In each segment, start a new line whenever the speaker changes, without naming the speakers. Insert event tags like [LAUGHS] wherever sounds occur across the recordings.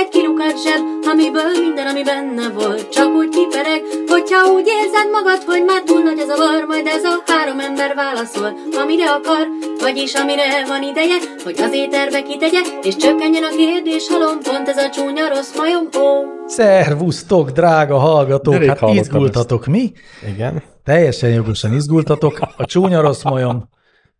egy kilukat zseb, amiből minden, ami benne volt, csak úgy kipereg, hogyha úgy érzed magad, hogy már túl nagy az a var, majd ez a három ember válaszol, amire akar, vagyis amire van ideje, hogy az éterbe kitegye, és csökkenjen a kérdés halom, pont ez a csúnya rossz majom, ó.
Szervusztok, drága hallgatók!
Elég
Hát
hallottam
izgultatok mi?
Igen.
Teljesen jogosan izgultatok. A Csúnya Rossz Majom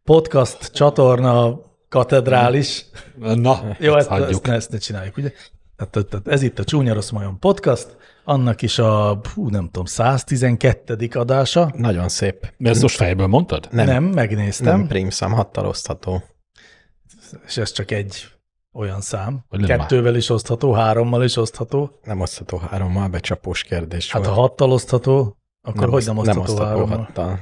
podcast csatorna katedrális.
Na,
Jó, ezt, ezt,
hagyjuk.
ne, ezt ne csináljuk, ugye? Tehát, tehát, tehát ez itt a Csúnya Rossz Majom podcast, annak is a, hú, nem tudom, 112. adása.
Nagyon szép. Mert ezt most fejből mondtad?
Nem,
Nem,
nem megnéztem,
nem
nem.
prímszám, hattal osztható.
és ez csak egy olyan szám.
Hogy nem
Kettővel is osztható, hárommal is osztható.
Nem osztható hárommal, becsapós kérdés
Hát ha
volt.
hattal osztható, akkor hogy nem
oszt-
osztható,
nem osztható
hárommal?
hattal.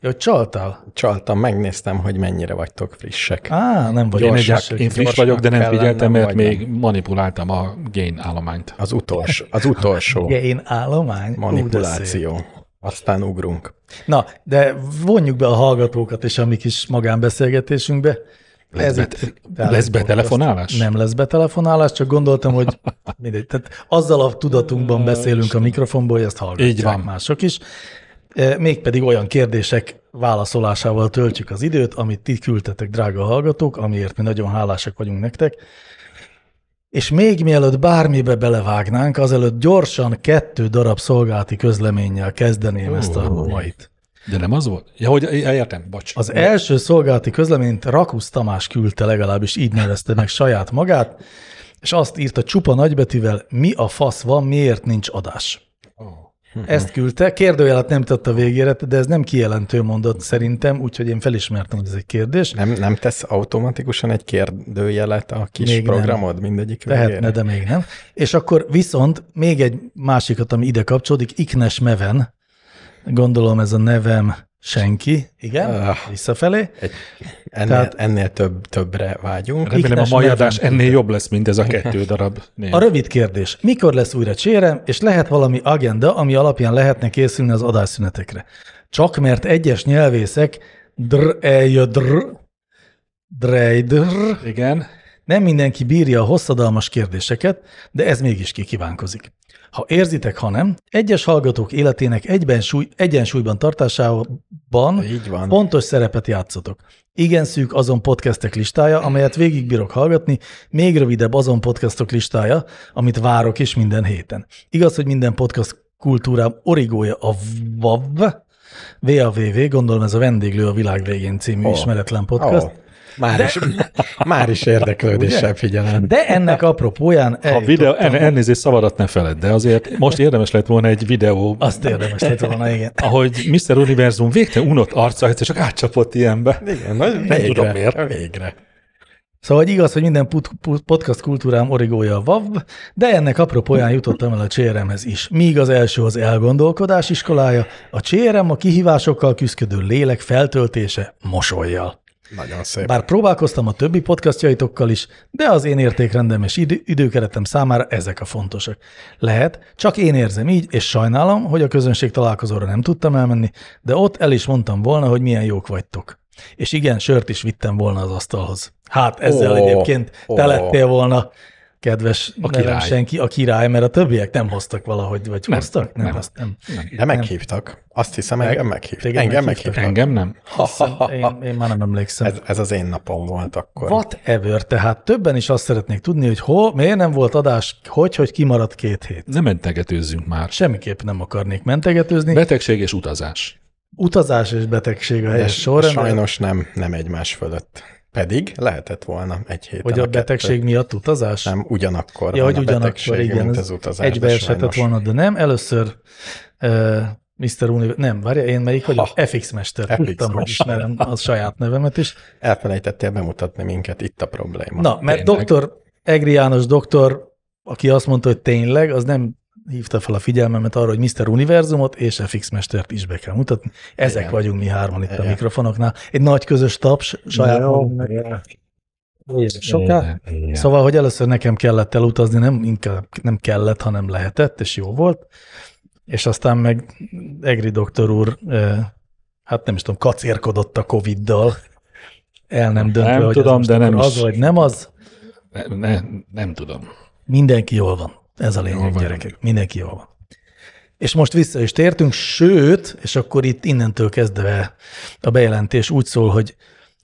Jó, csaltál?
Csaltam, megnéztem, hogy mennyire vagytok frissek.
Á, nem vagy.
Gyorsak.
én egyes vagyok.
Én
Én
friss
friss
Gyorsnak
vagyok, de nem
kell
figyeltem,
lennem,
mert
vagy
még manipuláltam a gén állományt.
Az utolsó, az utolsó
Ugye én állomány? Ú, de szép.
manipuláció. Aztán ugrunk.
Na, de vonjuk be a hallgatókat és a mi kis magánbeszélgetésünkbe.
Lesz
Ez
be-
itt
lesz betelefonálás?
Nem lesz betelefonálás, csak gondoltam,
[LAUGHS]
hogy mindegy. Tehát azzal a tudatunkban beszélünk a mikrofonból, hogy ezt hallgatják
Így van.
mások is. E, Mégpedig olyan kérdések válaszolásával töltjük az időt, amit ti küldtetek, drága hallgatók, amiért mi nagyon hálásak vagyunk nektek. És még mielőtt bármibe belevágnánk, azelőtt gyorsan kettő darab szolgálati közleménnyel kezdeném ezt a
Ó.
mait.
De nem az volt? Ja, hogy ja, értem, bocs.
Az első szolgálati közleményt Rakusz Tamás küldte legalábbis, így nevezte meg saját magát, és azt írta csupa nagybetűvel, mi a fasz van, miért nincs adás.
Ó.
Ezt küldte, kérdőjelet nem tett a végére, de ez nem kijelentő mondat szerintem, úgyhogy én felismertem, hogy ez egy kérdés.
Nem, nem tesz automatikusan egy kérdőjelet a kis
Még nem.
programod mindegyik
Lehetne, de még nem. És akkor viszont még egy másikat, ami ide kapcsolódik, Iknes Meven, gondolom ez a nevem senki, igen,
Ah.
visszafelé.
Ennél,
Tehát-
ennél több, többre vágyunk.
Remélem a
Iknes
mai
neven
adás
küldte.
ennél jobb lesz, mint ez a [LAUGHS] kettő darab. név.
A rövid kérdés. Mikor lesz újra csérem, és lehet valami agenda, ami alapján lehetne készülni az adásszünetekre? Csak mert egyes nyelvészek dr elj dr drejdr,
Igen.
nem mindenki bírja a hosszadalmas kérdéseket, de ez mégis kikívánkozik. Ha érzitek, ha nem, egyes hallgatók életének egyben súly, egyensúlyban tartásában
Így van.
Pontos szerepet játszotok. Igen szűk azon podcastek listája, amelyet végigbírok hallgatni, még rövidebb azon podcastok listája, amit várok is minden héten. Igaz, hogy minden podcast kultúrám origója a VAV, VAVV, gondolom ez a Vendéglő a világ végén című
Ó.
oh. ismeretlen podcast.
Ó,
Oh.
már, is, már
[LAUGHS]
is érdeklődéssel figyelem.
De ennek apropóján
A
eljutott-
videó, el, elnézést szabadat ne feled, de azért most érdemes lett volna egy videó,
azt érdemes lett volna, igen.
ahogy Mr. Univerzum végtelen unott arca egyszer csak átcsapott ilyenbe.
Igen, na, végre,
tudom miért.
Végre.
Szóval hogy igaz, hogy minden put- put- podcast kultúrám origója a VAV, de ennek apropóján jutottam el a CRM-hez is. Míg az első az elgondolkodás iskolája, a CRM a kihívásokkal küzdködő lélek feltöltése mosolyjal.
Nagyon szép.
Bár próbálkoztam a többi podcastjaitokkal is, de az én értékrendem és idő- időkeretem számára ezek a fontosak. Lehet, csak én érzem így, és sajnálom, hogy a közönség találkozóra nem tudtam elmenni, de ott el is mondtam volna, hogy milyen jók vagytok. És igen, sört is vittem volna az asztalhoz. Hát ezzel
Ó,
egyébként
ó.
te lettél volna, kedves
Oh, A
nevem
király.
senki, a király, mert a többiek nem hoztak valahogy, vagy
Nem,
hoztak? Nem,
nem.
azt nem.
De meghívtak. Azt hiszem, engem meghívtak.
téged
Engem
meghívtak.
meghívtak.
Engem nem.
Én, én már nem emlékszem.
[LAUGHS] Ez, ez az én napom volt akkor.
Whatever, tehát többen is azt szeretnék tudni, hogy hol, miért nem volt adás, hogy, hogy kimaradt két hét.
Nem mentegetőzzünk már.
Semmiképp nem akarnék mentegetőzni. Be-
Betegség és utazás.
Utazás és betegség a helyes sorrend,
sajnos nem, nem egymás fölött. Pedig lehetett volna egy héten.
hogy a betegség
kettő.
miatt utazás.
Nem, ugyanakkor
ja,
van
hogy
a
ugyanakkor,
betegség,
igen,
mint
ez
az utazás. de
egybeeshetett
sajnos.
volna, de nem. Először uh, Mr. Universe, nem, várja, én melyik vagyok?
Ha.
FX Mester.
FX
Tudtam, hogy
Mester.
ismerem a saját nevemet is.
Elfelejtettél bemutatni minket, itt a probléma.
Na, mert
Tényleg.
doktor, Egri János doktor, aki azt mondta, hogy tényleg, az nem hívta fel a figyelmemet arra, hogy Mr. Univerzumot és FX Mestert is be kell mutatni. Ezek
Igen.
vagyunk mi hárman itt a
Igen.
mikrofonoknál. Egy nagy közös taps saját magunknak. Soká.
Szóval
Szóval, hogy először nekem kellett elutazni, nem inkább nem kellett, hanem lehetett, és jó volt. És aztán meg Egri doktor úr, eh, hát nem is tudom, kacérkodott a Covid-dal, el nem döntve,
Nem
hogy
tudom,
ez most
de nem
akkor
is.
az vagy nem az.
ne, ne, nem tudom.
Mindenki jól van. Ez a lényeg,
Jól van.
gyerekek. Mindenki jól van. És most vissza is tértünk, sőt, és akkor itt innentől kezdve a bejelentés úgy szól, hogy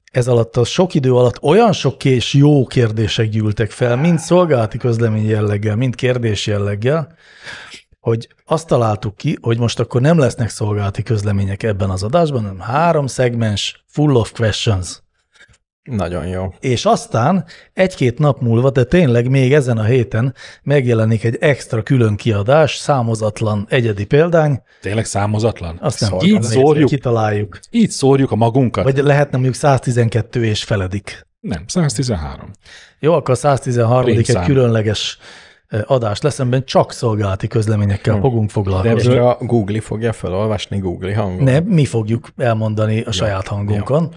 ez alatt a sok idő alatt olyan sok és jó kérdések gyűltek fel, mind szolgálati közlemény jelleggel, mind kérdés jelleggel, hogy azt találtuk ki, hogy most akkor nem lesznek szolgálati közlemények ebben az adásban, hanem három szegmens full of questions.
Nagyon jó.
És aztán egy-két nap múlva, de tényleg még ezen a héten megjelenik egy extra külön kiadás, számozatlan egyedi példány,
Tényleg számozatlan?
azt nem
Így szórjuk,
kitaláljuk.
így szórjuk a magunkat? Vagy...
Vagy lehetne mondjuk 112 és feledik.
Nem, 113.
Jó, akkor a 113. egy
Rémszám.
különleges eh, adás lesz, amiben csak szolgálati közleményekkel fogunk foglalkozni.
És a Google fogja felolvasni Google hangon.
Nem, mi fogjuk elmondani a saját hangunkon.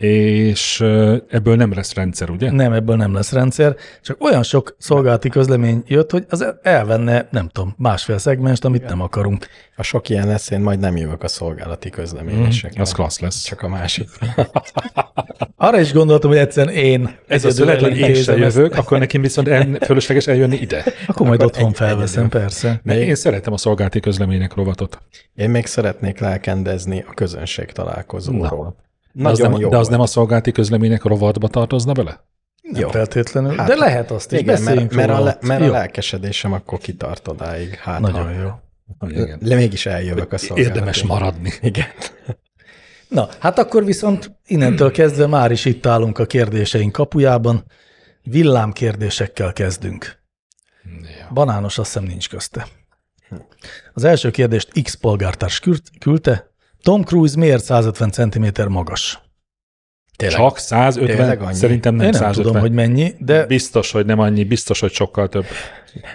És ö, ebből nem lesz rendszer, ugye?
Nem, ebből nem lesz rendszer, csak olyan sok szolgálati közlemény jött, hogy az elvenne, nem tudom, másfél szegmest, amit nem akarunk.
A sok ilyen lesz, én majd nem jövök a szolgálati
Mm,
közleményesekre.
Az klassz lesz.
Csak a másik.
Arra is gondoltam, hogy egyszerűen én
Ez az
egyedül
születlen, én se
elintézem ezt.
jövök, akkor nekem viszont el, fölösleges eljönni ide.
Akkor majd
Akkor
otthon
egy-
felveszem, persze.
De én szeretem a szolgálati közlemények rovatot.
Én még szeretnék lelkendezni a közönség találkozóról.
De az,
Nagyon
nem,
jó.
de az nem
volt.
a szolgálati közlemények rovatba tartozna bele?
jó.
Nem feltétlenül,
Hát,
de lehet azt is,
Igen,
beszéljünk
mert, mert, a,
róla.
le, mert a
Jó,
lelkesedésem akkor kitart odáig. Hát,
Nagyon
ha-
jó.
Igen.
Le mégis eljövök a szolgálati.
Érdemes maradni.
Igen.
Na, hát akkor viszont innentől kezdve már is itt állunk a kérdéseink kapujában. Villámkérdésekkel kezdünk.
Ja.
Banános azt hiszem nincs közte. Az első kérdést X polgártárs küld- küldte. Tom Cruise miért 150 cm magas?
Tényleg.
Csak
Tényleg
150?
annyi?
Szerintem nem,
Én nem
150.
tudom, hogy mennyi, de
Biztos, hogy nem annyi, biztos, hogy sokkal több.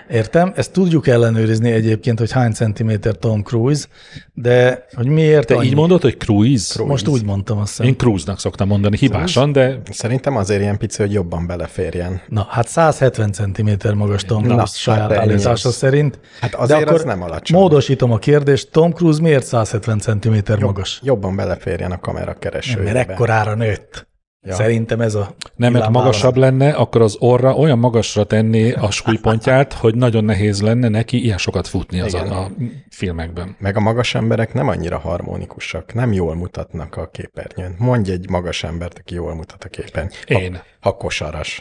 Értem, ezt tudjuk ellenőrizni egyébként, hogy hány centiméter Tom Cruise, de hogy miért
Te
annyi?
így mondod, hogy cruise?
Most úgy mondtam azt hiszem.
Én cruise-nak szoktam mondani hibásan, de
Szerintem azért ilyen pici, hogy jobban beleférjen.
Na, hát 170 cm magas Tom Cruise
Na,
saját
hát
állítása
ez-
szerint.
Hát azért az nem alacsony.
Módosítom a kérdést, Tom Cruise miért 170 cm magas?
Jobban beleférjen a kamera keresőjébe.
Mert ekkorára nőtt. Ja.
Ja.
Szerintem ez a
nem, mert
világválasz.
magasabb lenne, akkor az orra olyan magasra tenné a súlypontját, hogy nagyon nehéz lenne neki ilyen sokat futni az
Igen.
a, a filmekben.
Meg a magas emberek nem annyira harmonikusak, nem jól mutatnak a képernyőn. Mondj egy magas embert, aki jól mutat a képernyőn. Ha,
Én.
ha kosaras.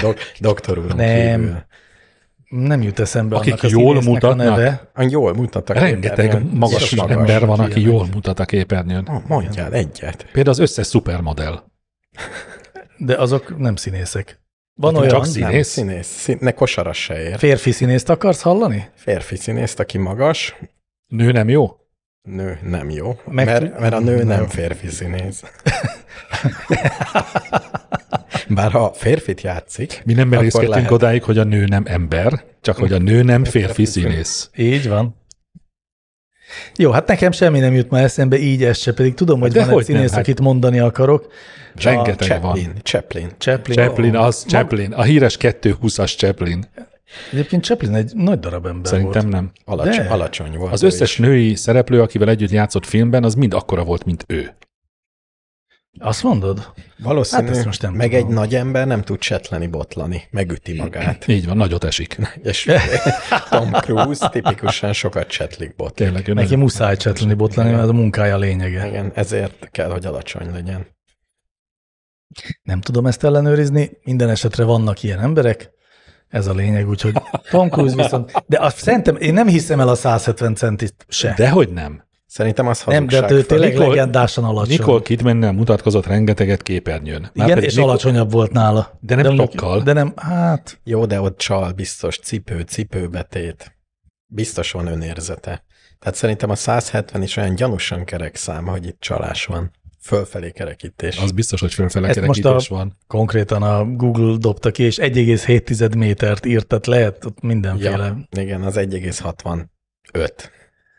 Dok,
[LAUGHS]
doktor úr.
Nem.
Kívül.
Nem jut eszembe
Akik
annak az
jól
színésznek a
mutatnak.
neve.
Annyi jól mutat a
Rengeteg
képernyőn.
magas
Sok
ember van, aki
Ilyenek.
jól mutat a képernyőn.
Na, Mondjál egyet.
Például az összes szupermodell.
De azok nem színészek. Van
Hát
olyan,
csak
csak
szín-
Nem,
Színész?
színész. Szín, ne kosaras se ér.
férfi színészt akarsz hallani?
Férfi színészt, aki magas,
Nő nem jó?
nő nem jó.
Meg-
Mert, mert a nő nem férfi
[LAUGHS]
színész. Bár ha férfit játszik,
Mi nem
akkor
merészkedtünk
lehet.
odáig, hogy a nő nem ember, csak hogy a nő nem férfi színész.
Így van. Jó, hát nekem semmi nem jut ma eszembe, így ez se, pedig tudom, hogy
De
van egy
hogy nem,
színész,
hát-
akit mondani akarok.
Rengeteg van.
Chaplin. Chaplin.
Chaplin.
Chaplin, az Chaplin. A híres 220-as Chaplin.
Egyébként Chaplin egy nagy darab ember
Szerintem
volt.
nem.
Alacs,
De.
alacsony volt.
Az
ő
összes
is.
női szereplő, akivel együtt játszott filmben, az mind akkora volt, mint ő.
Azt mondod?
Valószínű,
Hát ezt
hát
most nem
meg
tudom.
egy nagy ember nem tud csetleni, botlani, megüti
[LAUGHS]
magát.
Így van, nagyot esik.
És [LAUGHS] Tom Cruise tipikusan sokat csetlik, botlik.
Tényleg, ő
Neki
nagyon-
muszáj csetleni, botlani, mert a munkája a lényege.
Igen, ezért kell, hogy alacsony legyen.
Nem tudom ezt ellenőrizni, minden esetre vannak ilyen emberek, ez a lényeg, úgyhogy Tom Cruise viszont, de azt szerintem én nem hiszem el a 170 centit se. De
Dehogy nem.
Szerintem az
nem,
hazugság.
de ő
fel.
tényleg
Nicole-
legendásan alacsony.
Nicole Kidmannel mutatkozott rengeteget képernyőn. Már
Igen,
pedig
és
Nicole-
alacsonyabb volt nála.
De nem
mondjuk-
sokkal.
De nem, hát
Jó, de ott csal biztos cipő, cipőbetét. Biztos van önérzete. Tehát szerintem a 170 is olyan gyanúsan kerek szám, hogy itt csalás van. Fölfelé kerekítés.
Az biztos, hogy fölfele
Ezt most
kerekítés
a-
van.
Konkrétan a Google dobta ki, és 1,7 métert írt, tehát lehet ott mindenféle. Ja.
Igen, az 1,65.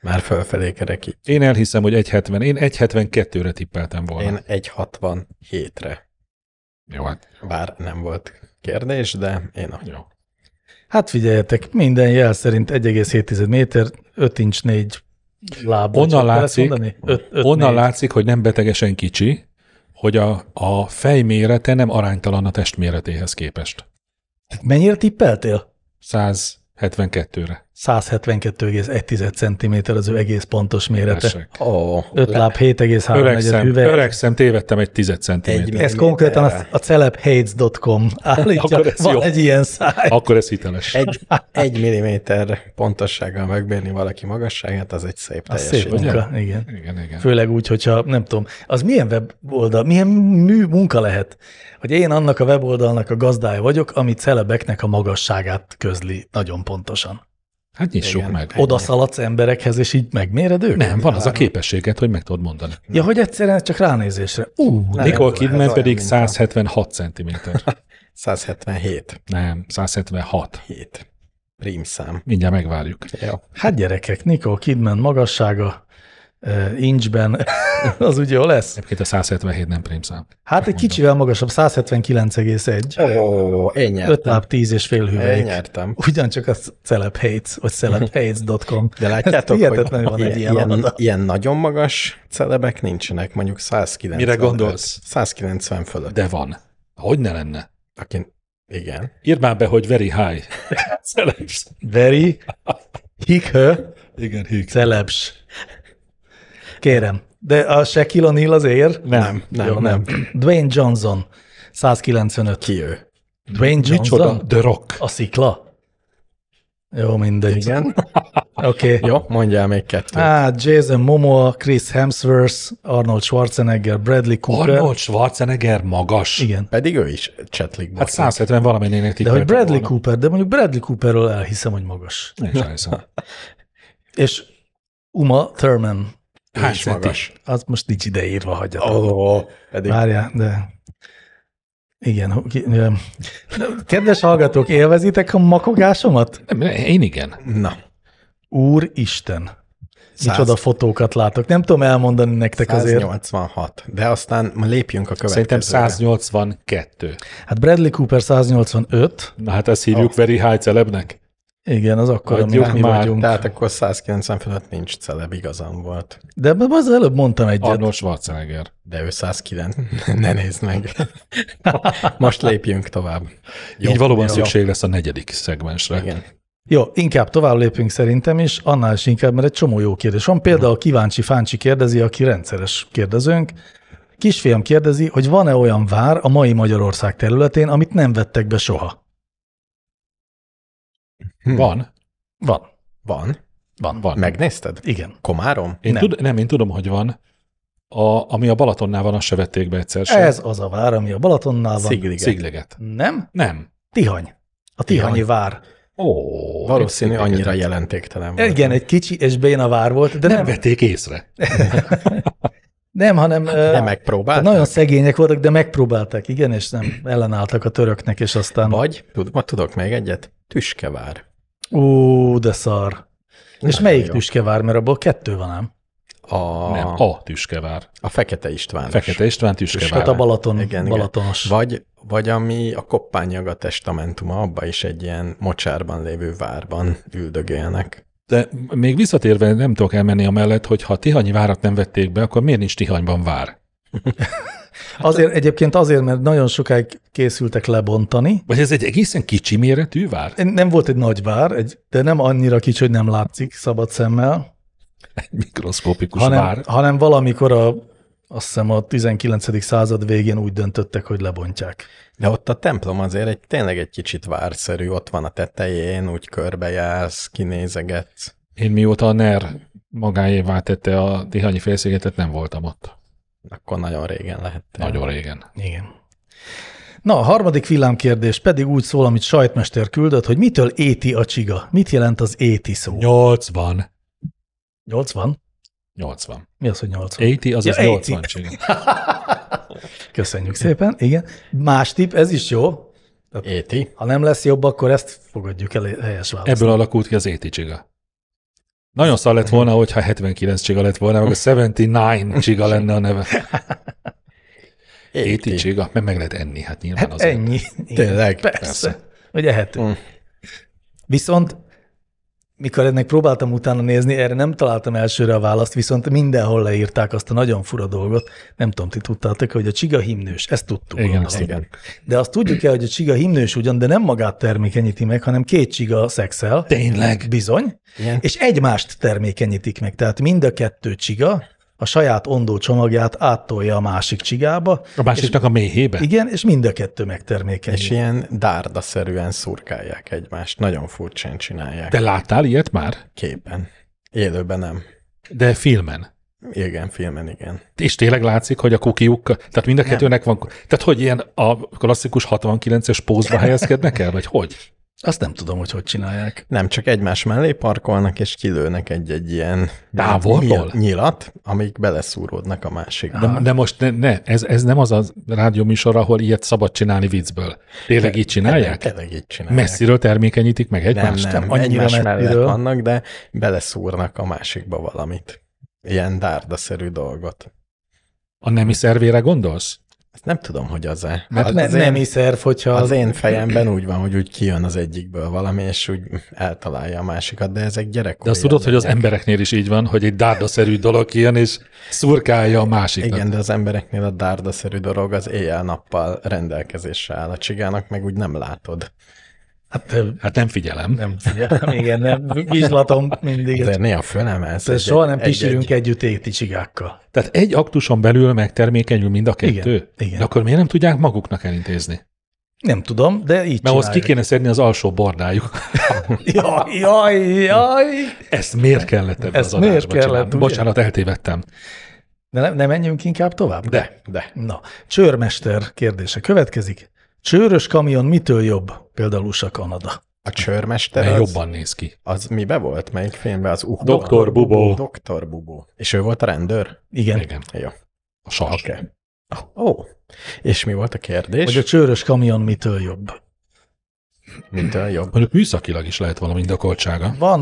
Már fölfelé kerekít.
Én elhiszem, hogy 1,70. Én 1,72-re tippeltem volna.
Én 1,67-re.
Jó, hát
Bár nem volt kérdés, de én a...
jó.
Hát figyeljetek, minden jel szerint 1,7 méter, 5 incs 4 láb. vagy
Onnan
hogy kell ezt
látszik,
mondani? Öt- öt
Onnan
négy.
látszik, hogy nem betegesen kicsi, hogy a, a fej mérete nem aránytalan a test méretéhez képest.
Mennyire tippeltél?
172-re.
172,1 cm az ő egész pontos mérete.
Tessék.
Ó,
5
le-
láb 7,3
Öregszem,
üveg.
öregszem, tévedtem egy 10 centimétert.
Egy-
Ez konkrétan a, a celebhates.com állítja.
[LAUGHS] Akkor ez
Van
jó.
egy ilyen száj.
Akkor ez hiteles.
egy, egy milliméter pontossággal megbírni valaki magasságát, az egy szép
Az szép
teljesítmény.
munka, igen.
Igen, igen.
Főleg úgy, hogyha nem tudom, az milyen weboldal, milyen mű munka lehet, hogy én annak a weboldalnak a gazdája vagyok, ami celebeknek a magasságát közli nagyon pontosan.
Hát nyissuk
Igen.
meg.
Oda szaladsz emberekhez, és így megméred őket?
Nem, van az a képességed, hogy meg tudod mondani.
Ja, hogy egyszerűen csak ránézésre. Ú,
Nem,
Nicole
ez- ez
Kidman
olyan,
pedig
mint a-
176 cm.
177.
[LAUGHS] Nem, 176.
7. Prímszám.
Mindjárt megvárjuk.
Jó.
hát gyerekek, Nicole Kidman magassága, eh, incsben, [LAUGHS] az ugye jó lesz?
Egyébként a 177 nem prémszám.
Hát egy kicsivel magasabb, 179,1,
Ó, én nyertem.
5 láb 10 és fél
Én
hüvelyk.
nyertem.
Ugyancsak a celebhates, vagy celebhates.com.
De látjátok,
hihetetlen, hogy van egy ilyen
ilyen,
adat.
ilyen nagyon magas celebek nincsenek, mondjuk 190.
Mire gondolsz?
190 fölött. De.
De van. Hogy ne lenne?
Aki, igen.
Írd már be, hogy very high. Celebs.
Very hikhö
Igen, híg.
celebs. Kérem, de a Shaquille O'Neal az ér?
Nem.
Nem,
Jó,
nem.
Dwayne Johnson, 195.
Ki ő?
Dwayne Johnson?
Micsoda? The Rock.
A szikla? Jó, mindegy.
Igen.
Oké. Okay.
Jó, mondjál még kettőt.
Hát Jason Momoa, Chris Hemsworth, Arnold Schwarzenegger, Bradley Cooper.
Arnold Schwarzenegger magas.
Igen.
Pedig ő is csetlik.
Hát 170 valamennyinek
De hogy
tippelt
Bradley
volna.
Cooper, de mondjuk Bradley Cooperről elhiszem, hogy magas.
Én is szóval. elhiszem.
És Uma Thurman,
Hány
is
centi?
magas.
az most nincs ideírva, hagyjatok.
Ó, pedig
Várjál, de... Igen. hú, ki- ö, Kedves hallgatók, élvezitek a makogásomat?
Nem, ne, Én igen.
Na,
Úristen! Micsoda fotókat látok. Nem tudom elmondani nektek azért.
186. De aztán ma lépjünk a
Szerintem
következőre.
182.
Hát Bradley Cooper 185.
Na hát ezt hívjuk very high celebnek.
Igen, az akkor,
Adjuk
amire mi
már.
vagyunk.
Tehát akkor 190 fölött nincs celeb, igazam volt.
De ebben az előbb mondtam egyet.
Arnold Schwarzenegger.
De ő 109. [LAUGHS] Ne nézd meg. Most lépjünk tovább.
Jó, Így valóban jó. szükség lesz a negyedik szegmensre.
Igen.
Jó, inkább tovább lépünk szerintem is, annál is inkább, mert egy csomó jó kérdés van. Például Kíváncsi Fáncsi kérdezi, aki rendszeres kérdezőnk. Kisfiam kérdezi, hogy van-e olyan vár a mai Magyarország területén, amit nem vettek be soha?
Hm. Van?
Van.
Van.
Van. Van.
Megnézted?
Igen.
Komárom?
Én
Nem.
nem. Tud, nem, én tudom, hogy van. A, ami a Balatonnál van, azt se vették be egyszer sem.
Ez az a vár, ami a Balatonnál van.
Szigliget.
Szigliget.
Nem?
Nem.
Tihany. A Tihanyi
Tihany.
vár.
Ó,
Valószínű
én Szigligetet.
annyira jelentéktelen volt.
Igen, egy kicsi és béna vár volt, de
Nem,
nem, nem,
vették észre.
nem hanem ö, hát
De megpróbált.
nagyon szegények voltak, de megpróbálták, igen, és nem ellenálltak a töröknek, és aztán...
Vagy, tud, ma tudok még egyet, Tüskevár.
Ú, de szar. És
Nagyon
melyik
jó.
tüskevár, mert abból kettő van ám.
A,
Nem, a Tüskevár.
a Fekete István.
Fekete István
Hát a
Tüskevár.
Balaton,
Igen,
igen,
igen.
Balatonos. Igen.
Vagy, vagy ami a koppányaga testamentuma, abba is egy ilyen mocsárban lévő várban üldögélnek.
De még visszatérve nem tudok elmenni amellett, hogy ha Tihanyi várat nem vették be, akkor miért nincs Tihanyban vár?
Azért, egyébként azért, mert nagyon sokáig készültek lebontani.
Vagy ez egy egészen kicsi méretű vár?
Nem volt egy nagy vár, egy, de nem annyira kicsi, hogy nem látszik szabad szemmel,
Egy mikroszkopikus
hanem,
vár.
hanem valamikor a, azt hiszem a 19. század végén úgy döntöttek, hogy lebontják.
De ott a templom azért egy, tényleg egy kicsit várszerű, ott van a tetején, úgy körbejársz, kinézegetsz.
Én mióta a NER magáévá tette a Tihanyi félszigetet, nem voltam ott.
Akkor nagyon régen lehettél.
Nagyon régen.
Igen. Na, a harmadik villámkérdés pedig úgy szól, amit sajtmester küldött, hogy mitől éti a csiga? Mit jelent az éti szó?
80.
80?
80.
Mi az, hogy 80?
80, azaz
Ja,
ja,
80.
80. csiga.
Köszönjük szépen, igen. Más tipp, ez is jó.
Éti?
Ha nem lesz jobb, akkor ezt fogadjuk el helyes választ.
Ebből alakult ki az 80 csiga. Nagyon szar lett volna, hogyha 79 csiga lett volna, meg a 79 csiga lenne a neve. 80 csiga, mert meg lehet enni, hát nyilván
Hát
az.
ennyi. Igen,
Tényleg?
Persze. Hogy ehető.
Mm.
Viszont mikor ennek próbáltam utána nézni, erre nem találtam elsőre a választ, viszont mindenhol leírták azt a nagyon fura dolgot. Nem tudom, ti tudtátok, hogy a csiga himnős, ezt tudtuk.
Igen,
gondolom.
azt
Igen.
De azt tudjuk el, hogy a csiga himnős ugyan, de nem magát termékenyíti meg, hanem két csiga szexel.
Tényleg?
Bizony.
Igen.
És egymást termékenyítik meg. Tehát mind a kettő csiga a saját ondó csomagját áttolja a másik csigába.
A másiknak a méhébe?
Igen, és mind a kettő
És
megtermékenyít.
ilyen dárdaszerűen szurkálják egymást. Nagyon furcsán csinálják
Te
De...
láttál ilyet már?
képen. Élőben nem.
De filmen.
Igen, filmen igen.
És tényleg látszik, hogy a kukiuk, tehát mind a kettőnek van. Tehát hogy ilyen a klasszikus 69-es
[LAUGHS]
pózba helyezkednek el, vagy hogy?
Azt nem tudom, hogy hogy csinálják.
Nem, csak egymás mellé parkolnak, és kilőnek egy-egy ilyen
Távolról?
nyil- nyilat, amik beleszúródnak a másikba.
De, de most ne, ne ez, ez nem az a rádióműsor, ahol ilyet szabad csinálni viccből. Tényleg így csinálják?
Tényleg így csinálják.
Messziről termékenyítik meg
Nem,
egymást?
nem,
annyira
egymás mellett
messziről.
vannak, de beleszúrnak a másikba valamit. Ilyen dárdaszerű dolgot.
A nemi szervére gondolsz?
Ezt nem tudom, hogy az-e.
Mert
az
Ne,
az
nem
én,
iszerv, hogyha...
az én fejemben úgy van, hogy úgy kijön az egyikből valami, és úgy eltalálja a másikat, de ezek gyerekkori.
De azt tudod, hogy az
élmények.
embereknél is így van, hogy egy dárdaszerű dolog ilyen, és szurkálja a másiknak.
Igen, de az embereknél a dárdaszerű dolog az éjjel-nappal rendelkezésre áll. A csigának meg úgy nem látod.
Hát, ö,
Hát nem figyelem. Nem.
nem
[LAUGHS]
figyelem, igen, nem. Vizslatom mindig.
De néha fölemelsz.
De
egy-
soha nem
egy-egy-
pisilünk együtt éti csigákkal.
Tehát egy aktuson belül megtermékenyül mind a kettő?
Igen, igen.
De akkor miért nem tudják maguknak elintézni?
Nem tudom, de így
Mert ahhoz ki
csináljuk.
kéne szedni az alsó bordájuk. [LAUGHS]
Jaj, jaj, jaj.
Ezt miért kellett ebben
Ezt
az
miért
adásban
kellett,
csinálni?
ugye?
Bocsánat, eltévedtem.
De nem, nem menjünk inkább tovább?
De.
De.
Na, csőrmester kérdése következik. Csőrös kamion mitől jobb? Például USA, Kanada.
A csőrmester
Mert
az,
jobban néz ki.
az mibe volt? Melyik filmben? Az uh,
Doktor Bubó.
Doktor Bubó. És ő volt a rendőr?
Igen.
Igen.
Jó.
A sas.
Oké. Ó. És mi volt a kérdés?
Hogy a csőrös kamion mitől jobb?
Mitől jobb?
Mondjuk műszakilag is lehet valami indokoltsága.
Van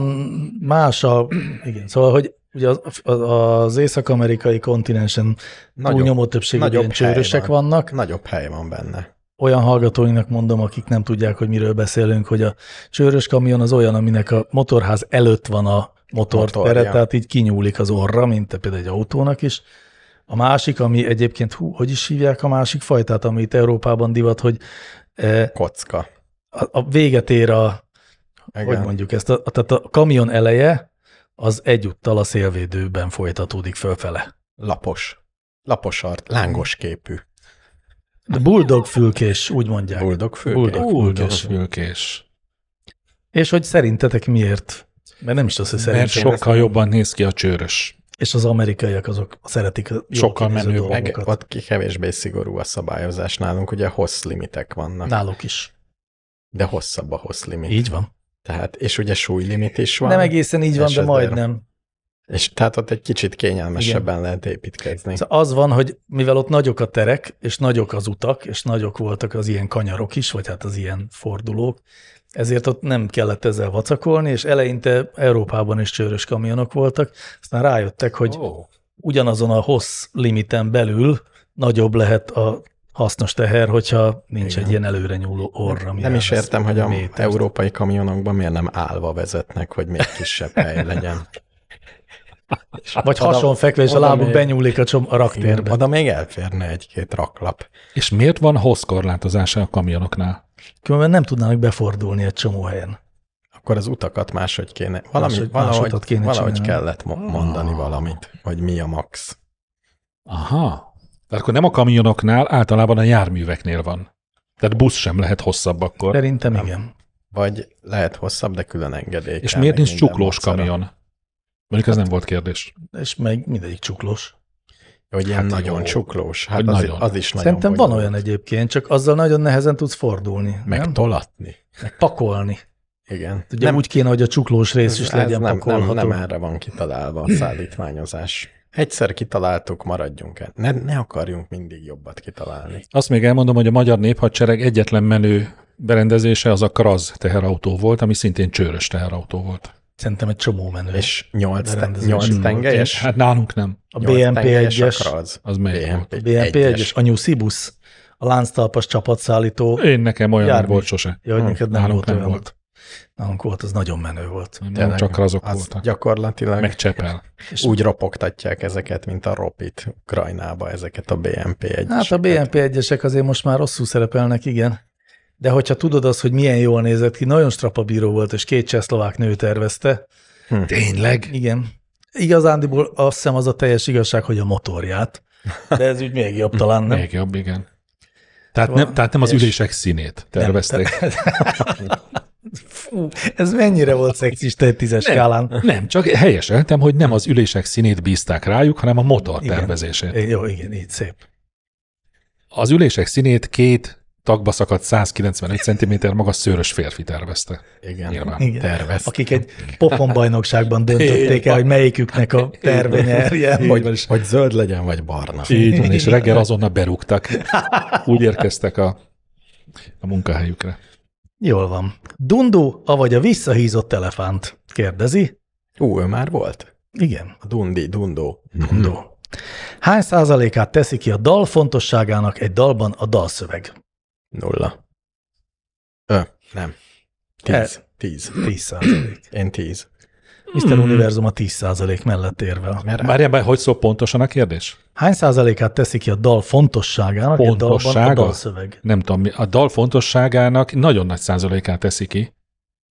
más a... Igen, szóval, hogy ugye az, az- az észak-amerikai kontinensen
Nagyobb-
túlnyomó többségben
nagyobb
ilyen csőrösek
hely van.
vannak.
Nagyobb hely van benne.
Olyan hallgatóinknak mondom, akik nem tudják, hogy miről beszélünk, hogy a csőrös kamion az olyan, aminek a motorház előtt van a motortere,
Motorja.
tehát így kinyúlik az orra, mint például egy autónak is. A másik, ami egyébként, hú, hogy is hívják a másik fajtát, amit Európában divat, hogy eh,
Kocka.
a, a véget ér a, hogy
Igen.
mondjuk ezt, a, tehát a kamion eleje az egyúttal a szélvédőben folytatódik fölfele.
Lapos. Lapos art. Lángos képű.
De bulldog fülkés, úgy mondják.
Buldog fülke.
Bulldog.
Fülkés. Fülkés.
És hogy szerintetek miért? Mert nem is az, hogy
Mert
szerintem.
sokkal jobban néz ki a csőrös.
És az amerikaiak azok szeretik a jó
Sokkal
kinéző
menőbb.
dolgokat.
Meg ott ki kevésbé szigorú a szabályozás nálunk, ugye hossz limitek vannak, Na.
Náluk is.
de hosszabb a hossz limit.
Így van.
Tehát, és ugye súlylimit is van,
van. Nem egészen így van, de
Esetben.
majdnem.
és tehát ott egy kicsit kényelmesebben Igen. lehet építkezni.
Szóval az van, hogy mivel ott nagyok a terek, és nagyok az utak, és nagyok voltak az ilyen kanyarok is, vagy hát az ilyen fordulók, ezért ott nem kellett ezzel vacakolni, és eleinte Európában is csőrös kamionok voltak, aztán rájöttek, hogy
Oh.
ugyanazon a hossz limiten belül nagyobb lehet a hasznos teher, hogyha nincs
Igen.
egy ilyen előre nyúló orra. ami
Nem is
elvesz
értem, hogy a
métert.
európai kamionokban miért nem állva vezetnek, hogy még kisebb
[LAUGHS]
hely legyen.
Vagy
Oda-
hasonfekve, és a
Hát, oda
lábuk
még-
benyúlik a, csom, a
Igen,
raktérbe.
Oda még elférne egy-két raklap.
És miért van hosszkorlátozása a kamionoknál?
Különben nem tudnának befordulni egy csomó helyen.
Akkor az utakat máshogy kéne, valami,
Máshogy-
valahogy,
másutat kéne
valahogy
csinálni.
kellett mo- mondani valamit, hogy mi a max.
Aha. Tehát akkor nem a kamionoknál, általában a járműveknél van. Tehát busz sem lehet hosszabb akkor.
Szerintem igen.
Vagy lehet hosszabb, de külön engedély.
És
kell,
miért
meg
nincs
minden
csuklós
macera.
kamion? Mondjuk ez nem volt kérdés.
És meg mindegyik csuklós.
Hogy ilyen
Hát jó.
hát nagyon jó. csuklós. Hát
Hogy
az,
nagyon.
az is nagyon
Szerintem van
bonyolult.
olyan egyébként, csak azzal nagyon nehezen tudsz fordulni.
Meg
nem?
tolatni.
Meg pakolni.
Igen.
Ugye nem, úgy kéne, hogy a csuklós rész is legyen
nem, nem,
pakolható.
nem erre van kitalálva a szállítmányozás. Egyszer kitaláltuk, maradjunk el. Ne, ne akarjunk mindig jobbat kitalálni.
Azt még elmondom, hogy a magyar néphadsereg egyetlen menő berendezése az a Kraz teherautó volt, ami szintén csőrös teherautó volt.
Szerintem egy csomó menő.
És nyolc,
De
te,
rendezés
nyolc
volt.
tengelyes,
Hát nálunk nem.
a
nyolc
BMP
tengelyes
1-es,
akraz.
Az melyik volt?
BMP
a BMP 1-es, a New Cibus, a lánctalpas csapatszállító.
Én nekem olyan nem
Jármű.
volt sose.
Ja, hogy neked nem
nálunk
volt
nem
olyan.
volt.
nálunk volt, az nagyon menő volt.
Nem
Tényleg,
csak azok
az
voltak.
Gyakorlatilag
Meg Csepel.
úgy ropogtatják ezeket, mint a ropit Ukrajnába, ezeket a BMP egy.
Hát a BNP egyesek azért most már rosszul szerepelnek, igen. De hogyha tudod azt, hogy milyen jól nézett ki, nagyon strapabíró volt, és két csehszlovák nő tervezte.
Hm. Tényleg?
Igen. Igazándiból azt hiszem az a teljes igazság, hogy a motorját. De ez úgy még jobb talán, nem?
Még jobb, igen. Tehát
Szóval-
nem, tehát nem az
és-
ülések színét tervezték. Nem,
Fú, ez mennyire volt szexista egy tízes skálán?
nem, csak helyeseltem, hogy nem az ülések színét bízták rájuk, hanem a motor
Igen.
tervezését.
Jó, igen, így szép.
Az ülések színét két tagba szakadt 195 cm magas szőrös férfi tervezte.
Igen,
Nyilván.
Igen.
tervez.
Akik egy
[LAUGHS]
pofonbajnokságban döntötték el, hogy melyiküknek a terve nyerjen.
Hogy, hogy zöld legyen, vagy barna.
Így van, és reggel azonnal berúgtak. Úgy érkeztek a, a munkahelyükre.
Jól van. Dundu, avagy a visszahízott elefánt? Kérdezi.
Ú, ő már volt?
Igen.
A Dundi, Dundó.
Mhm.
Dundu. Hány százalékát teszi ki a dal fontosságának egy dalban a dalszöveg?
Nulla. Ö, nem. Tíz. Tíz.
10 százalék.
Én tíz.
Hmm.
Mr. Univerzum a 10 százalék mellett érve.
Mert
Várjál, bár, hogy szól pontosan a kérdés?
Hány százalékát teszi ki a dal fontosságának egy dalban a
Fontossága?
dalszöveg?
Nem tudom, mi- a dal fontosságának nagyon nagy százalékát teszi ki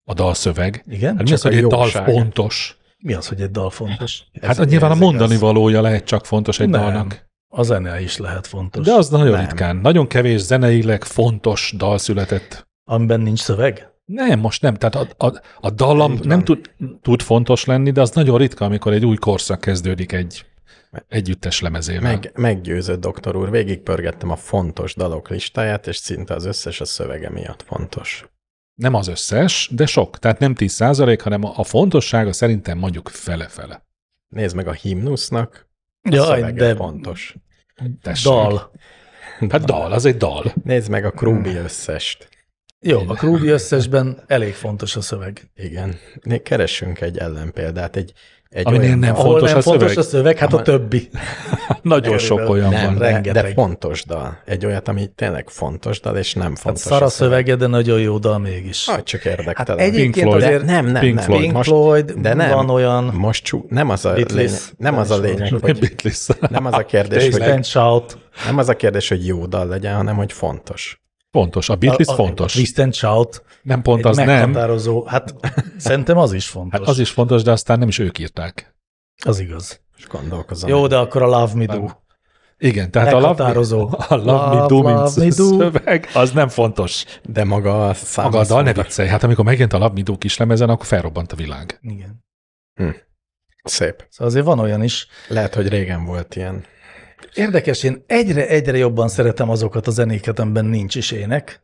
a dalszöveg.
Igen?
Hát mi az,
a
hogy egy dal
jósága.
fontos?
Mi az, hogy egy dal fontos?
Ez
hát nyilván a
érzékez.
mondani valója lehet csak fontos egy
Nem.
dalnak.
A zene is lehet fontos.
De az nagyon
Nem.
ritkán. Nagyon kevés zeneileg fontos dal született.
Amiben nincs szöveg?
Nem, most nem. Tehát a, a, a dallam
Így
nem
van.
tud, tud fontos lenni, de az nagyon ritka, amikor egy új korszak kezdődik egy együttes lemezével.
Meg, meggyőzött doktor úr, végigpörgettem a fontos dalok listáját, és szinte az összes a szövege miatt fontos.
Nem az összes, de sok. Tehát nem 10 százalék, hanem a a fontossága szerintem mondjuk fele-fele.
Nézd meg a himnusznak, a
Jaj,
szövege
de
fontos.
Tessék.
dal.
Hát dal, az egy dal.
Nézd meg a Krúbi
Hmm.
összest.
Jó, a Krúbi összesben elég fontos a szöveg.
Igen. Né, Keressünk egy ellenpéldát, egy, egy
Aminél
olyan
nem
dal-
Ahol
Fontos
nem
a
fontos
szöveg?
a szöveg, hát a
Ahol-
többi.
Nagyon sok
Körülbelül.
olyan
nem,
van.
de, de
rengeteg.
fontos dal. Egy olyat, ami tényleg fontos dal, és nem
Hát
fontos.
szar a
a szöveg.
szövege, de nagyon jó dal mégis.
Ah, csak érdektelen.
Hát egyébként
Pink Floyd.
de
azért
nem, nem,
Pink
nem.
Floyd.
Pink
Most,
Floyd,
de nem.
van olyan,
most csú, nem az a
Beatles.
lényeg, nem
Nem
az a
is
lényeg,
fontos.
hogy,
Beatles.
nem az a kérdés,
Tényleg.
hogy,
Stand Shout.
nem az a kérdés, hogy jó dal legyen, hanem hogy fontos.
Fontos. A Beatles
A- a-
fontos.
We Stand Shout.
nem pont
Egy
az nem.
meghatározó. Hát szerintem az is fontos.
Hát az is fontos, de aztán nem is ők írták.
Az igaz.
És gondolkozom.
Jó, de akkor a Love Me Do.
Nem. Igen, tehát a Love,
Meghatározó.
a love Me Do, mint szöveg, az nem fontos.
De maga a szám.
Maga a
az
dal ne
fontos.
viccelj. Hát amikor megjelent a Love Me Do kislemezen, akkor felrobbant a világ.
Igen.
Szép.
Szóval azért van olyan is.
Lehet, hogy régen volt ilyen.
Érdekes, én egyre-egyre jobban szeretem azokat a zenéket, amiben nincs is ének,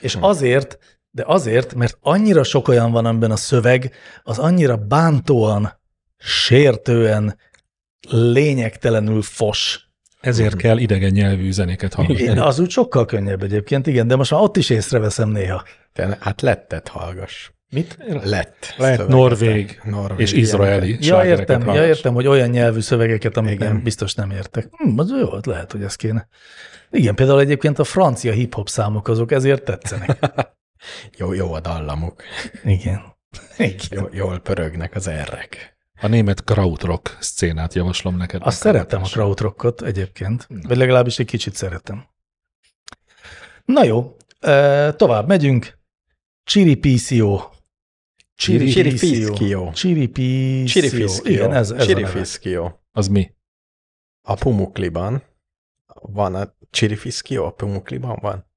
és
Hm.
azért, de azért, mert annyira sok olyan van, amiben a szöveg az annyira bántóan, sértően, lényegtelenül fos.
Ezért kell idegen nyelvű zenéket hallgatni.
Én az úgy sokkal könnyebb egyébként, igen, de most már ott is észreveszem néha.
Tényleg, Hát lettet hallgass.
Mit?
Lett.
Lehet
Szöveget.
norvég
norvég
és izraeli
Ja,
slágereket
értem, ja,
hallgass.
értem, hogy olyan nyelvű szövegeket, amit
Igen.
nem, biztos nem értek. Hm, az jó, hát lehet, hogy ez kéne. Igen, például egyébként a francia hip-hop számok azok ezért
[LAUGHS]
tetszenek.
Jó, jó a dallamuk.
Igen. Igen.
Jó, jól pörögnek az errek.
A német krautrock szcénát javaslom neked.
Azt szeretem a krautrockot egyébként,
Hm.
vagy legalábbis egy kicsit szeretem. Na jó, ö, tovább megyünk. Csiripiszio.
Csiripiszkió.
Csiripiszio.
Csirifiszkió.
Igen, ez, ez a neve.
Csirifiszkió.
Az mi?
A Pumukliban van a Csirifiszkió, a Pumukliban van?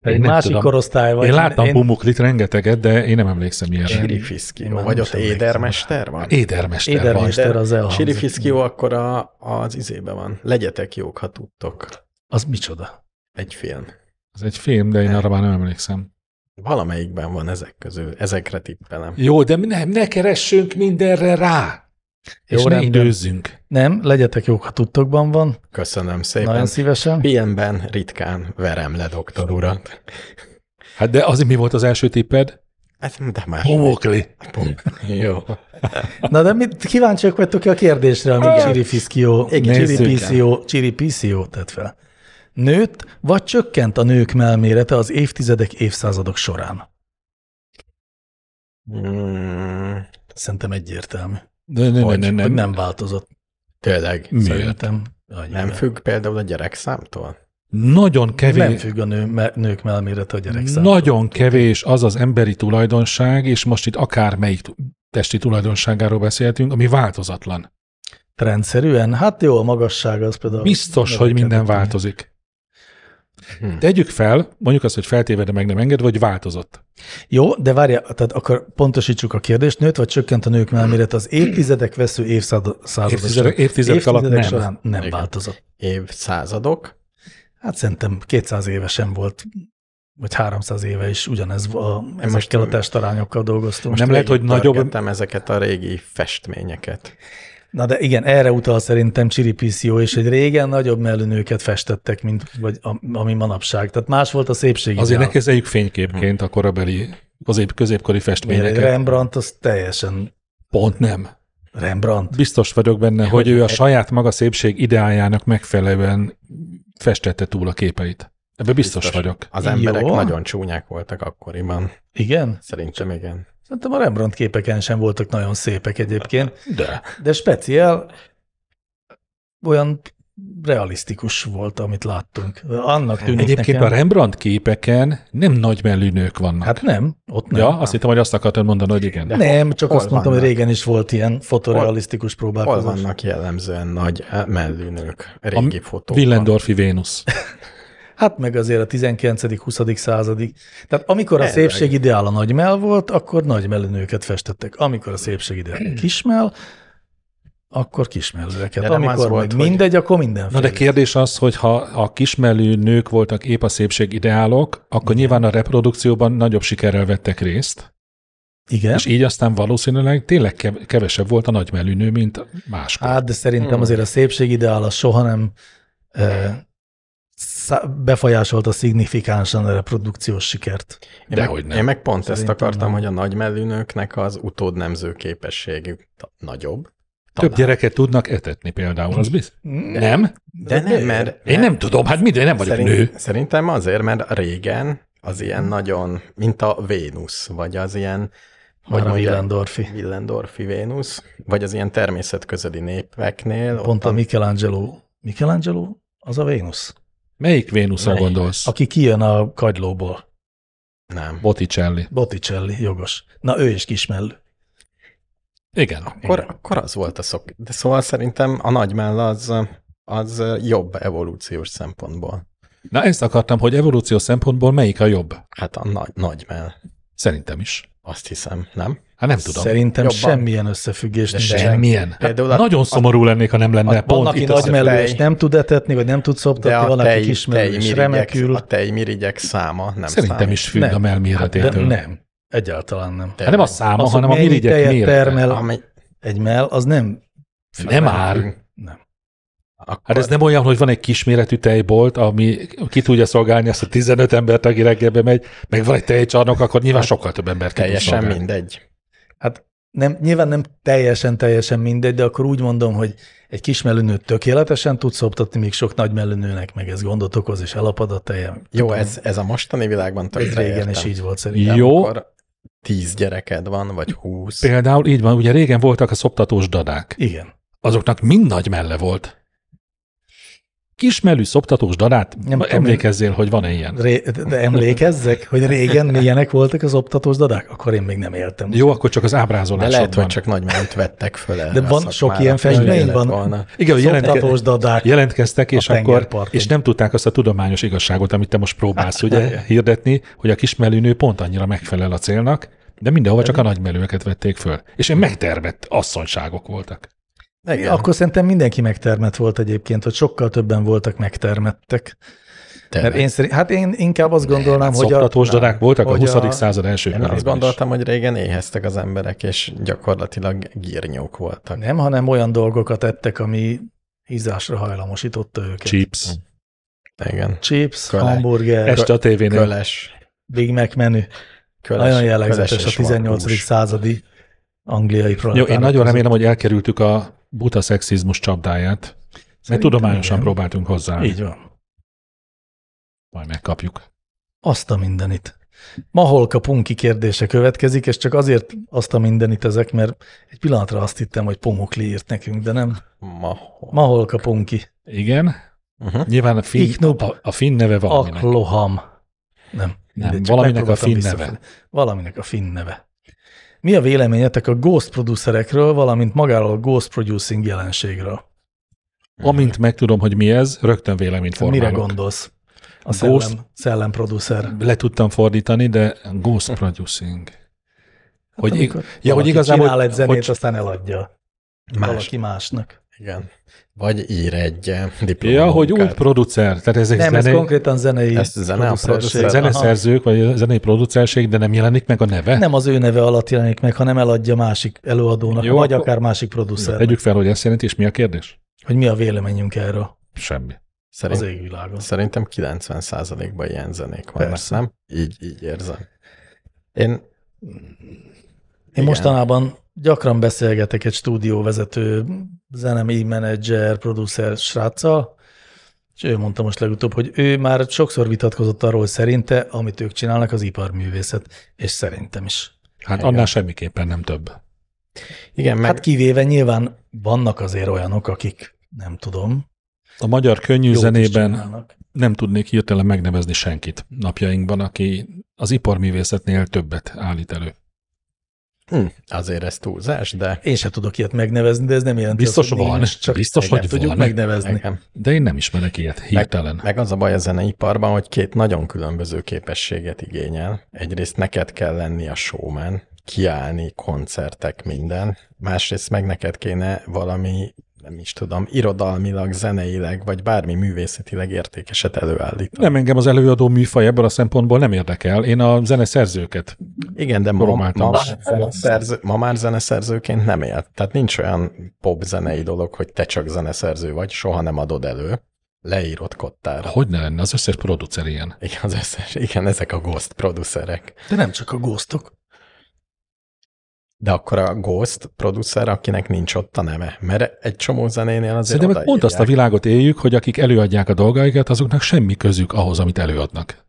Egy
Én nem
másik
tudom.
korosztály vagy.
Én láttam
én,
Bumuklit rengeteget, de én nem emlékszem ilyenre.
Én már
Csirifiszkió.
nem
Vagy
is
ott
emlékszem
édermester van?
Édermester van.
Édermester. Éder az elhangzik.
Csirifiszkió akkor a, az izébe van. Legyetek jók, ha tudtok.
Az micsoda?
Egy film.
Ez egy film, de én arra már nem emlékszem.
Valamelyikben van ezek közül. Ezekre tippelem.
Jó, de nem, ne keressünk mindenre rá.
Jó,
Jó, és ne
rendben.
időzzünk.
Nem, legyetek jók, ha tudtokban van.
Köszönöm
Nagyon
szépen.
szívesen.
Ilyenben ritkán verem le doktor urat.
Hát de az mi volt az első tipped?
Hát, de már.
Homokli.
Jó.
Na de mit kíváncsiak vagytok a kérdésre, amit Csirifiszkió,
Igen.
Csiripiszió, Csiripiszió tett fel. Nőtt vagy csökkent a nők melmérete az évtizedek, évszázadok során?
Mm,
Szerintem egyértelmű.
De nem,
Hogy,
nem, nem,
hogy
nem.
nem változott.
tényleg. Szóval
Miért?
Szerintem annyira.
Nem függ például a gyerekszámtól?
Nagyon
nem
kevés,
függ a nő, me, nők melméret a gyerek számtól.
nagyon kevés az az emberi tulajdonság, és most itt akármelyik tu- testi tulajdonságáról beszéltünk, ami változatlan.
Rendszerűen? Hát jó, a magasság az például.
Biztos, hogy minden változik.
Hm.
Tegyük fel, mondjuk azt, hogy feltéve, de meg nem engedve, hogy változott.
Jó, de várja, tehát akkor pontosítsuk a kérdést, nőtt vagy csökkent a nők melméret az évtizedek vesző évszázadok
Évtizedek- évtizedek alatt nem.
során nem
Igen.
változott.
Évszázadok?
Hát szerintem 200 éve sem volt, vagy 300 éve is ugyanez a,
most
ezekkel a
nem-
testarányokkal dolgoztunk.
Most nem lehet, hogy
Végig
nagyobb-
pörgettem ezeket a régi festményeket.
Na de igen, erre utal szerintem Csiripiszió, és egy régen nagyobb mellű nőket festettek, mint vagy a, ami manapság. Tehát más volt a szépség.
Azért ne
ideál.
kezeljük fényképként a korabeli, közép, középkori
Miért?
festményeket.
Rembrandt az teljesen
Pont nem.
Rembrandt.
Biztos vagyok benne, hogy ő a saját maga szépség ideájának megfelelően festette túl a képeit. Ebbe biztos,
Biztos.
biztos. vagyok.
Az
Jó.
emberek nagyon csúnyák voltak akkoriban.
Igen?
Szerintem igen.
Szerintem a Rembrandt képeken sem voltak nagyon szépek egyébként,
De.
de speciál olyan realisztikus volt, amit láttunk. Annak tűnik
Egyébként
nekem.
a Rembrandt képeken nem nagy mellű nők vannak. Hát,
Hát nem, ott nem.
ja, azt hittem, hogy azt akartad mondani, hogy igen.
De-
De.
nem, csak
hol
azt mondtam, hogy
vannak?
régen is volt ilyen fotorealisztikus
Hát
Hol
próbálkozás.
vannak jellemzően nagy eh, mellűnők régi fotókban?
Willendorfi Vénusz.
Hát meg azért a 19.-20. századig. Tehát amikor a
Elvág.
szépség ideál a nagymell volt, akkor nagymelű nőket festettek. Amikor a szépség ideál a kismell, akkor kismellőeket.
De nem az
Amikor
volt,
meg
hogy-
mindegy, akkor mindenféle.
Na de kérdés az, hogy ha a kismellű nők voltak épp a szépség ideálok, akkor nyilván a reprodukcióban nagyobb sikerrel vettek részt,
Igen.
és így aztán valószínűleg tényleg kev- kevesebb volt a nagymellű nő, mint máskor.
Hát, de szerintem
Hmm.
azért a szépség ideál az soha nem e, szá- befolyásolta szignifikánsan a reprodukciós sikert.
Én meg-
Dehogy nem.
Én meg pont
Szerintem
ezt akartam,
nem.
hogy a nagy mellűnőknek az utódnemző képességük ta- nagyobb.
Több gyereket tudnak etetni például, az biztos. Nem?
De nem, mert...
Én nem tudom, hát minden, nem vagyok
Szerint,
nő.
Szerintem azért, mert régen az ilyen nagyon, mint a Vénusz, vagy az ilyen, hogy
Már a
mondják,
Willendorfi.
Willendorfi Vénusz, vagy az ilyen természetközeli népeknél.
Pont
ott
a Michelangelo. Michelangelo? Az a Vénusz.
Melyik Vénuszra
Melyik?
gondolsz? A
Aki kijön a kagylóból.
Nem.
Botticelli.
Botticelli, jogos. Na, ő is kismellő.
Igen.
Akkor, akkor az volt a szok. De szóval szerintem a nagymell az, az jobb evolúciós szempontból.
Na ezt akartam, hogy evolúció szempontból melyik a jobb?
Hát a nagy, nagymell,
Szerintem is.
azt hiszem, nem?
Hát nem tudom.
Szerintem
Jobban.
semmilyen összefüggés nincs.
Semmilyen. Hát
Például a-
nagyon szomorú lennék, ha nem lenne.
Hát van,
Pont
aki
itt az
nagy
nagy
mellő,
tej.
és nem tud etetni, vagy nem tud
De
szoptatni,
a
van,
tej,
aki kismellő, és
tejmirigyek-
remekül.
a tejmirigyek száma nem
Szerintem
számít.
is függ a
Nem.
Hát
melméretétől.
De nem, egyáltalán nem.
Hát nem a
Tényleg.
száma,
Az, hogy
hanem a
mennyi
mirigyek
tejet
mérete.
termel.
Ami,
Egy mell, az nem.
Nem ár.
nem.
Akkor,
Hát ez nem olyan, hogy van egy kisméretű tejbolt, ami ki tudja szolgálni azt a 15 embert, aki reggelbe megy, meg van egy tejcsarnok, akkor nyilván sokkal több embert ki tud
teljesen
szolgálni.
mindegy.
nem. Nyilván nem teljesen-teljesen mindegy, de akkor úgy mondom, hogy egy kismellőnő tökéletesen tud szoptatni, míg sok nagymellőnőnek meg ez gondot okoz, és elapad a teje.
Jó,
Hát
ez, ez a mostani világban tökre
Régen
értem.
is így volt szerintem.
De
Jó,
amikor tíz gyereked van, vagy húsz.
például így van, ugye régen voltak a szoptatós dadák.
Igen.
azoknak mind nagy melle volt. Kismelű szoptatós dadát,
Nem
nem
tudom,
emlékezzél, hogy van-e ilyen.
Ré, de emlékezzek, hogy régen milyenek voltak az optatós dadák? Akkor én még nem éltem.
Jó, akkor csak az
De
ábrázolás.
lehet, hogy csak nagymányt vettek föl erre
De
a
van
szakmára.
sok ilyen
festmény
Jó lett
van.
Volna.
Igen, hogy
optatós
jelentke,
dadák.
jelentkeztek, és
A
akkor
tengerparton. Hát,
és nem tudták azt a tudományos igazságot, amit te most próbálsz ugye hirdetni, hogy a kismelű nő pont annyira megfelel a célnak, de mindenhova csak a nagymelőket vették föl. És én megtermett asszonyságok voltak.
Igen. Akkor
Akkor szerintem mindenki megtermett volt egyébként, hogy sokkal többen voltak megtermettek. Mert én szerint, hát én inkább azt gondolnám,
Hát
hogy a,
szoptatós dadák voltak a
hogy
20.
a-
század első
én azt
felében is.
gondoltam, hogy régen éheztek az emberek, és gyakorlatilag gírnyók voltak.
nem, hanem olyan dolgokat ettek, ami ízásra hajlamosította őket.
Chips.
Igen.
Chips,
Köle.
hamburger,
Este a tévénél.
Köles.
Big Mac menü.
köles
Nagyon
köles
jellegzetes a
és van
18.
hús.
századi angliai
Jó,
proletárok
én nagyon
között.
remélem, hogy elkerültük a buta szexizmus csapdáját, mert
Szerintem
tudományosan
igen.
próbáltunk hozzá.
Így van.
Majd megkapjuk.
Azt a mindenit. Ma holka punki kérdése következik, és csak azért azt a mindenit ezek, mert egy pillanatra azt hittem, hogy Pomokli írt nekünk, de nem.
Ma.
Ma holka punki.
Igen.
Uh-huh.
Nyilván a finn,
Iknub.
a, a finn neve valaminek.
Akloham. Nem.
Nem,
csak
valaminek a
megpróbáltam
finn
visszafelé.
neve.
Valaminek a finn neve. Mi a véleményetek a ghost producerekről, valamint magáról a ghost producing jelenségről?
Amint megtudom, hogy mi ez, rögtön véleményt formálok.
Mire gondolsz? A
Ghost-
szellem, szellemproducer.
Le tudtam fordítani, de ghost producing. Hogy, ig-
Hát Amikor
ja, hogy
valaki
igazából...
Csinál egy zenét,
hogy,
aztán eladja Más.
Más.
valaki másnak.
Igen. Vagy ír egy eh, diplomamunkát.
ja, hogy úgy producer, tehát ezek
Nem, ez
zenei,
konkrétan zenei
Ezt zene a
producerség.
producer-
zeneszerzők, vagy zenei producerség, de nem jelenik meg a neve.
Aha. Nem az ő neve alatt jelenik meg, hanem eladja másik előadónak,
Jó,
vagy
akkor-
akár másik producernek,
Tegyük fel, hogy ezt jelenti, és mi a kérdés?
hogy mi a véleményünk erről
Semmi.
az
Szerint,
égvilágon.
szerintem 90%-ban ilyen zenék vannak,
Persze.
nem? Így, így érzem. Én
Én
Igen.
mostanában gyakran beszélgetek egy stúdióvezető, zenemíj menedzser, producer sráccal, és ő mondta most legutóbb, hogy ő már sokszor vitatkozott arról, hogy szerinte, amit ők csinálnak, az iparművészet, és szerintem is.
Hát
Igen.
annál semmiképpen nem több.
igen, meg
Hát kivéve nyilván vannak azért olyanok, akik nem tudom,
A magyar könnyű
jót is
zenében
csinálnak.
nem tudnék hirtelen megnevezni senkit napjainkban, aki az iparművészetnél többet állít elő.
hm, azért ez túlzás, de
Én sem tudok ilyet megnevezni, de ez nem jelenti
Biztos
azt, hogy
van,
nincs, csak
biztos,
igen,
hogy
tudjuk
van.
megnevezni.
nekem.
De én nem ismerek ilyet hirtelen.
Meg az a baj a zeneiparban, hogy két nagyon különböző képességet igényel. Egyrészt neked kell lenni a showman, kiállni, koncertek, minden. Másrészt meg neked kéne valami, nem is tudom, irodalmilag, zeneileg, vagy bármi művészetileg értékeset előállítani.
Nem engem az előadó műfaj ebből a szempontból nem érdekel. Én a zeneszerzőket.
Igen, de ma, ma,
Próbáltam
már
is.
zeneszerző, ma már zeneszerzőként nem él. Tehát nincs olyan popzenei dolog, hogy te csak zeneszerző vagy, soha nem adod elő, leírod kottára.
Hogy ne lenne az összes producer ilyen?
Igen, az összes, igen, ezek a ghost producerek.
De nem csak a ghostok.
De akkor a Ghost producer, akinek nincs ott a neve. Mert egy csomó zenénél azért
Szerintem meg pont azt a
odaírják.
világot éljük, hogy akik előadják a dolgaikat, azoknak semmi közük ahhoz, amit előadnak.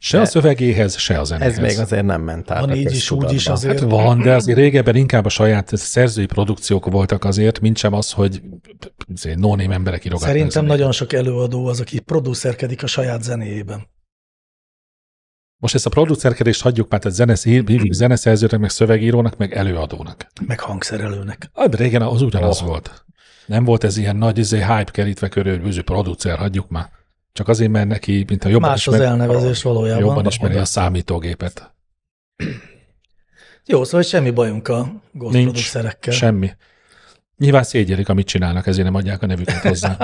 Se
De-
a szövegéhez, se a zenéhez.
Ez még azért nem ment át
Van
a
így is, úgy is
köztudatba.
azért.
Hát van, de azért régebben inkább a saját szerzői produkciók voltak azért, mint sem az, hogy azért no-name emberek írogatnak.
Szerintem nagyon sok előadó az, aki producerkedik a saját zenéjében.
Most ezt a producerkedést hagyjuk már, tehát zenesz, hívjuk zeneszerzőnek, meg szövegírónak, meg előadónak.
Meg hangszerelőnek.
Hát régen az ugyanaz oh. volt. Nem volt ez ilyen nagy izé, hype kerítve körül, bűző producer, hagyjuk már. Csak azért, mert neki, mint a jobban,
Más az elnevezés valójában.
jobban ismeri a számítógépet.
Jó, szóval semmi bajunk a ghost
Nincs.
producerekkel.
Semmi. Nyilván szégyelik, amit csinálnak, ezért nem adják a nevüket hozzá.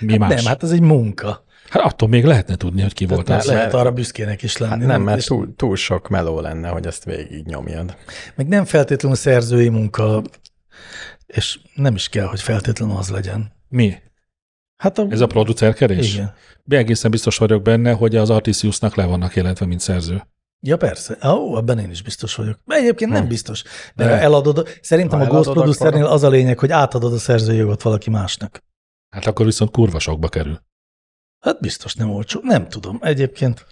Mi más?
Nem, [LAUGHS] hát ez egy munka.
hát attól még lehetne tudni, hogy ki volt
Tehát
az.
lehet
mert-
arra büszkének is lenni.
Hát nem, mert
És
túl, túl sok meló lenne, hogy ezt végig nyomjad.
Meg nem feltétlenül szerzői munka, és nem is kell, hogy feltétlenül az legyen.
Mi?
Hát a...
Ez a producerkedés?
Igen.
Be egészen biztos vagyok benne, hogy az Artisiusnak le vannak jelentve, mint szerző.
Ja, persze. Ó, ebben én is biztos vagyok. De egyébként
Hm.
nem biztos. De ha
De.
eladod, szerintem
Ha
a Ghost
eladod,
producernél az a lényeg, hogy átadod a szerzőjogot valaki másnak.
Hát akkor viszont kurva sokba kerül.
Hát biztos nem olcsó. Nem tudom. Egyébként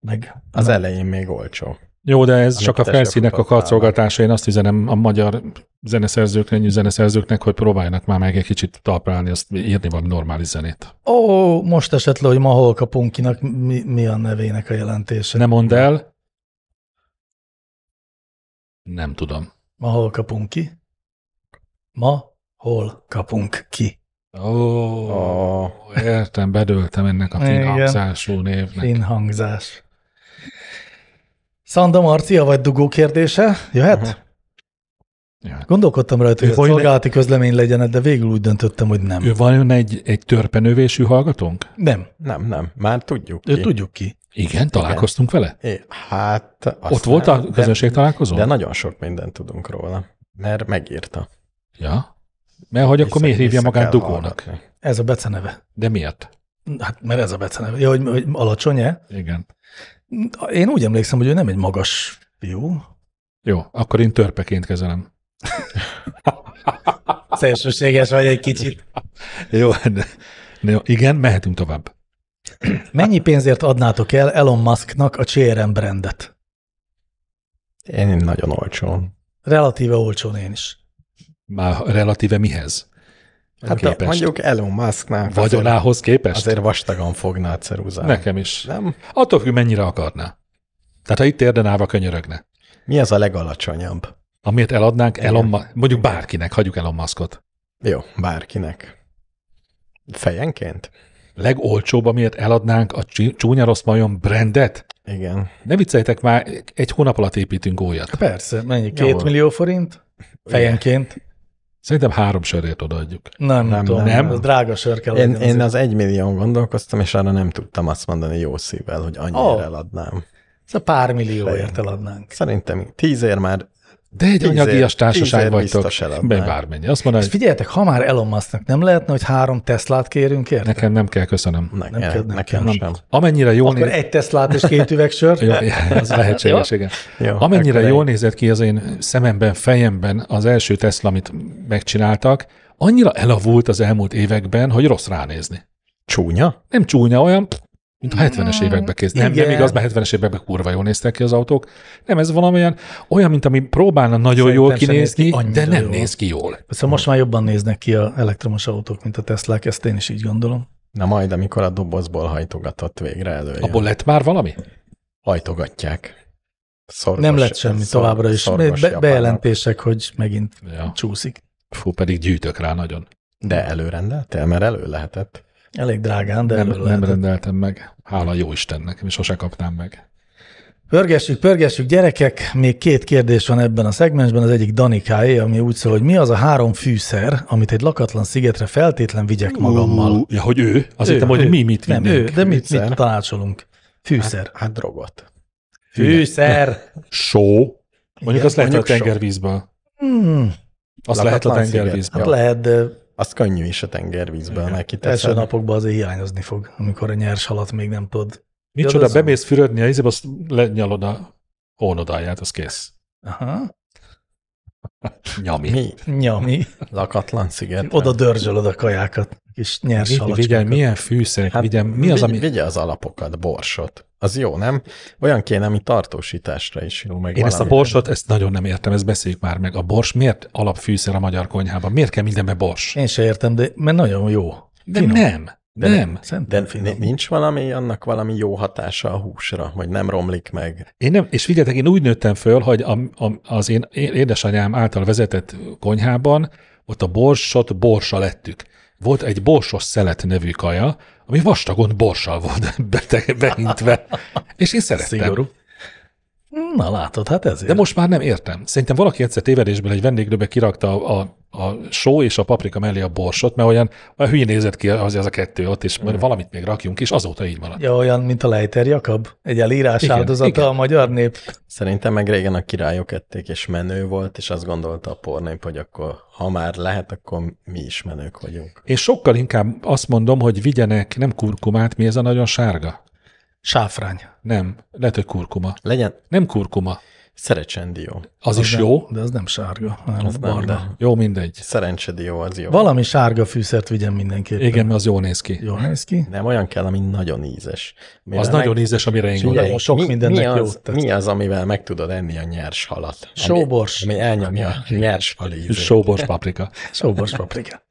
meg
Az
nem.
elején még olcsó.
Jó, de ez
Amit
csak a
te se
felszínek a
futottál
karcolgatása. Én azt üzenem a magyar zeneszerzőknek, ennyi zeneszerzőknek, hogy próbáljanak már meg egy kicsit talpra állni, azt írni valami normális zenét.
Ó, most esett le, hogy ma hol kapunk kinak, mi, mi a nevének a jelentése.
Nem mondd el. Nem tudom.
Ma hol kapunk ki? Ma hol kapunk ki?
Ó, oh,
Oh,
értem, bedöltem ennek a
Igen.
finhangzású névnek.
Finn hangzás. Szanda Marcia vagy dugó kérdése? Jöhet?
Mhm.
Uh-huh.
Ja.
Gondolkodtam rajta, hogy
Ő
ez
vajon-
szolgálati közlemény legyen, de végül úgy döntöttem, hogy nem.
Ő van egy, egy törpenövésű hallgatónk?
Nem,
nem, nem, már tudjuk
őt
ki.
tudjuk ki.
Igen, találkoztunk vele?
É, hát azt
Ott volt
nem,
a közönség
de,
találkozó?
de nagyon sok mindent tudunk róla, mert megírta.
Ja. Mert hogy akkor
Vissza-
miért hívja
vissza
magát
kell
dugónak?
hallgatni.
Ez a beceneve.
De miért?
Hát, mert ez a beceneve. Ja, hogy, hogy alacsony-e?
Igen.
Én úgy emlékszem, hogy ő nem egy magas fiú.
Jó, akkor én törpeként kezelem.
Szélsőséges vagy egy kicsit.
Jó, de, de jó, igen, mehetünk tovább.
Mennyi pénzért adnátok el Elon Musknak a CRM brandet?
Én nagyon olcsón.
Relatíve olcsón én is.
Már relatíve mihez?
Hát de
képest.
mondjuk Elon Musknál azért,
Vagyonához képest?
azért vastagon fogna a ceruzát.
Nekem is.
Nem?
Attól függ, mennyire akarná. Tehát ha itt érdenáva könyörögne.
Mi az a legalacsonyabb?
Amiért eladnánk Elon Ma- mondjuk bárkinek, hagyjuk Elon Muskot.
Jó, bárkinek. Fejenként?
Legolcsóbb, amiért eladnánk a csi- csúnya rossz majom brandet?
Igen.
Ne vicceljtek már, egy hónap alatt építünk olyat.
Persze, mennyi? Két
Jól.
millió forint? Fejenként?
Szerintem három sörért odaadjuk.
Nem,
Nem,
nem, tudom,
nem.
nem. Az drága sör kell
Én,
legyen azért.
én az egy millión gondolkoztam, és arra nem tudtam azt mondani jó szívvel, hogy annyira
Ó.
oh. eladnám.
Ez a Szóval pár millióért eladnánk.
Szerintem tízért már
De egy
Tízért-
anyagias társaság
tízért
vagytok.
biztos eladnánk.
Be bármennyi. Azt mondom,
És
hogy
figyeljetek, ha már Elon Musknak nem lehetne, hogy három Teslát kérünk érte?
nekem nem kell, köszönöm.
ne,
Nem kell, nem
nekem
kell.
sem.
Amennyire jól
Akkor
néz...
egy Teslát és két üveg
[LAUGHS]
sört?
Jó, az lehetséges, igen.
Jó,
Amennyire
akkor
jól nézett ki az én szememben, fejemben az első Tesla, amit megcsináltak, annyira elavult az elmúlt években, hogy rossz ránézni.
Csúnya?
Nem csúnya olyan, mint a 70-es években kész. Nem, nem
Mm, Igen.
igaz, mert 70-es években kurva jól néztek ki az autók. Nem, ez valamilyen olyan, mint ami próbálna nagyon
Szerintem se
jól
néz
kinézni,
ki annyira
de nem
jól.
néz ki jól.
Szóval most már jobban néznek ki a elektromos autók, mint a Teslák, ezt én is így gondolom.
Na majd, amikor a dobozból hajtogatott végre előjön.
Abból lett már valami?
hajtogatják. Szorgos,
Nem lett semmi
szor-
továbbra is.
szorgos
Be-
japánok.
bejelentések, hogy megint
Ja.
csúszik.
Fú, pedig gyűjtök rá nagyon.
De előrendeltél, mert elő lehetett.
Elég drágán, de
Nem,
nem,
nem rendeltem meg. Hála jó Istennek, és sose kaptam meg.
Pörgessük, pörgessük, gyerekek! Még két kérdés van ebben a szegmensben, az egyik Danikáé, ami úgy szól, hogy mi az a három fűszer, amit egy lakatlan szigetre feltétlen vigyek magammal.
Ú, Ja, hogy ő? Azt
Ő,
hittem,
ő.
hogy mi mit
Nem
vinnénk.
ő, de mit,
fűszer.
mit tanácsolunk? Fűszer.
Hát drogot.
Fűszer!
Só. Mondjuk azt lehet
mondjuk
a
só.
tengervízből.
Hmm,
Azt lehet
Lakatlan
a
sziget.
tengervízből.
hát
Jó.
lehet, de
Az könnyű is a tengervízből, mert
első
kiteszed.
napokban azért hiányozni fog, amikor a nyers halat még nem tudod.
Micsoda,
az-
bemész fürödni a izébe, azt lenyalod a hónodáját, az kész.
Aha,
Nyami.
Mi?
nyami.
Lakatlan sziget.
Oda dörzsölöd a kajákat, és nyers
Mi,
halacskákat.
vigyel, milyen fűszerek, hát, vigyel, mi az, ami...
Vigye az alapokat, borsot. Az jó, nem? Olyan kéne, ami tartósításra is jó. Meg
Én ezt a
valami-
borsot, ezt nagyon nem értem, ezt beszéljük már meg. A bors miért alapfűszer a magyar konyhában? Miért kell mindenbe bors?
Én se értem, de mert nagyon jó.
De nem, de nem.
Szerintem
De
finom.
ni- nincs valami, annak valami jó hatása a húsra, vagy nem romlik meg.
Én nem, és figyeljetek, én úgy nőttem föl, hogy a, a, az én én édesanyám által vezetett konyhában ott a borsot borsa lettük. Volt egy borsos szelet nevű kaja, ami vastagon borssal volt [LAUGHS] beteg, beintve, és én szerettem.
Szigorú. Na látod, hát ezért.
De most már nem értem. Szerintem valaki egyszer tévedésben egy vendéglőbe kirakta a, a a só és a paprika mellé a borsot, mert olyan, olyan hülyén nézett ki az, az a kettő ott, és majd valamit még rakjunk, és azóta így maradt.
Ja, olyan, mint a Lejter Jakab, egy elírás
Igen,
igen, áldozata
igen.
igen. a magyar nép.
Szerintem meg régen a királyok ették, és menő volt, és azt gondolta a pornép, hogy akkor, ha már lehet, akkor mi is menők vagyunk.
Én sokkal inkább azt mondom, hogy vigyenek nem kurkumát, mi ez a nagyon sárga?
Sáfrány.
Nem, lehet, hogy kurkuma.
Legyen
Nem kurkuma.
szerecsendió.
Az is
nem,
jó.
De az nem sárga, hanem
Az
az
nem,
barna.
de
Jó, mindegy.
szerencsedió az jó.
Valami sárga fűszert vigyen mindenképpen.
Igen, mert az jól néz ki.
Jól néz ki.
Nem olyan kell, ami nagyon ízes. Mivel
Az nagyon ízes, amire én
Figyelj,
gondolok.
sok mindennek
mi
jót
az,
tett.
Mi az, amivel meg tudod enni a nyers halat? Ami-
Sóbors.
Ami elnyomja a nyers hal ízét.
Sóbors paprika.
Sóbors [LAUGHS] paprika.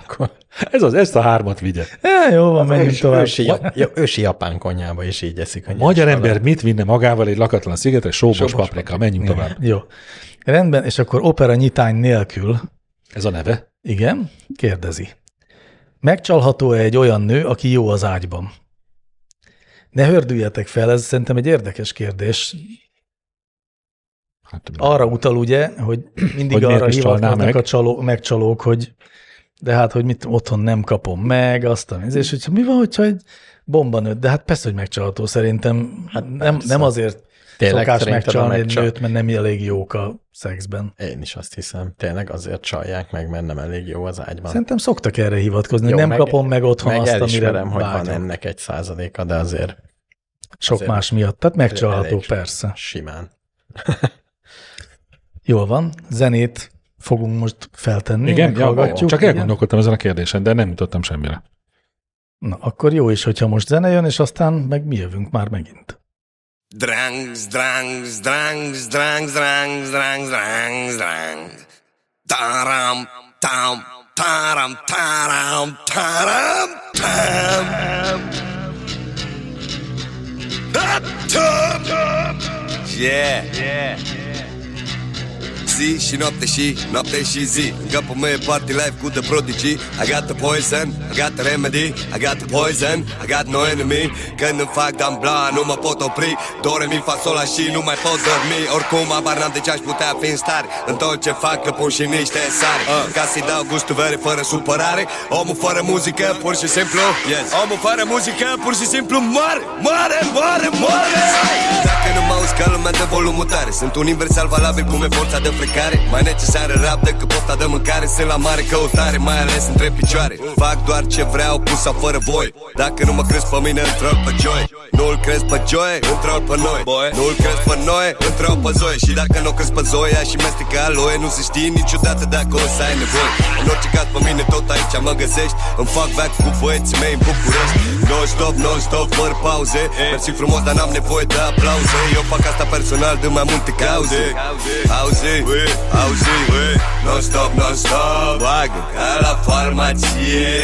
Akkor
Ez az, ezt a hármat vigye.
Ja, jó van, menjünk
ős,
tovább.
ősi, ja, ja, ősi japán konyhába is így eszik a nyers
Magyar
halat.
ember mit vinne magával egy lakatlan szigetre? Sóbors,
Sóbors
paprika. Menjünk tovább.
Jó. Rendben, és akkor opera nyitány nélkül
Ez a neve.
Igen, kérdezi. Megcsalható-e egy olyan nő, aki jó az ágyban? Ne hördüljetek fel, ez szerintem egy érdekes kérdés.
Hát,
Arra utal ugye, hogy [CLEARS THROAT] mindig hogy
Hogy miért
arra
is csalná
hivatkoznak
meg?
meg? a csaló, megcsalók, hogy de hát, hogy mit otthon nem kapom meg, azt a és hogy mi van, hogyha egy bomba nőtt, de hát persze, hogy megcsalható szerintem. Hát nem,
persze.
nem azért
Tényleg
szokás
szerinted a
megcsalni egy
megcsal-
nőt, mert nem elég jók a szexben.
Én is azt hiszem. Tényleg azért csalják meg, mert nem elég jó az ágyban.
Szerintem szoktak erre hivatkozni,
Jó,
hogy nem
meg-
kapom meg otthon
meg
azt, amire
elismerem, hogy van
vágyom.
ennek egy százaléka, de azért
Sok
Azért-
más miatt, tehát megcsalható,
elég
persze.
simán.
Jól van, zenét fogunk most feltenni.
igen, ja,
meghallgatjuk,
csak elgondolkodtam ezen a kérdésen, de nem jutottam semmire.
Na, akkor jó is, hogyha most zene jön, és aztán meg mi jövünk már megint.
Drang, drang, drang, drang, drang, drang, drang, drang. Taram, tam, taram, taram, taram, tam. Ah, tam. Yeah. Z, she not the she, not the she Z. Got my party life, good the prodigy. I got the poison, I got the remedy, I got the poison, I got no enemy. Când fac dam bla, nu mă pot opri. Dore mi fa sola și nu mai pot dormi. Oricum, abar n-am de ce aș putea fi în stare. În tot ce fac, că pun și niște sari. Uh. Ca să-i dau gustul vere fără supărare. Omul fără muzică, pur și simplu. Yes. Omul fără muzică, pur și simplu moare, moare, moare, moare. Dacă nu mă auzi ca lumea de volumul tare Sunt universal valabil cum e forța de plecare Mai necesară rap decât pofta de mâncare Sunt la mare căutare, mai ales între picioare Fac doar ce vreau, pus sau fără voi Dacă nu mă crezi pe mine, intră pe Joy Nu-l crezi pe Joy, intră pe noi Nu-l crezi pe noi, intră pe Zoe Și dacă nu crezi pe Zoe, și mestecă aloe Nu se știe niciodată dacă o să ai nevoie În orice caz pe mine, tot aici mă găsești Îmi fac vac cu băieții mei în București Non-stop, non-stop, fără pauze Mersi frumos, dar n-am nevoie de aplauze Eu fac asta personal de mai multe cauze Auzi, auzi, non-stop, non-stop Bag ca la farmacie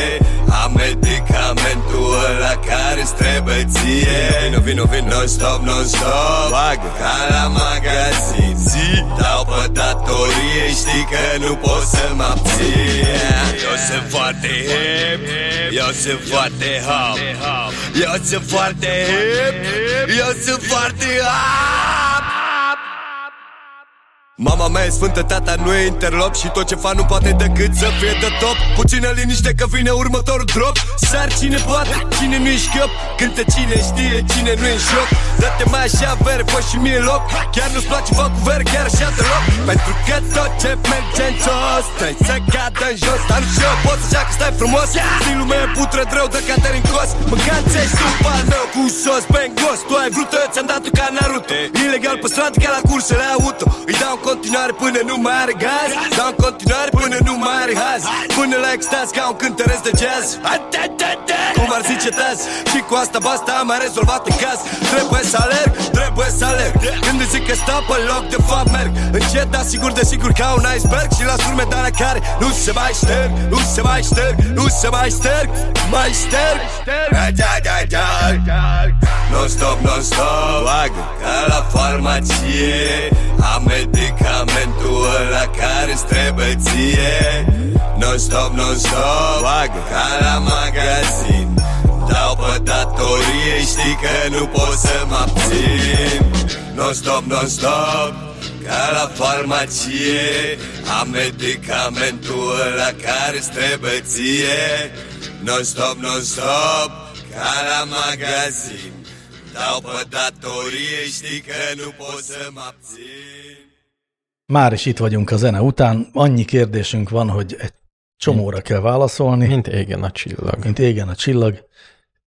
Am medicamentul ăla care-ți trebuie ție Vino, vino, vino, non-stop, non-stop Bag ca la magazin Zi, dau pe datorie Știi că nu pot să mă abțin Eu sunt foarte hip Eu sunt foarte hop Eu sunt foarte hip Eu sunt foarte hop Mama mea e sfântă, tata nu e interlop Și tot ce fac nu poate decât să fie de top Puțină liniște că vine următorul drop Sar cine poate, cine nu-i șchiop Cântă cine știe, cine nu e în șoc Dă-te mai așa, vere, fă și mie loc Chiar nu-ți place, fac cu vere, chiar așa deloc Pentru că tot ce merge în jos Trebuie să cadă în jos Dar nu și eu pot să joacă, stai frumos Stilul meu e putră dreu de Caterin Cos Mă canțești tu pal meu cu sos Bengos, tu ai vrut, eu ți-am dat ca Naruto Ilegal pe stradă ca la cursele auto Îi dau în continuare până nu mai are gaz Dau în continuare până nu mai are haz Până la extaz ca un cântăresc de jazz Cum ar zice taz Și cu asta basta am mai rezolvat în caz Trebuie să alerg, trebuie să alerg Când îți zic că stau pe loc, de fapt merg Încet, dar sigur, de sigur ca un iceberg Și las urme de alea care nu se mai șterg Nu se mai șterg, nu se mai șterg Mai șterg Da, da, da, da Non-stop, non-stop Vag, ca la farmacie Am medicamentul ăla care-ți trebuie ție Non-stop, non-stop Vag, ca la magazin Dau pe datorie, știi că nu pot să mă abțin Non-stop, non-stop ca la farmacie Am medicamentul ăla care-ți trebuie ție Non-stop, non-stop Ca la magazin Dau pe datorie, știi că nu pot să mă abțin
Már is itt vagyunk a zene után, annyi kérdésünk van, hogy egy csomóra kell válaszolni.
Mint égen a csillag.
mint égen a csillag.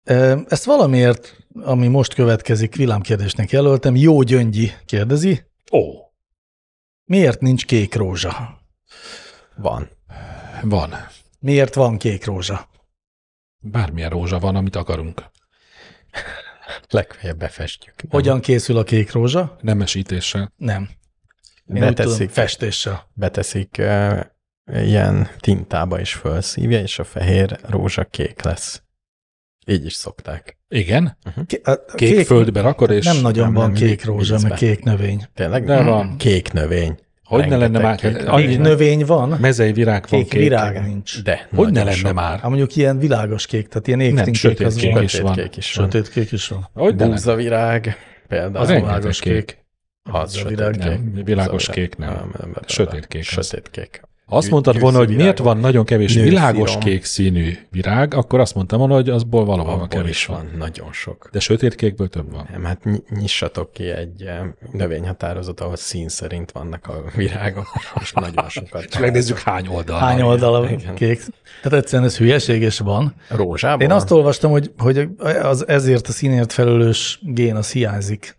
Ö, Ezt valamiért, ami most következik, villámkérdésnek jelöltem, Jó Gyöngyi kérdezi,
Ó,
miért nincs kék rózsa?
Van.
van.
Miért van kék rózsa?
Bármilyen rózsa van, amit akarunk.
Legfeljebb befestjük. nem?
Hogyan készül a kék rózsa?
Nemesítéssel.
Nem. Én úgy tudom,
Beteszik,
festéssel.
beteszik uh, ilyen tintába is felszívja, és a fehér rózsa kék lesz. Így is szokták.
Igen,
Ké- a- a
kék, kék földbe rakor, és
Nem nagyon
nem,
van
nem,
kék
víz-
rózsa, meg
vízbe.
kék növény.
Tényleg? Mhm.
De van.
Kék növény.
hogy ne lenne
Rengeteg
már,
kék
Kék
annyi
növény van,
mezei virág van
kék,
kék,
virág nincs.
De
Hogy ne
nagyon
lenne
sok.
már?
Hát mondjuk ilyen világos kék, tehát ilyen
sötét
égtinkék az
kék
van.
is van.
Sötétkék is van.
Sötét kék is van.
Hogy ne lenne?
Búzavirág például.
Az rengeteg kék.
Az
Búzavirág
sötét
nem.
kék.
Világos kék nem. Sötét kék az.
Sötét kék.
Ha azt
Gyű-
mondtad volna, hogy miért
gyűszvirág.
van nagyon kevés
Női
világos
firom.
kék színű virág, akkor azt mondtam volna, hogy azból valahol
Abból is
kevés van.
van. Nagyon sok.
De sötét kékből több van.
Nem, hát ny- nyissatok ki egy eh, növényhatározat, ahol szín szerint vannak a virágok, és nagyon sokat.
És megnézzük hány oldal.
Hány
van.
oldala
igen.
kék? Tehát egyszerűen ez hülyeség, és van.
Rózsában?
Én azt olvastam, hogy, hogy az ezért a színért felelős gén az hiányzik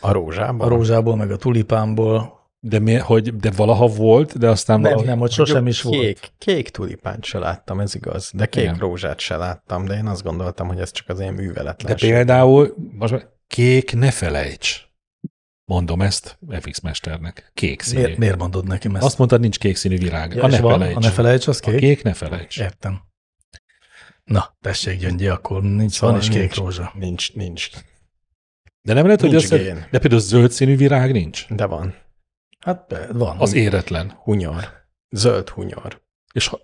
A
a
rózsában?
rózsából, meg a tulipámból.
De, mi, hogy, de valaha volt, de aztán
Nem,
valahogy...
nem, hogy sosem is volt.
Kék, kék tulipánt se láttam, ez igaz, de kék
Igen.
rózsát se láttam, de én azt gondoltam, hogy ez csak az én
De
műveletlenség.
például, most már kék ne felejts. Mondom ezt FX mesternek. Kék színű.
Miért, miért mondod nekem ezt?
Azt mondtad, nincs kék színű világ.
Ja,
a
és
ne
van,
felejts.
A ne felejts, az kék.
A kék ne felejts.
Értem. Na, tessék, Gyöngyi, akkor nincs,
Szóval
van is kék
nincs.
rózsa.
Nincs, nincs.
De nem lehet, hogy
Nincs
az,
gén.
de például zöld színű virág nincs.
De van.
Hát be- van.
Az éretlen.
Hunyor. Zöld hunyor.
És, ha-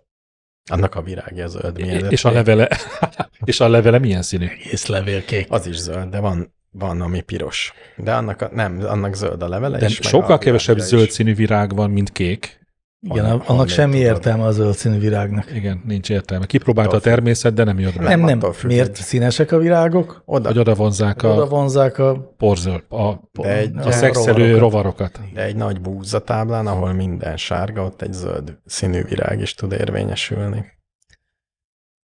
Annak a virágja zöld. mielőtt
és a
még-
levele, [LAUGHS] és a levele milyen színű?
észlevél kék.
Az is zöld, de van, van ami piros. De annak, a, nem, annak zöld a levele
De
is. meg a
sokkal
virágja
kevesebb
is.
zöld színű virág van, mint kék.
Igen,
Van-
annak,
van
annak
még
semmi
tudom.
értelme az zöld színű virágnak.
Igen, nincs értelme. Kipróbálta a
Attól függ.
természet, de nem jött be.
Nem, nem.
attól függ,
Miért
hogy-
színesek a virágok?
Oda,
Hogy oda vonzák
Oda
a
vonzák a...
porzöl, a,
de egy,
a
Ja,
szexelő
rovarokat.
rovarokat.
de egy nagy búzatáblán, ahol minden sárga, ott egy zöld színű virág is tud érvényesülni.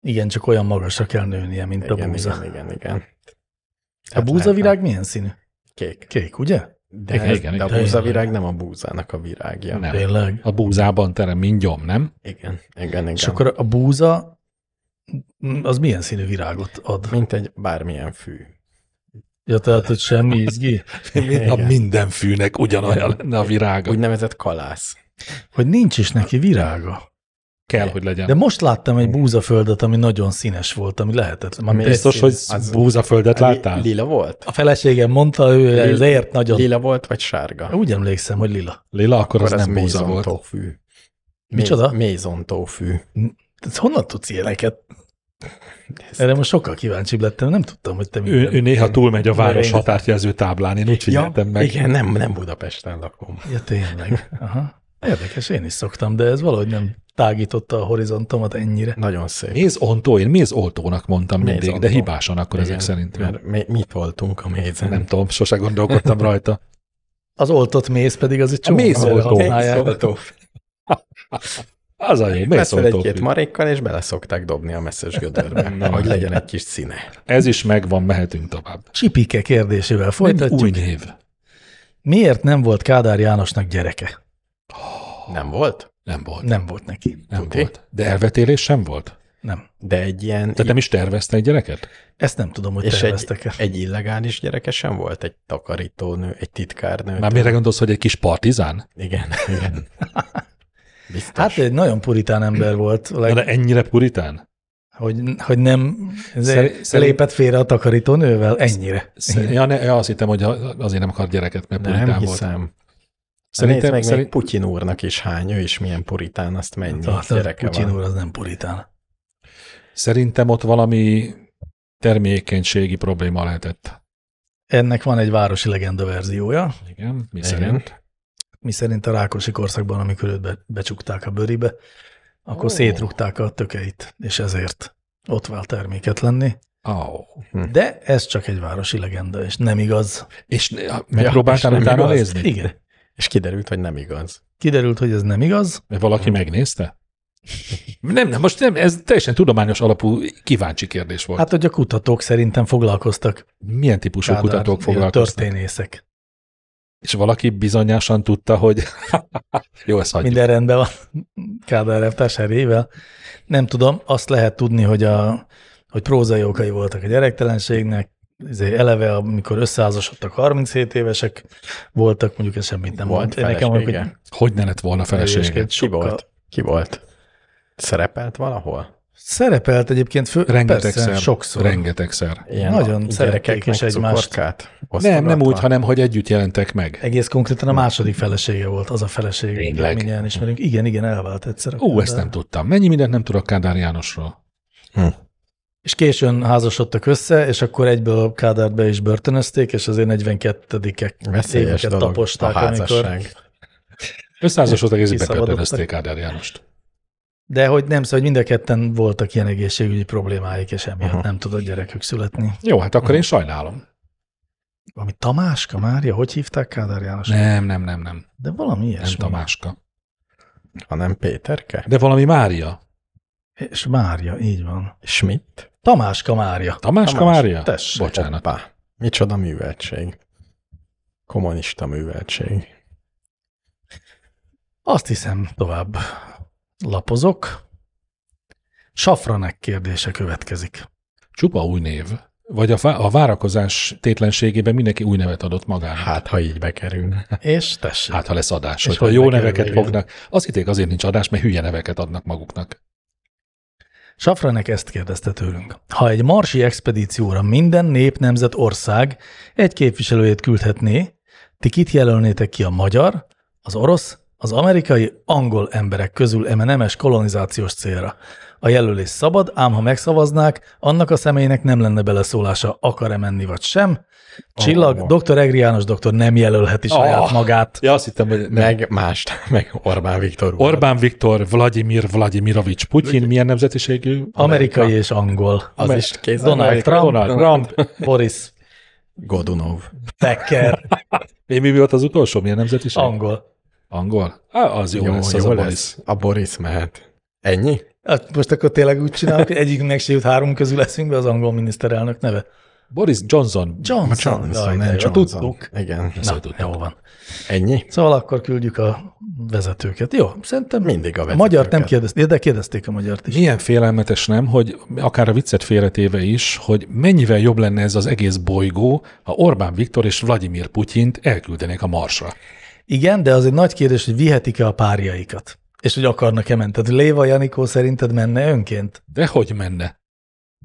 Igen, csak olyan magasra kell nőnie, mint
Igen,
a búza.
igen, igen,
Hát
Hát igen.
A
Tehát
búza
lehetne
virág milyen színű?
Kék.
Kék, ugye?
De,
Igen,
igen,
igen,
igen, de
igen.
a búzavirág nem a búzának a virágja.
Nem.
Tényleg.
A búzában terem mindgyom, nem?
Igen, igen, igen.
És akkor a búza m, az milyen színű virágot ad?
Mint egy bármilyen fű.
Ja, tehát, hogy semmi izgi?
A
Igen.
minden fűnek ugyanolyan lenne a virága. Úgy
Úgynevezett kalász.
Hát
Hogy nincs is neki virága.
kell, hogy legyen.
De most láttam egy búzaföldet, ami nagyon színes volt, ami lehetetlen. Ami
Mi-
Biztos, hogy
Az-
búzaföldet
Li-
láttál?
Lila volt?
a feleségem mondta, ő
Lila-
az ért nagyon.
Lila volt, vagy sárga?
Úgy emlékszem, hogy lila.
Lila, akkor az
ez
nem búza
mézon
volt.
Tófű. Mé-
Micsoda?
Mézon tófű.
Tehát honnan tudsz ilyeneket? Erre most sokkal kíváncsibb lettem, nem tudtam, hogy te
Ő,
minden.
ő néha túlmegy a város
Növény.
határjelző táblán, én úgy figyeltem meg.
Igen, nem, nem Budapesten lakom.
Ja, tényleg. Aha. Érdekes, én is szoktam, de ez valahogy nem tágította a horizontomat ennyire.
Nagyon szép.
Méz ontó, én méz oltónak mondtam mindig, de
Mézontó.
hibásan akkor
Igen,
ezek szerint. Mert
Mert mi, mit voltunk a mézen?
nem tudom, sose gondolkodtam rajta.
Az oltott méz pedig az egy
A
csomó.
mézoltó.
használják.
Az a jó, méz
Veszel
oltó.
egy-két marékkal, és bele szokták dobni a
[LAUGHS]
messzes gödörbe, hogy legyen egy kis színe.
Ez is megvan, mehetünk tovább.
Csipike kérdésével
Folytatjuk. Új
folytatjuk.
név.
Miért nem volt Kádár Jánosnak gyereke?
Nem volt?
Nem volt.
Nem volt neki.
Nem
Tuti.
volt. De elvetélés sem volt?
Nem.
De egy ilyen...
Tehát nem is tervezte egy gyereket?
Ezt nem tudom, hogy
és
terveztek-e.
egy, egy illegális gyereke sem volt? Egy takarítónő, egy titkárnő?
Már mire gondolsz, hogy egy kis partizán?
Igen, igen. Biztos.
Hát egy nagyon puritán ember volt,
Na,
leg,
de ennyire puritán?
hogy, hogy nem
Szeri-
Szer,
szerint-
lépett félre a takarítónővel, ennyire. Igen.
Ja, ne, ja, azt hittem, hogy azért nem akar gyereket, mert puritán
nem
volt.
hiszem. Szerintem,
Szerintem,
Nézd meg szerint...
szerint,
még Putyin úrnak is hány, ő is milyen puritán, azt mennyi
Tehát a
gyereke
Hát, Putyin
van.
úr az nem puritán.
szerintem ott valami termékenységi probléma lehetett.
Ennek van egy városi legenda verziója,
Igen, mi
Igen.
szerint?
mi szerint a Rákosi korszakban, amikor őt be, becsukták a bőribe, akkor
Ó.
oh. szétrugták a tökeit, és ezért ott vált terméket lenni.
Oh.
De ez csak egy városi legenda, és nem igaz.
És ne- ha megpróbáltál
és
ja,
nem
utána
igaz?
nézni?
Igen.
És kiderült, hogy nem igaz.
Kiderült, hogy ez nem igaz.
Mert valaki megnézte? Nem, nem, most nem, ez teljesen tudományos alapú kíváncsi kérdés volt. Hát,
Hát, hogy a kutatók szerintem foglalkoztak.
Milyen típusú
Kádár-
kutatók foglalkoznak?
Történészek.
És valaki bizonyásan tudta, hogy [LAUGHS] jó, ezt hagyjuk.
Minden rendben van Kádár elvtárs erejével. Nem tudom, azt lehet tudni, hogy, a, hogy prózai okai voltak a gyerektelenségnek, izé, eleve, amikor összeházasodtak, 37 évesek voltak, mondjuk ez semmit nem
Volt
mond. Én nekem
felesége?
mondjuk,
Hogy ne lett volna felesége?
Erősként.
Ki
Sokkal-
volt? Ki volt? Szerepelt valahol?
szerepelt egyébként fő,
Rengetegszer.
persze, sokszor.
Rengetegszer.
Nagyon
a
szerették
gyerekeknek
is egymást.
cukorkát
Nem, nem
osztogatva?
úgy, hanem hogy együtt jelentek meg.
Egész konkrétan a második felesége volt, az a feleség,
Tényleg?
Tényleg. mindjárt ismerünk. Igen, igen, elvált egyszer.
Ó, ezt nem tudtam. Mennyi mindent nem tudok Kádár Jánosról.
És későn házasodtak össze, és akkor egyből Kádárt be is börtönözték, és azért 42-ek
Veszélyes
éveket
dolog
taposták,
a házasság.
amikor
Amikor...
Összeházasodtak, és
Kiszabadultak.
bepötönözték Kádár Jánost.
De hogy nem, szóval hogy mind a ketten voltak ilyen egészségügyi problémáik, és emiatt
Aha.
nem tudott gyerekük születni.
Jó, hát akkor én sajnálom.
Ami Tamáska Mária, hogy hívták Kádár János?
Nem, nem, nem, nem.
De valami ilyesmi.
Nem Tamáska.
Hanem Péterke?
De valami Mária.
És Mária, így van.
Schmidt?
Tamáska Mária.
Tamáska
Tamás,
Mária?
tessék.
Bocsánat.
Pá. Micsoda műveltség. Kommunista műveltség.
Azt hiszem, tovább lapozok. Safranek kérdése
[LAUGHS]
következik.
Csupa új név. Vagy a, vá- a várakozás tétlenségében mindenki új nevet adott magának.
Hát, ha így bekerül.
És tessék.
Hát, ha lesz adás,
És
hogyha
hogy
jó
nekem
neveket
igen.
fognak. Az hitték azért nincs adás, mert hülye neveket adnak maguknak.
Safranek ezt kérdezte tőlünk. Ha egy marsi expedícióra minden nép, nemzet, ország egy képviselőjét küldhetné, ti kit jelölnétek ki a magyar, az orosz, az amerikai, angol emberek közül eme nemes kolonizációs célra. A jelölés szabad, ám ha megszavaznák, annak a személynek nem lenne beleszólása, akar-e menni vagy sem. Csillag,
Oh.
Ó.
dr. Egri János doktor nem jelölheti saját
Ah.
magát.
Ja, azt hittem, hogy meg.
[LAUGHS] Meg mást, [LAUGHS] meg Orbán Viktor úr.
Orbán Viktor, Vladimir Vladimirovics Putyin, milyen nemzetiségű?
Amerikai és angol.
Az is kézzel.
Donald Trump,
Donald Trump.
Boris
Godunov.
[LAUGHS]
Becker,
Mi, mi volt az utolsó? Milyen nemzetiség?
angol.
Angol? Á, az jó, jó lesz, az
jó
a
lesz.
lesz.
A Boris mehet. Ennyi?
Hát most akkor tényleg úgy csinálok, hogy egyiknek se jut három közül leszünk be az angol miniszterelnök neve.
Boris Johnson.
Johnson. Jaj, de
nem
jó,
Johnson.
Tudtuk.
Igen. Szóval
Na,
tudtuk.
jó van.
Ennyi?
Szóval akkor küldjük a vezetőket. Jó, szerintem
Mindig a
a magyar nem
vezetőket.
kérdezték, de kérdezték a magyart is.
Milyen félelmetes nem, hogy akár a viccet félretéve is, hogy mennyivel jobb lenne ez az egész bolygó, ha Orbán Viktor és Vladimir Putyint elküldenék a Marsra.
Igen, de az egy nagy kérdés, hogy vihetik-e a párjaikat. És hogy akarnak-e menni. Tehát Léva Janikó szerinted menne önként?
De hogy menne?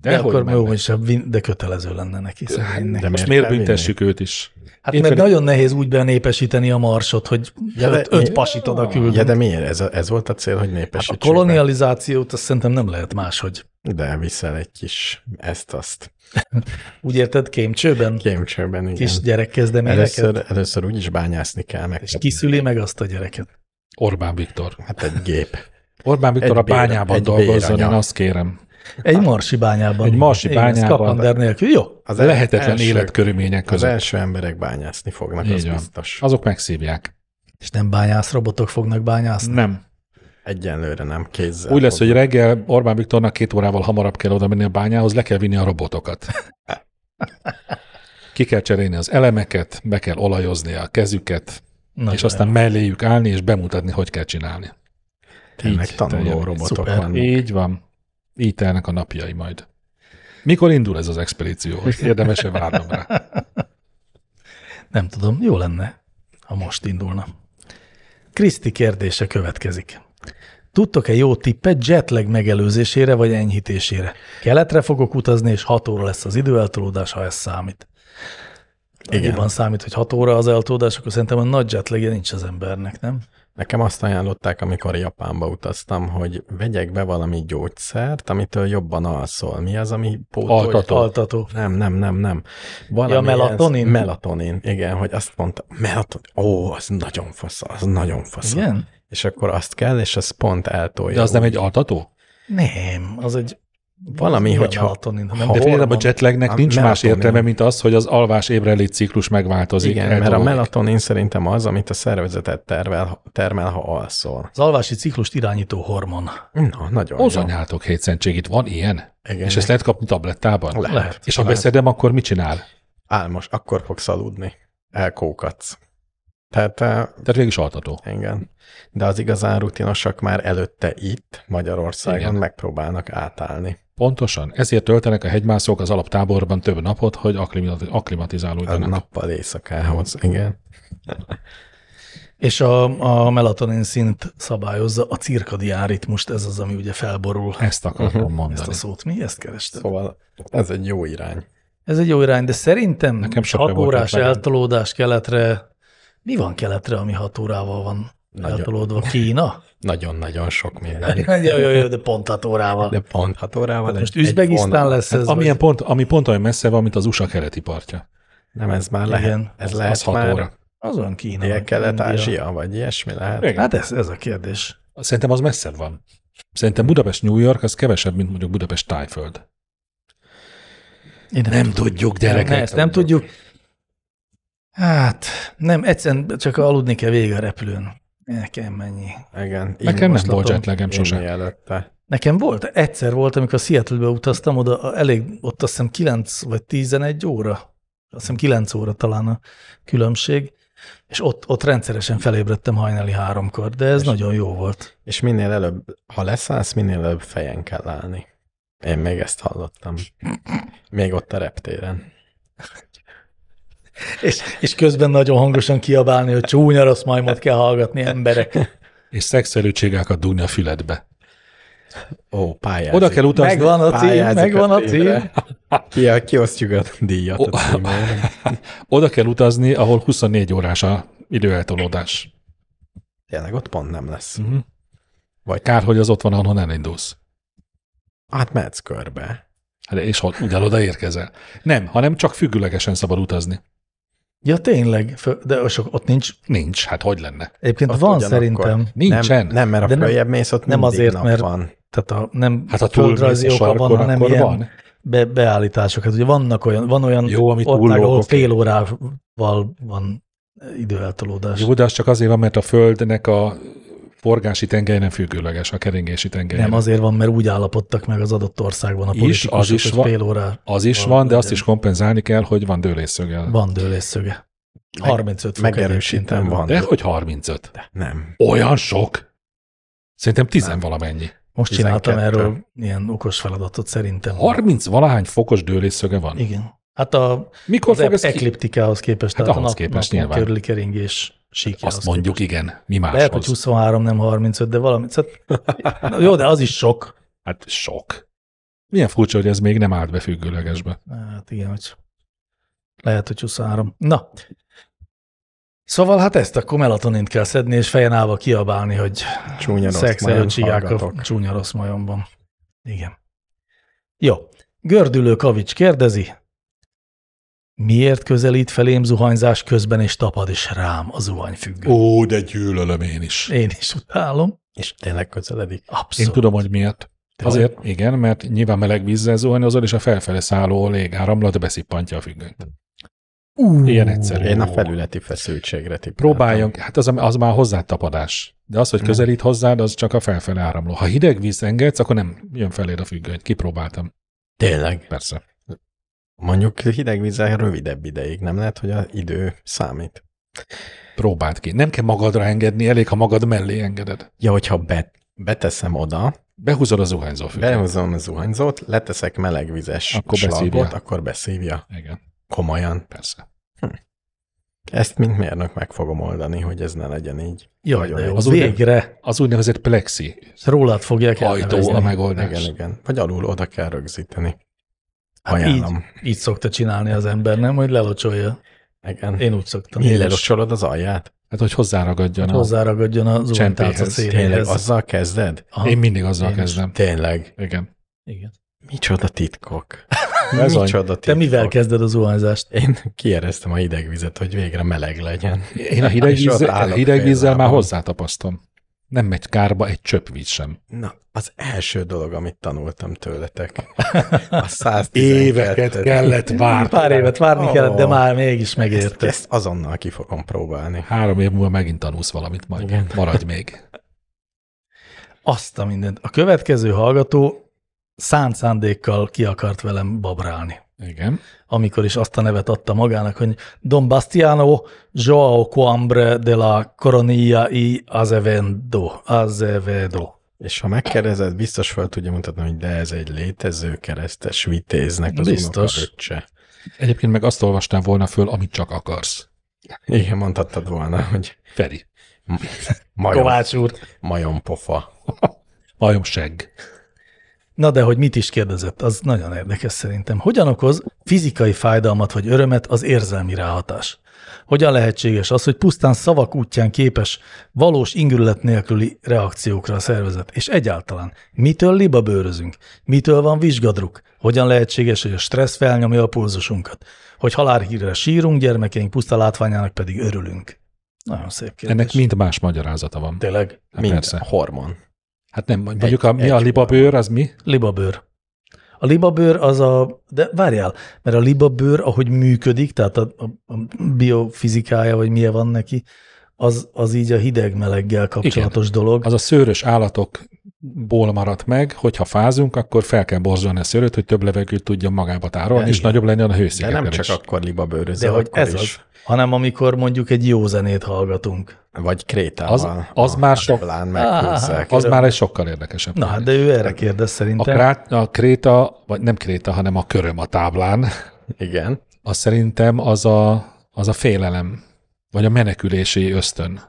De, de
hogy
akkor
menne?
jó, hogy sem, vin- de kötelező lenne neki. szerintem.
de
Most miért
kell
büntessük őt is?
Hát
Én
mert
pedig-
nagyon nehéz úgy benépesíteni a marsot, hogy
Ja, de-
öt, öt pasit oda
vinni?
küldünk.
Ja, de miért? Ez, a, ez volt a cél, hogy
Hát a
népesítsük.
kolonializációt azt szerintem nem lehet máshogy.
be. De viszel egy kis ezt-azt.
Úgy érted, kémcsőben?
Kémcsőben, igen.
Kis gyerek kezdeményeket?
először, először úgy is bányászni kell meg.
És kiszüli meg azt a gyereket.
Orbán Viktor.
Hát egy gép.
Orbán Viktor
Egy
a
bér-
bányában
egy
dolgozzon, én
béranya.
azt kérem.
Egy marsi bányában.
Hát, Egy marsi
Igen, ez
bányában.
Skapander nélkül. Jó.
Az
Az
el-
Lehetetlen
első-
életkörülmények
Az
között.
első emberek bányászni fognak,
Így
az
van.
biztos.
Azok megszívják.
És nem bányász robotok fognak bányászni.
Nem.
Egyenlőre nem kézzel.
Úgy lesz,
fognak.
hogy reggel Orbán Viktornak két órával hamarabb kell oda menni a bányához, le kell vinni a robotokat. Ki kell cserélni az elemeket, be kell olajozni a kezüket,
Nagyon
és aztán melléjük állni, és bemutatni, hogy kell csinálni.
Tényleg
így
tanuló
teljesen.
robotok
Szuper.
vannak.
Így van. Így telnek a napjai majd. Mikor indul ez az expedíció? Érdemes-e várnom rá?
Nem tudom, jó lenne, ha most indulna. Kriszti kérdése következik. Tudtok-e jó tippet jetlag megelőzésére vagy enyhítésére? Keletre fogok utazni, és 6 óra lesz az időeltolódás, ha ez számít.
Igen.
Annyiban számít, hogy 6 óra az eltolódás, akkor szerintem a nagy jetlagje nincs az embernek, nem?
Nekem azt ajánlották, amikor Japánba utaztam, hogy vegyek be valami gyógyszert, amitől jobban alszol. Mi az, ami pótolja?
Altató.
Altató.
Nem, nem, nem, nem. Valami
Ja, melatonin?
Ez, melatonin, igen, hogy azt mondta, melatonin, ó, az nagyon fasz, az nagyon fasz.
Igen?
És akkor azt kell, és az pont eltolja.
De az nem
úgy.
egy altató?
Nem, az egy
Valami,
Mi a
hogyha
melatonin, ha nem
ha
De
hormon?
például a jetlegnek
A
nincs más
melatonin.
értelme, mint az, hogy az alvás ébrelét ciklus megváltozik.
Igen, mert a
eltolódik.
melatonin szerintem az, amit a szervezetet termel, termel ha alszol.
Az alvási ciklust irányító hormon.
Na, nagyon jó.
Hozanyátok hétszentség, itt van ilyen?
Igen.
És ezt lehet kapni tablettában?
lehet.
Lehet.
És ha beszedem, akkor mit csinál?
Álmos, akkor fogsz aludni. Elkókatsz. Tehát eh,
Tehát végig is altató.
igen. De az igazán rutinosak már előtte itt, Magyarországon
Igen.
megpróbálnak átállni.
Pontosan. Ezért töltenek a hegymászók az alaptáborban több napot, hogy akklima-
A
akklimatizálódjanak.
nappal éjszakához, igen.
És a, a melatonin szint szabályozza a cirkadián ritmust, ez az, ami ugye felborul.
Ezt akartam mondani.
Mhm. Ezt a szót mi? Ezt kerestem.
Szóval ez egy jó irány.
Ez egy jó irány, de szerintem
Nekem
Nekem
sose
hat
volt
órás
meg.
eltolódás keletre, mi van keletre, ami hat órával van
Nagyon.
eltolódva? Kína?
Nagyon-nagyon sok minden.
jó, jó, jó, de pont hat órával. Hát
De pont hat
Hát
órával.
Most
egy- egy
Üzbegisztán
vonal.
lesz ez?
Amilyen
vagy-
pont, ami pont olyan messze van, mint az USA keleti partja.
Nem, ez már lehet.
Igen.
ez
Az-
lehet
az hat
már
óra.
Az olyan Kína. vagy India.
Dél-Kelet-Ázsia, vagy ilyesmi lehet.
Igen.
Hát ez, ez a kérdés.
Szerintem az messzebb van. Szerintem Budapest-New York az kevesebb, mint mondjuk Budapest-Tájföld.
Én
Nem tudjuk, gyerekek.
Ne, ezt nem tudjuk. Hát, nem, egyszerűen csak aludni kell végig a repülőn. Nekem mennyi.
Igen. így
Nekem nem
most
volt
javaslatom.
jetlegem
Sose.
sose.
előtte.
Nekem volt, egyszer volt, amikor Seattle-be utaztam, oda a- elég, ott azt hiszem 9 vagy 11 óra, azt hiszem 9 óra talán a különbség, és ott, ott rendszeresen felébredtem hajnali háromkor, de ez
És-
nagyon jó volt.
És minél előbb, ha leszállsz, minél előbb fejen kell állni. Én még ezt hallottam. Még ott a reptéren.
És, és közben nagyon hangosan kiabálni, hogy csúnya rossz majmot kell hallgatni
[LAUGHS]
emberek.
És szexelőtségákat dugni a füledbe.
Ó, pályázik.
Oda kell utazni.
Megvan a cím,
Pályázik
megvan a
címre.
cím.
[LAUGHS] Ja, kiosztjuk a díjat a címért.
Oda kell utazni, ahol 24 órás a időeltolódás.
Tényleg ott pont nem lesz.
Mhm.
Vagy
Kár, hogy az ott van, ahonnan elindulsz.
hát mehetsz körbe.
Hát és hol, ugyanoda érkezel. Nem, hanem csak függőlegesen szabad utazni.
Ja, tényleg, fö- de sok, ott nincs.
Nincs, hát hogy lenne?
Egyébként
Ott
van
ugyanakkor.
szerintem.
Nincsen.
Nem, nem mert a
De nem-
följebb mész, ott
nem
nem mindig
azért,
azért, nap
mert-
mert... van.
Tehát a, nem
Hát ha túlmész
földrajzi
a
oka van,
sarkon,
hanem
akkor
ilyen
van.
Be, beállítások. Hát ugye vannak olyan, van olyan
Jó, amit
ország, ahol
túllógok.
fél órával van időeltolódás.
Jó, de az csak azért van, mert a Földnek a forgási tengely nem függőleges, a keringési tengely.
Nem azért van, mert úgy állapodtak meg az adott országban a
Is,
politikusok,
az is
hogy
van.
fél órá
Az is
Van,
van, de azt
legyen.
is kompenzálni kell, hogy van dőlészögel.
van dőlésszöge.
Meg-
35 fok
Megerősítem,
egyébként.
van.
De hogy 35?
Nem.
Olyan sok? Szerintem 10 valamennyi.
Most csináltam
12.
erről ilyen okos feladatot szerintem.
30 valahány fokos dőlészöge van.
Igen. Hát a,
Mikor
az
fog ez
ep-
ki?
ekliptikához képest,
Hát
tehát a
ahhoz
nap,
képest
napon
nyilván.
körüli keringés síkjához
Azt mondjuk,
képest.
igen, mi
Lehet, hogy
máshoz.
23, nem 35, de valami. Szóval, [LAUGHS] Na jó, de az is sok.
Hát sok. Milyen furcsa, hogy ez még nem állt be függőlegesbe.
Hát igen, hogy lehet, hogy 23. Na. Szóval hát ezt akkor melatonint kell szedni, és fejen állva kiabálni, hogy
Csúnya rossz
szex
majom,
előtt csigák a
hallgatok.
csúnya rossz majomban. Igen. Jó. Gördülő Kavics kérdezi, miért közelít felém zuhanyzás közben, és tapad is rám a zuhanyfüggő?
Ó, de gyűlölöm én is.
Én is utálom.
És tényleg közeledik.
Abszolút.
Én tudom, hogy miért. Azért, igen, mert nyilván meleg vízzel zuhany, azzal is a felfele szálló légáramlat beszippantja a függönyt.
Ú,
Ilyen egyszerű.
Én a felületi feszültségre tippeltem.
Próbáljon, hát az, az már hozzátapadás. De az, hogy közelít hozzád, az csak a felfelé áramló. Ha hideg víz engedsz, akkor nem jön feléd a függöny. Kipróbáltam,
Tényleg.
persze.
Mondjuk hideg vízzel rövidebb ideig, nem lehet, hogy az idő számít.
Próbáld ki. Nem kell magadra engedni, elég, ha magad mellé engeded.
Ja, hogyha be, beteszem oda,
Behúzod a zuhányzó függönyt.
Behozom a zuhanyzót, leteszek melegvizes
Akkor
akkor slagot,
beszívja.
beszívja. akkor beszívja.
Igen,
Komolyan.
persze.
Ezt mint mérnök meg fogom oldani, hogy ez ne legyen így.
Jaj,
Nagyon
de jó.
Az
Az
ugye-
végre.
Az úgynevezett plexi
Rólad fogják
ajtó a
elnevezni.
Igen,
megoldás.
igen. Vagy alul oda kell rögzíteni.
Hát
Ajánlom.
Így szokta csinálni az ember, nem? Hogy lelocsolja.
Igen.
Én úgy szoktam.
Mi
Én is.
lelocsolod az alját?
Hát, hogy hozzáragadjon. a-
Hozzáragadjon a zuhanytálca
Csempéhez.
Tényleg
széléhez.
azzal kezded?
Aha.
Én mindig azzal
Én is.
kezdem.
Tényleg.
Igen.
Igen.
Micsoda [LAUGHS] titkok.
Ez
Micsoda
any-
titkok.
Te mivel kezded az zuhanyzást?
Én kiereztem a hidegvizet, hogy végre meleg legyen.
Én a hideg
És ott
vízzel,
állok
a hideg
fél
vízzel már
lábon.
hozzátapasztom. Nem megy kárba egy csöpp víz sem.
Na, az első dolog, amit tanultam tőletek, a 112
várni.
Pár évet várni
Ó.
kellett, de már mégis
Ezt,
megérte.
ezt azonnal ki fogom próbálni.
Három év múlva megint tanulsz valamit majd. Igen.
Igen.
Maradj még.
Azt a mindent. A következő hallgató szánt szándékkal ki akart velem babrálni.
Igen.
Amikor is azt a nevet adta magának, hogy Don Bastiano Joao Coambre de la Coronilla y Azevedo. Azevedo.
És ha megkérdezed, biztos fel tudja mutatni, hogy de ez egy létező keresztes vitéznek az
Biztos.
unokaöccse.
Egyébként meg azt olvastál volna föl, amit csak akarsz.
Igen, mondhattad volna, hogy
Feri.
majom,
Kovács úr.
majom pofa.
Majom segg.
Na de, hogy mit is kérdezett, az nagyon érdekes szerintem. Hogyan okoz fizikai fájdalmat vagy örömet az érzelmi ráhatás? Hogyan lehetséges az, hogy pusztán szavak útján képes valós ingürület nélküli reakciókra a szervezet? És egyáltalán mitől libabőrözünk? Mitől van vizsgadruk? Hogyan lehetséges, hogy a stressz felnyomja a pulzusunkat? Hogy halálhírre sírunk, gyermekeink puszta látványának pedig örülünk? Nagyon szép kérdés.
Ennek mind más magyarázata van.
tényleg
Hát
Mind
persze.
hormon.
Hát nem, mondjuk a, mi
egy
a libabőr, az mi?
Libabőr. A libabőr az a, de várjál, mert a libabőr, ahogy működik, tehát a, a, a biofizikája, vagy milyen van neki, az, az így a hideg-meleggel kapcsolatos Igen. dolog.
Az a szőrös állatok ból maradt meg, hogyha fázunk, akkor fel kell borzolni a szőlőt, hogy több levegőt tudjon magába tárolni,
De
és
igen.
nagyobb legyen a
De
hőszigetelés.
nem csak akkor libabőrözöl,
De hogy
akkor
ez
is.
az, hanem amikor mondjuk egy jó zenét hallgatunk.
Vagy
Az,
krétával.
az,
a
már sok,
Plán meghúzzák.
az már egy sokkal érdekesebb.
Na hát, de ő erre kérdez
a,
szerintem.
krát, a kréta, vagy nem kréta, hanem a köröm a táblán,
Igen.
az szerintem az a, az a félelem, vagy a menekülési ösztön,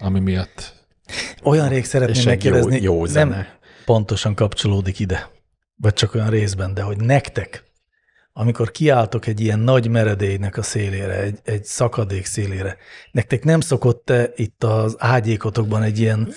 ami miatt
Olyan rég szeretném
És egy jó,
megkérdezni,
jó zene.
nem pontosan kapcsolódik ide, vagy csak olyan részben, de hogy nektek, amikor kiálltok egy ilyen nagy meredélynek a szélére, egy, egy szakadék szélére, nektek nem szokott -e itt az ágyékotokban egy ilyen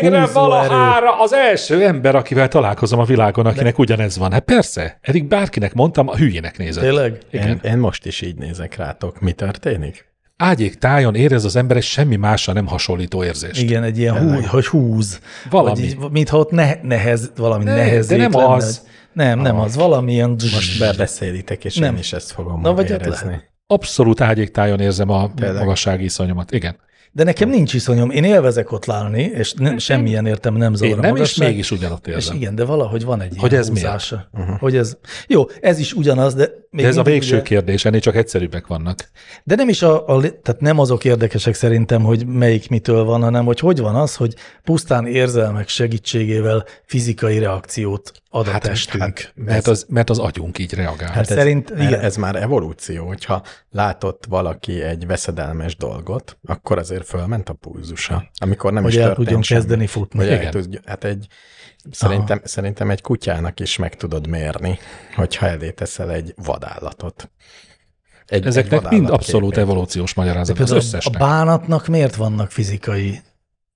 Végre
Húzó
valahára az első ember, akivel találkozom a világon, akinek De... ugyanez van. Hát persze, eddig bárkinek mondtam, a hülyének nézett.
Tényleg?
Igen.
Én, én most is így nézek rátok. Mi történik?
Ágyék tájon érez az ember egy semmi másra nem hasonlító érzést.
Igen, egy ilyen hú, hogy húz.
Valami.
Vagy így, mintha ott ne, nehez, valami
Ne,
ne, nehezék
de nem
lenne,
az.
hogy- Nem, nem az. Valami ilyen...
Ah. Most bebeszélitek, és nem.
Nem.
én is ezt fogom
Na,
Na,
vagy
vagy
ott
érezni.
Abszolút ágyék tájon érzem a
Tényleg.
magassági iszonyomat. Igen.
De nekem nincs iszonyom. Én élvezek ott lálni, és nem, semmilyen értem nem zavar
Én
a
nem, és
magasság.
mégis ugyanott
És
érzem.
igen, de valahogy van egy
Hogy
ilyen
ez miért?
húzása. Uh-huh. Hogy ez, jó, ez is ugyanaz, de még
De ez a
mindig
végső
ugye-
kérdés, ennél csak egyszerűbbek vannak.
De nem is a, a, tehát nem azok érdekesek szerintem, hogy melyik mitől van, hanem hogy hogy van az, hogy pusztán érzelmek segítségével fizikai reakciót ad a hát, testünk. Hát,
Mert az, mert az agyunk így reagál.
Hát
Hát
ez- Szerint-
ez,
igen.
ez már evolúció, hogyha látott valaki egy veszedelmes dolgot, akkor azért fölment a pulzusa, amikor nem
Hogy
is
el
történt
tudjon
semmi.
kezdeni futni.
Hogy el
Igen.
tudj, hát egy, szerintem, szerintem egy kutyának is meg tudod mérni, hogyha elé teszel egy vadállatot. Egy, egy
Ezeknek
vadállat
mind abszolút
képét.
evolúciós magyarázat az
Például a, a
összesnek.
bánatnak miért vannak fizikai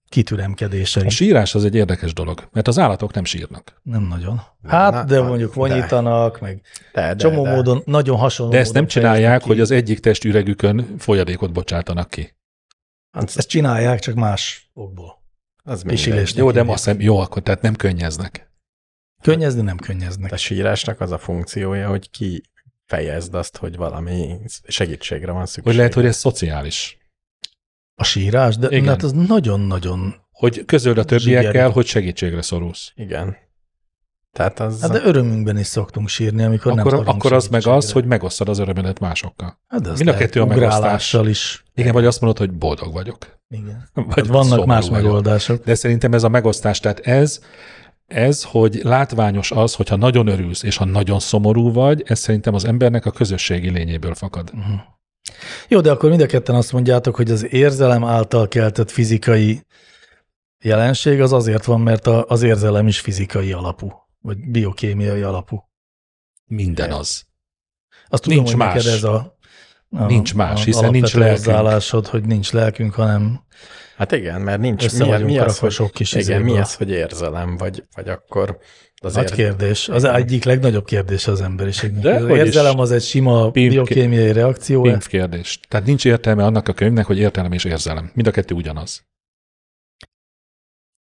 kitüremkedései?
A sírás az egy érdekes dolog, mert az állatok nem sírnak.
Nem nagyon. Hát,
Na,
de
na,
mondjuk
de.
vonyítanak, meg
De, de,
csomó
de.
módon, nagyon hasonló
De ezt nem
módon fejezik
csinálják,
ki.
hogy az egyik testüregükön folyadékot bocsátanak ki.
Hát Ezt csinálják, csak más okból.
Az
pisilést.
mindegy.
Jó, de ma szem, jó, akkor tehát nem könnyeznek.
Könnyezni nem könnyeznek.
A sírásnak az a funkciója, hogy ki fejezd azt, hogy valami segítségre van szükség.
Hogy lehet, hogy ez szociális.
A sírás, de
Igen.
Igen. hát az nagyon-nagyon...
Hogy közöld a többiekkel,
Zsigered.
hogy segítségre szorulsz.
Igen. Tehát az...
Hát de örömünkben is szoktunk sírni, amikor nem
Akkor,
szorulunk
akkor az meg
segítségre.
az, hogy megosztod az örömödet másokkal.
hát de az
mind a
lehet
kettő a megosztás.
ugrálással is.
Igen, vagy azt mondod, hogy boldog vagyok.
Igen.
[LAUGHS] Vagy
Hát vannak
szomorú
más
vagyok.
megoldások.
De szerintem ez a megosztás, tehát ez, ez, hogy látványos az, hogyha nagyon örülsz, és ha nagyon szomorú vagy, ez szerintem az embernek a közösségi lényéből fakad.
Uh-huh. Jó, de akkor mind a ketten azt mondjátok, hogy az érzelem által keltett fizikai jelenség az azért van, mert a, az érzelem is fizikai alapú, vagy biokémiai alapú.
Minden az.
Azt tudom,
Nincs
hogy
más.
neked ez a, a
Nincs más, hiszen nincs
alapvető
lelkünk.
hozzáállásod, hogy nincs lelkünk, hanem
Hát igen, mert nincs.
Össze
Mi,
vagyunk
mi, az,
rakva
hogy,
sok kis
igen,
izéből.
mi az, hogy érzelem, vagy, vagy akkor az
Nagy kérdés. Az
Igen.
egyik legnagyobb kérdés az emberiségnek.
De
az
hogy is.
érzelem az egy sima
Pimp-
biokémiai reakció.
Pimp kérdés. Tehát nincs értelme annak a könyvnek, hogy értelem és érzelem. Mind a kettő ugyanaz.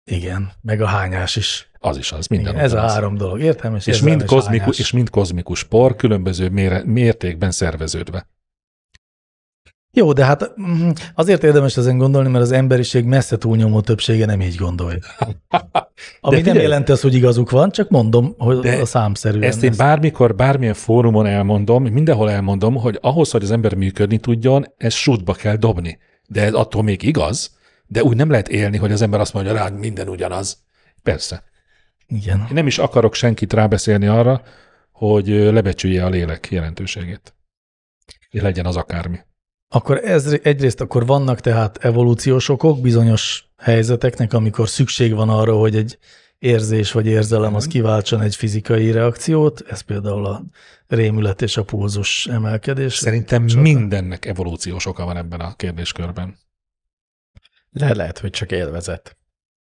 Igen, meg a hányás is.
Az is az, minden
Igen, ez a
ugyanaz.
három dolog, értem? És,
És
érzelem
mind, kozmikus,
hányás.
és mind kozmikus por, különböző mére, mértékben szerveződve.
Jó, de hát mm, azért érdemes ezen gondolni, mert az emberiség messze túlnyomó többsége nem így gondolja.
[LAUGHS]
Ami nem
figyelj!
jelenti azt, hogy igazuk van, csak mondom, hogy
De
a számszerűen.
Ezt én bármikor, bármilyen fórumon elmondom, mindenhol elmondom, hogy ahhoz, hogy az ember működni tudjon, ez sútba kell dobni. De ez attól még igaz, de úgy nem lehet élni, hogy az ember azt mondja rá, hogy minden ugyanaz. Persze.
Igen.
Én nem is akarok senkit rábeszélni arra, hogy ö, lebecsülje a lélek jelentőségét. És legyen az akármi.
Akkor ez, egyrészt akkor vannak tehát evolúciós okok bizonyos helyzeteknek, amikor szükség van arra, hogy egy érzés vagy érzelem
Mhm.
az kiváltson egy fizikai reakciót, ez például a rémület és a pulzus emelkedés.
Szerintem
Csodál.
mindennek evolúciós oka van ebben a kérdéskörben.
Le lehet, hogy csak élvezet.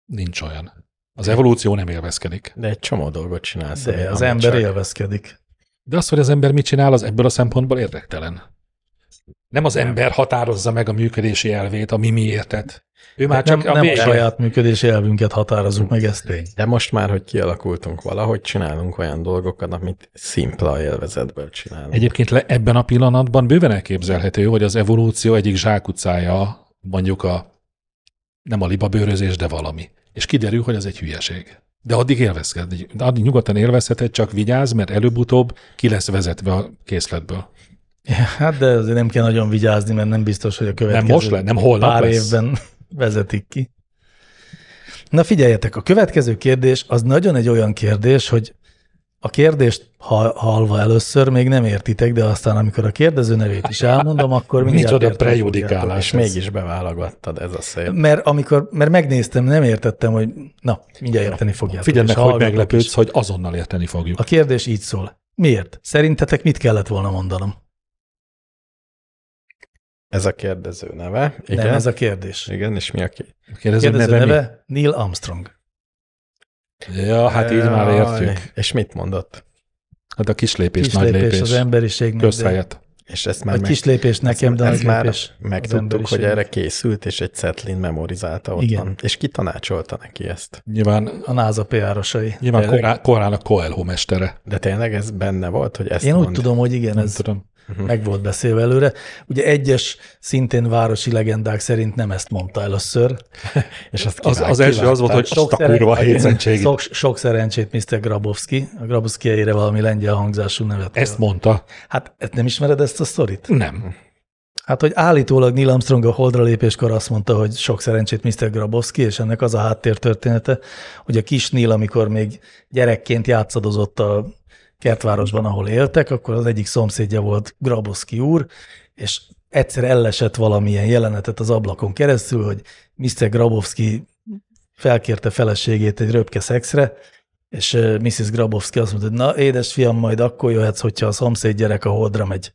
Nincs olyan. Az evolúció nem élvezkedik.
De egy csomó dolgot csinálsz. ami-
De az
ami
ember
csak-
élvezkedik.
De az, hogy az ember mit csinál, az ebből a szempontból érdektelen. Nem az ember határozza meg a működési elvét, a mi miértet. Ő már
nem,
csak a
nem a
vége.
saját működési elvünket határozzuk meg, ez tény.
De most már, hogy kialakultunk valahogy, csinálunk olyan dolgokat, amit szimpla élvezetből csinálunk.
Egyébként le, ebben a pillanatban bőven elképzelhető, hogy az evolúció egyik zsákutcája mondjuk a nem a libabőrözés, de valami. És kiderül, hogy az egy hülyeség. De addig élvezhet, addig nyugodtan élvezheted, csak vigyázz, mert előbb-utóbb ki lesz vezetve a készletből.
Hát de azért nem kell nagyon vigyázni, mert nem biztos, hogy a következő
most le- nem holnap
pár
lesz.
évben [LAUGHS] vezetik ki. Na figyeljetek, a következő kérdés az nagyon egy olyan kérdés, hogy a kérdést ha- hallva először még nem értitek, de aztán amikor a kérdező nevét is elmondom, akkor mindjárt
Micsoda
érteni fogjátok.
prejudikálás.
És mégis beválogattad, ez a szép.
Mert amikor, mert megnéztem, nem értettem, hogy na, mindjárt érteni fogjátok.
Figyeld
és
meg, hogy
hallgatók is.
meglepődsz, hogy azonnal érteni fogjuk.
A kérdés így szól. Miért? Szerintetek mit kellett volna mondanom?
Ez a kérdező neve. Igen,
Nem, ez a kérdés.
igen és mi a ki?
Kérdező
Kérdező
neve,
neve,
neve
Neil Armstrong.
mi? Ja, hát így már
Jaj,
értjük.
És mit mondott?
Hát a kislépés,
Kis
kis nagy
lépés,
lépés.
az emberiségnek. de-
Közhelyet.
És ezt már
Vagy
meg,
kis lépés nekem, de
ezt
nagy
már
lépés. az
megtudtuk, hogy
emberiségnek.
erre készült, és egy Cetlin memorizálta ott
Igen.
van. És ki tanácsolta neki ezt?
Nyilván,
A NASA PR-osai.
nyilván korán, korán a Coelho mestere.
De tényleg ez benne volt, hogy ezt
Én
mond.
úgy tudom, hogy igen,
Nem
ez
tudom.
meg volt beszélve előre. Ugye egyes szintén városi legendák szerint nem ezt mondta először. Hát
És azt
Az,
kivág-
az első az volt, hogy azt a kurva hétszentség.
sok, sok szerencsét Mr. Grabowski. A Grabowski helyére valami lengyel hangzású nevet.
Ezt
Ezt,
mondta.
hát ezt nem ismered ezt a sztorit?
Nem.
Hát, hogy állítólag Neil Armstrong a holdra lépéskor azt mondta, hogy sok szerencsét Mr. Grabowski, és ennek az a háttértörténete, hogy a kis Neil, amikor még gyerekként játszadozott a kertvárosban, ahol éltek, akkor az egyik szomszédja volt Grabowski úr, és egyszer ellesett valamilyen jelenetet az ablakon keresztül, hogy Mr. Grabowski felkérte feleségét egy röpke szexre, és ö, Mrs. Grabowski azt mondta, hogy na, édes fiam, majd akkor jöhetsz, hogyha a szomszéd gyerek a holdra megy.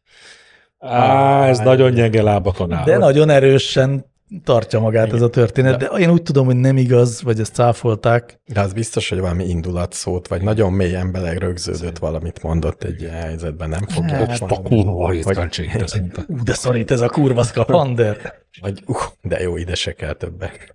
Á, ez nagyon gyenge lábakon áll.
De nagyon erősen tartja magát ez a történet, de én úgy tudom, hogy nem igaz, vagy ezt cáfolták.
De az biztos, hogy valami indulatszót, vagy nagyon mélyen belerögződött valamit mondott egy ilyen helyzetben, nem
Hát,
fogja
Most a kurva hétszentség. ezt mondta.
Ú, de szorít ez a kurva szkafander.
Vagy, uh, de jó, ide se kell többet.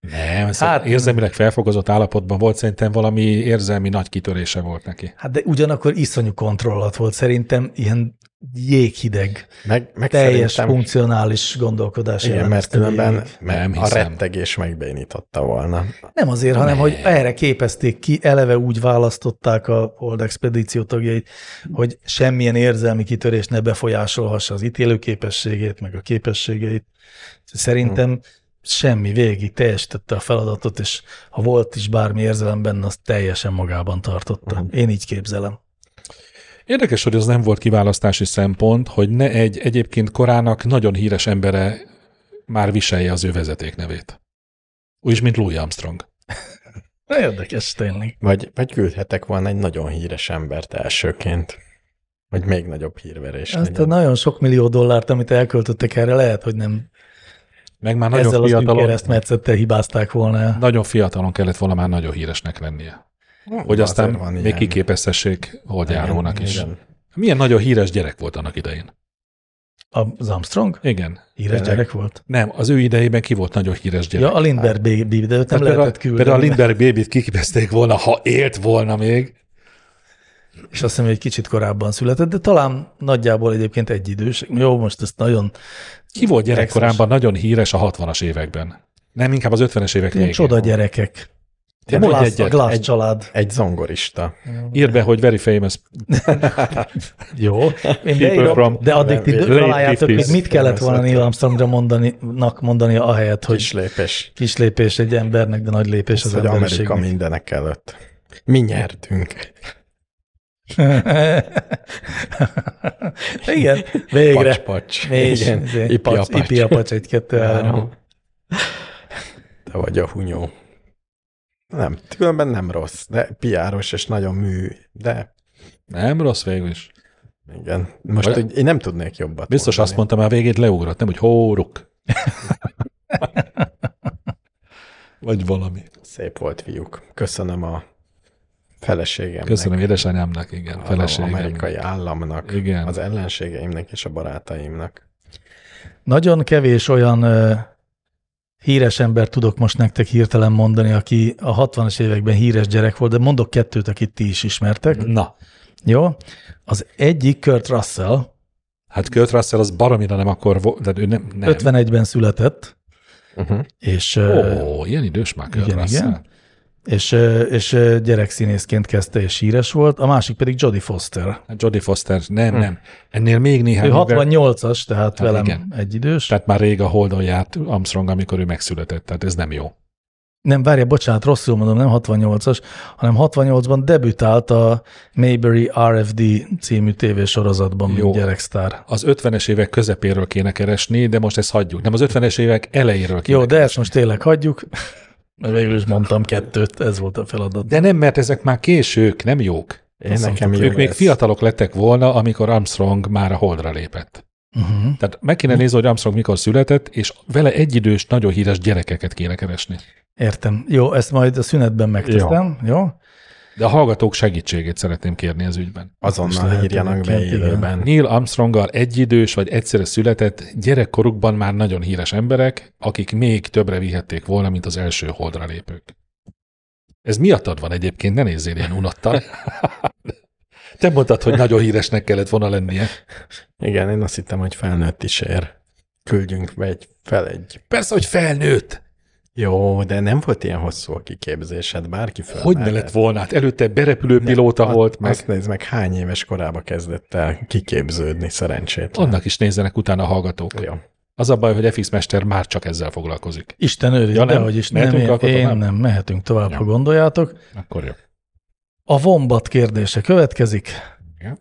Nem,
Hát-
hát, érzelmileg felfogozott állapotban volt, szerintem valami érzelmi nagy kitörése volt neki.
Hát de ugyanakkor iszonyú kontrollat volt szerintem, ilyen jéghideg,
Meg, meg
teljes
szerintem,
funkcionális gondolkodás.
igen, mert
jellemezte
különben
végig.
nem
Nem
a
hiszem.
rettegés megbénította volna.
Nem azért, hanem hogy erre képezték ki, eleve úgy választották a Hold Expedíció tagjait, hogy semmilyen érzelmi kitörés ne befolyásolhassa az ítélő képességét, meg a képességeit. Szerintem semmi végig teljesítette a feladatot, és ha volt is bármi érzelem benne, azt teljesen magában tartotta. Én így képzelem.
Érdekes, hogy az nem volt kiválasztási szempont, hogy ne egy egyébként korának nagyon híres embere már viselje az ő vezeték nevét. Úgyis, mint Louis Armstrong.
Na, Érdekes tényleg.
Vagy, vagy küldhetek volna egy nagyon híres embert elsőként, hogy még nagyobb hírverés
Ezt a
legyen.
nagyon sok millió dollárt, amit elköltöttek erre, lehet, hogy nem
Meg már
Nagyon ezzel
nagyon
az szűk
fiatalon,
keresztmetszettel hibázták volna. el.
nagyon fiatalon kellett volna már nagyon híresnek lennie. Hogy
Azért
aztán
van
még
ilyen.
kiképeztessék
Igen,
holdjárónak is.
igen.
Milyen nagyon híres gyerek volt annak idején.
Az Armstrong?
Igen.
Híres
Tényleg.
gyerek volt?
Nem, az ő idejében ki volt nagyon híres gyerek.
Ja, a Lindbergh Baby, de őt nem
Tehát
lehetett
hát- például,
küldeni.
például a Lindbergh bébit kikipezték volna, ha élt volna még.
És azt hiszem, hogy egy kicsit korábban született, de talán nagyjából egyébként egy idős. Jó, most ezt nagyon
Ki volt gyerekkorában nagyon híres a 60-as években? Nem, inkább az 50-es évek
ilyen
végén.
csoda gyerekek. A
mondj
Glass,
egyet,
a Glass
egy-
család.
Egy zongorista.
Írd be, hogy very famous.
[LAUGHS] Jó. Én beírom,
from
de addig ti
late
találjátok, még
50s.
mit kellett volna Neil Armstrongra mondani, nak mondani ahelyett, hogy
Kis lépés.
kis lépés egy embernek, de nagy lépés
Ez
az
hogy Amerika
emberiségnek.
mindenek előtt. Mi nyertünk.
Igen, végre.
Pacs, pacs.
Igen,
Igen. Ipi a pacs.
ipi a pacs, egy, kettő, három.
Három. Te vagy a hunyó. Nem, különben nem rossz, de piáros és nagyon mű, de
Nem rossz végül is.
igen. Most
Vagy-
hogy én nem tudnék jobbat
Biztos azt
mondani.
mondta már a végét leugrott, nem, hogy
[LAUGHS]
hóruk. Vagy valami.
Szép volt, fiúk. Köszönöm a feleségemnek.
Köszönöm édesanyámnak, igen,
az
feleségem.
amerikai államnak,
Igen.
az ellenségeimnek és a barátaimnak.
Nagyon kevés olyan ö, híres ember tudok most nektek hirtelen mondani, aki a 60-as években híres gyerek volt, de mondok kettőt, akit ti is ismertek.
Na,
Jó? Az egyik Kurt Russell,
hát Kurt Russell az baromira nem akkor volt, de ő nem. nem.
51-ben született,
Uh-huh.
és ö,
Ó, ilyen idős már Kurt
Igen,
Russell.
igen. és, ö, és ö, gyerekszínészként kezdte, és híres volt, a másik pedig Jodie Foster.
Hát Jodie Foster, nem, nem. Ennél még néhány
Hm. Ő
évvel-
68-as, tehát
Hát
velem
igen.
egy idős.
Tehát már rég a holdon járt Armstrong, amikor ő megszületett, tehát ez nem jó.
Nem, várja, bocsánat, rosszul mondom, nem 68-as, hanem 68-ban debütált a Mayberry RFD című tévésorozatban,
Jó.
mint gyereksztár.
Az 50-es évek közepéről kéne keresni, de most ezt hagyjuk. Nem, az 50-es évek elejéről kéne.
Jó, de ezt most tényleg hagyjuk, mert végül is mondtam kettőt, ez volt a feladat.
de nem, mert ezek már késők, nem jók.
Én nekem
Ők
jó
még
lesz.
fiatalok lettek volna, amikor Armstrong már a holdra lépett.
Uh-huh.
Tehát meg kéne nézni, hogy Armstrong mikor született, és vele egyidős, nagyon híres gyerekeket kéne keresni.
Értem. Jó, ezt majd a szünetben megteszem, jó? jó?
De a hallgatók segítségét szeretném kérni az ügyben.
Most
Azonnal
lehet
írjanak be
egyébként, igen.
élőben.
Neil Armstronggal egyidős vagy egyszerre született, gyerekkorukban már nagyon híres emberek, akik még többre vihették volna, mint az első holdra lépők. Ez miattad van egyébként, ne nézzél ilyen unattal. Te mondtad, hogy nagyon híresnek kellett volna lennie.
Igen, én azt hittem, hogy felnőtt is ér. Küldjünk be egy fel egy.
Persze, hogy felnőtt.
Jó, de nem volt ilyen hosszú a kiképzésed, bárki fel.
Hogy ne lett volna? Hát előtte berepülőpilóta volt, meg
Azt nézd meg, hány éves korába kezdett el kiképződni szerencsétlen.
annak is nézzenek utána a hallgatók.
Jó.
Az a baj, hogy FX Mester már csak ezzel foglalkozik.
Isten őriz,
Ja,
ja,
nem?
nem, hogy is nem,
Mehetünk
én,
akkor tovább?
én nem, mehetünk tovább,
Ja.
ja. ha gondoljátok.
Akkor jó.
A vombat kérdése következik.
Igen.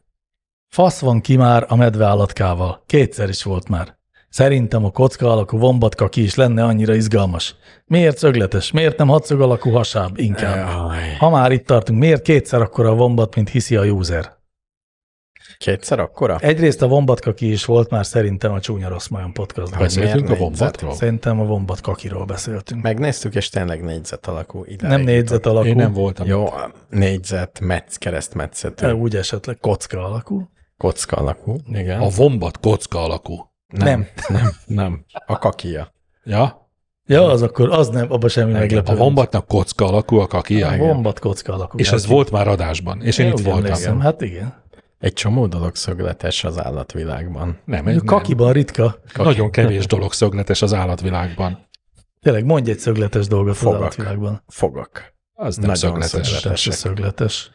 Fasz van ki már a medveállatkával. Kétszer is volt már. Szerintem a kocka alakú vombatka ki is lenne annyira izgalmas. Miért szögletes? Miért nem hatszög alakú hasáb inkább?
Jaj.
Ha már itt tartunk, miért kétszer akkora a vombat, mint hiszi a user?
Kétszer akkora?
Egyrészt a vombatka ki is volt már szerintem a Csúnya Rossz Majom podcastban.
Hogy
Beszéltünk a
miért
bombatról?
Szerintem a vombat kakiról beszéltünk.
Megnéztük, és tényleg négyzet alakú. Idáig
nem négyzet
jutott.
alakú.
Én nem voltam.
Jó, négyzet, metsz, keresztmetszetű,
De Úgy esetleg kocka alakú.
kocka alakú. Igen.
A vombat kocka alakú.
nem.
nem. Nem. A kakia.
Ja?
Ja, az akkor, az nem, abban semmi meglepő.
A vombatnak kocka alakú a kakia.
A vombat kocka alakú.
És ez volt már adásban, és én,
Én
itt
úgy
voltam.
emlékszem, Hát igen.
Egy csomó dolog szögletes az állatvilágban.
Nem,
Mondjuk
egy
kakiban ritka.
nem. Nagyon kevés dolog szögletes az állatvilágban.
Tényleg mondj egy szögletes dolgot az
Fogak.
állatvilágban.
Fogak.
Az nem
Nagyon
szögletes.
szögletes.
Sem se szögletes.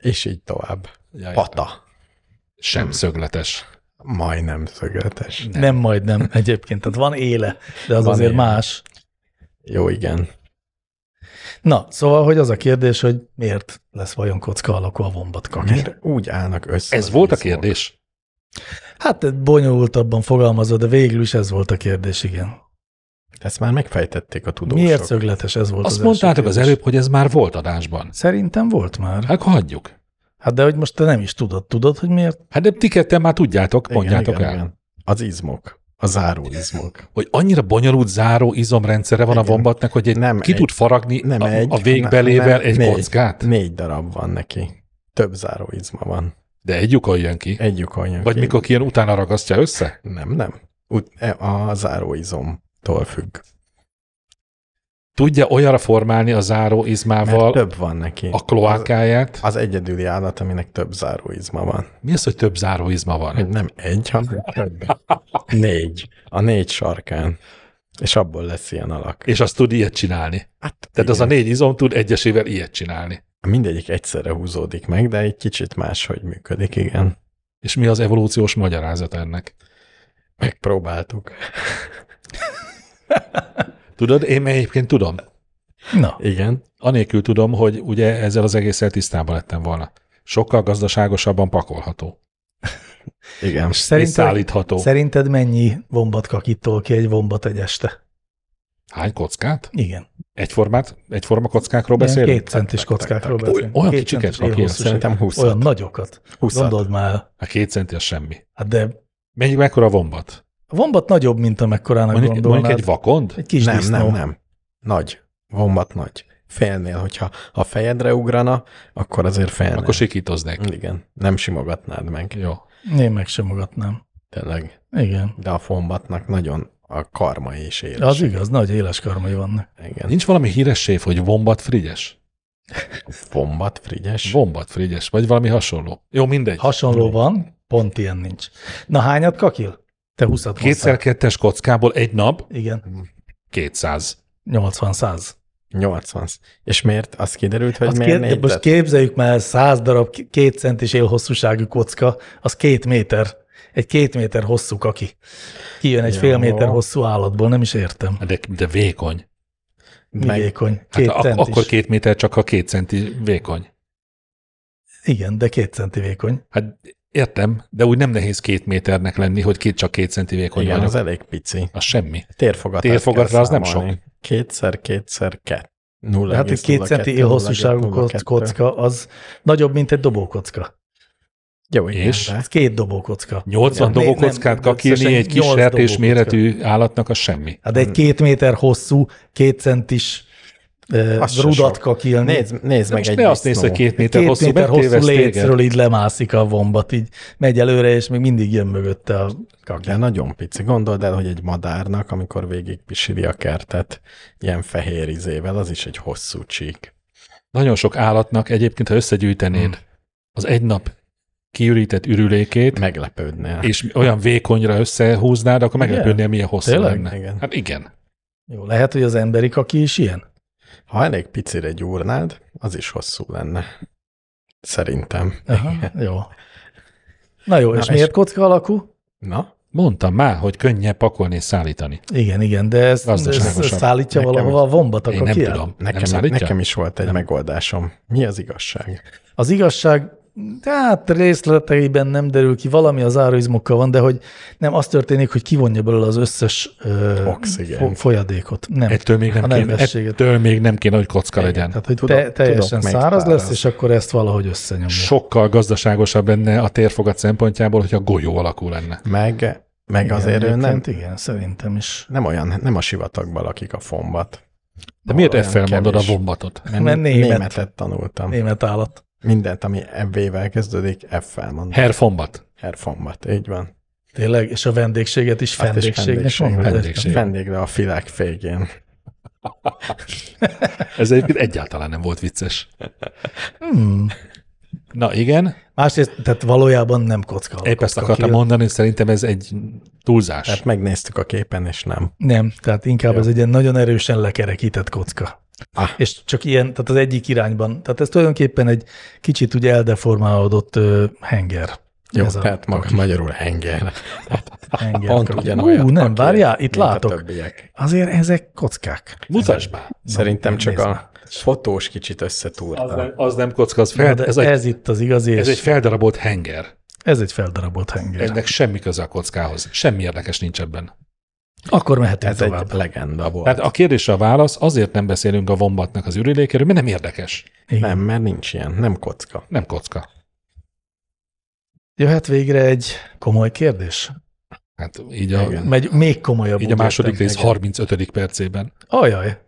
És így tovább.
Jaj,
Pata.
Sem szögletes.
Majdnem szögletes.
Nem. nem [LAUGHS] majdnem egyébként. Tehát van éle, de az
Van
van azért
éle.
éle. más.
Jó, igen.
Na, szóval, hogy az a kérdés, hogy miért lesz vajon kocka alakú a vombat kaki?
Miért úgy állnak össze?
Ez
az
volt a
izmok?
kérdés?
Hát ez bonyolultabban fogalmazva, de végül is ez volt a kérdés, igen.
Ezt már megfejtették a tudósok.
Miért szögletes? Ez volt az
Azt
első
mondtátok az
kérdés.
előbb, hogy ez már volt adásban.
Szerintem volt már.
Hát akkor hagyjuk.
Hát de hogy most te nem is tudod. Tudod, hogy miért?
Hát de ti ketten már tudjátok,
Igen,
mondjátok
igen,
el.
igen. Az izmok. A záró izmok.
Hogy annyira bonyolult záró izomrendszere van a
Igen.
vombatnak, hogy egy,
Nem
nem ki
egy-
tud faragni
Nem
a,
egy.
a végbelével
hanem
egy
négy,
kockát,
Négy darab van neki. Több záró izma van.
de egy lyukon jön ki.
Egy lyukon jön
Vagy
ki.
mikor kijön, utána ragasztja össze?
Nem, nem. Ut- e- A záróizomtól függ.
Tudja olyanra formálni a záró
Mert
izmával
több van neki.
a kloákáját.
Az egyedüli állat, aminek több záróizma van.
Mi az, hogy több záró izma
Hogy
van?
nem egy, hanem több. Négy. A négy sarkán. És abból lesz ilyen alak.
És azt tud ilyet csinálni.
Hát,
Tehát az a négy izom tud egyesével ilyet csinálni.
Mindegyik egyszerre húzódik meg, de egy kicsit máshogy működik, igen.
És mi az evolúciós magyarázat ennek?
Megpróbáltuk.
Tudod, én egyébként tudom.
Na,
Igen.
Anélkül tudom, hogy ugye ezzel az egésszel tisztában lettem volna. Sokkal gazdaságosabban pakolható.
Igen.
és
És
szerinted,
szállítható.
Szerinted mennyi vombat kakitól ki egy vombat egy este?
Hány kockát?
Igen.
Egyformát? Egyforma kockákról
Ilyen
beszélünk?
két centis kockákról beszélünk.
olyan
Két
kicsiket
centis
rakják,
élhosszúság.
Szerintem 20
Olyan nagyokat.
20
Gondold már.
A Hát két centi az semmi.
Hát de
Mennyi mekkora a vombat?
a vombat nagyobb, mint amekkorának
Mondjuk,
gondolnád.
mondjuk egy vakond?
egy kis
nem,
disznó.
nem, nem. Nagy. Vombat nagy. Félnél, hogyha a fejedre ugrana, akkor azért félnél.
Akkor sikítoznék.
Hm, Igen. Nem simogatnád
Mm.
meg.
Jó.
Én meg sem magatnám.
Tényleg.
Igen.
De a vombatnak nagyon a karma és éles.
Az igaz, nagy éles karmai vannak.
Igen.
Nincs valami híres séf, hogy vombat frigyes?
Vombat, frigyes.
Vombat frigyes, vagy valami hasonló. Jó, mindegy.
Hasonló van, pont ilyen nincs. Na hányat kakil? Te 20 mondtál.
Kétszer kettes kockából egy nap
Igen,
200.
80 száz.
80. És miért? Azt kiderült, hogy
Azt
miért
kér, de
négy
most
lett?
képzeljük már, száz darab k- két centis élhosszúságú kocka, az két méter. Egy két méter hosszú kaki. Kijön egy
Jó.
fél méter hosszú állatból, nem is értem.
De, de vékony.
Mi
Meg-
vékony?
Hát
Két
ak-
centis.
akkor két méter, csak ha két centi vékony.
Igen, de két centi vékony.
Hát értem, de úgy nem nehéz két méternek lenni, hogy két, csak két centi vékony
Igen,
vagyok.
az elég pici.
Az semmi.
Térfogatát
Térfogatra
kell
az nem
számolni.
sok.
Kétszer, kétszer, kett.
De
0,
hát egy két centi élhosszúságú koc- kocka, az nagyobb, mint egy dobókocka.
Jó, igen,
És?
de
Ez két dobókocka.
80
Nem,
dobókockát
nem, összesen
kakírni egy kis
nyolc
sertés
dobókocka.
méretű állatnak, az semmi.
Hát
Hmm.
egy két méter hosszú, két centis eh,
Az se
rudat
sok.
kakilni.
Nézd, nézd
De
meg
most
egy
ne azt nézd,
disznó.
hogy két méter
két
hosszú,
méter hosszú
megtéveszt téged.
lécről így lemászik a vombat, így megy előre, és még mindig jön mögötte a kaki.
De nagyon pici. Gondold el, hogy egy madárnak, amikor végig pisili a kertet, ilyen fehér izével, az is egy hosszú csík.
Nagyon sok állatnak egyébként, ha összegyűjtenéd az egy nap kiürített ürülékét,
Meglepődnél.
és olyan vékonyra összehúznád, akkor meglepődnél, milyen hosszú
Tényleg?
lenne.
Igen.
Hát igen.
Jó, lehet, hogy az emberi kaki is ilyen?
Ha elég picire gyúrnád, az is hosszú lenne. Szerintem.
Aha, jó. Na jó,
Na,
és
és-
miért kocka alakú?
Na,
Mondtam már, hogy könnyebb pakolni és szállítani.
Igen, igen, de ezt, ezt,
Gazdaságosabb.
ezt szállítja
Nekem-
valahova a vombat,
Én
akkor
nem
ki el?
tudom. nem
nekem,
szállítja?
nekem is volt egy nem. megoldásom. Mi az igazság?
Az igazság, hát részleteiben nem derül ki, valami az áraizmokkal van, de hogy nem az történik, hogy kivonja belőle az összes ö,
Oxigént.
fo- folyadékot. Nem.
Ettől még nem,
A
kéne,
nedvességet.
ettől még nem kéne, hogy kocka
Igen,
legyen.
Tehát, hogy
Tudom-
te, teljesen
tudok, melyik
száraz lesz,
száraz.
és akkor ezt valahogy összenyomja.
Sokkal gazdaságosabb lenne a térfogat szempontjából, hogyha golyó alakú lenne.
Meg, meg
Igen,
azért ő nem,
egyébként Igen, szerintem is.
nem olyan, nem a sivatagban lakik a fombat.
De miért
Olyan
effel mondod a
kevés.
bombatot?
Mert német.
Németet tanultam.
Német állat.
Mindent, ami FV-vel kezdődik, F-fel mondom.
Herr Fombat.
Herr Fombat, így van.
Tényleg, és a vendégséget is
Azt is
vendégségnek
vendégség.
mondod?
Vendégség. Igen.
Vendégre a filák végén.
Ez egyébként egyáltalán nem volt vicces.
Hmm.
Na igen,
Másrészt, tehát valójában nem kocka. Hát- alakú
épp ezt
kaki.
akartam mondani, hogy szerintem ez egy túlzás.
Tehát megnéztük a képen, és nem.
Nem, tehát inkább
Jó.
ez egy ilyen nagyon erősen lekerekített kocka.
Ah.
És csak ilyen, tehát az egyik irányban. Tehát ez tulajdonképpen egy kicsit ugye eldeformálódott ö, henger.
Jó,
Ez a
[LAUGHS] tehát maga
kaki.
magyarul henger.
Henger
Pont
kaki.
ugyanolyat
Ú, nem,
kaki,
várjál, itt
mint a
látok.
többiek.
Azért ezek kockák.
Mutasd már!
Szerintem csak
nézd
a fotós kicsit összetúrta.
az nem kocka, az
Na,
fel,
Hát, de
Hát, ez,
ez,
egy,
ez itt az igazi,
ez
és
egy feldarabolt henger.
ez egy feldarabolt henger.
Ennek semmi köze a kockához. Semmi érdekes nincs ebben.
Akkor mehetünk
Ez
ez tovább. Hát,
egy legenda volt.
Tehát a kérdésre a válasz, azért nem beszélünk a vombatnak az ürülékéről, mert nem érdekes.
Egy...
Nem, mert nincs ilyen, nem kocka.
Nem kocka.
Jöhet hát végre egy komoly kérdés?
Hát így a,
Igen.
Megy még komolyabb.
így
úgy
a második
értem.
rész 35. percében.
Ajaj,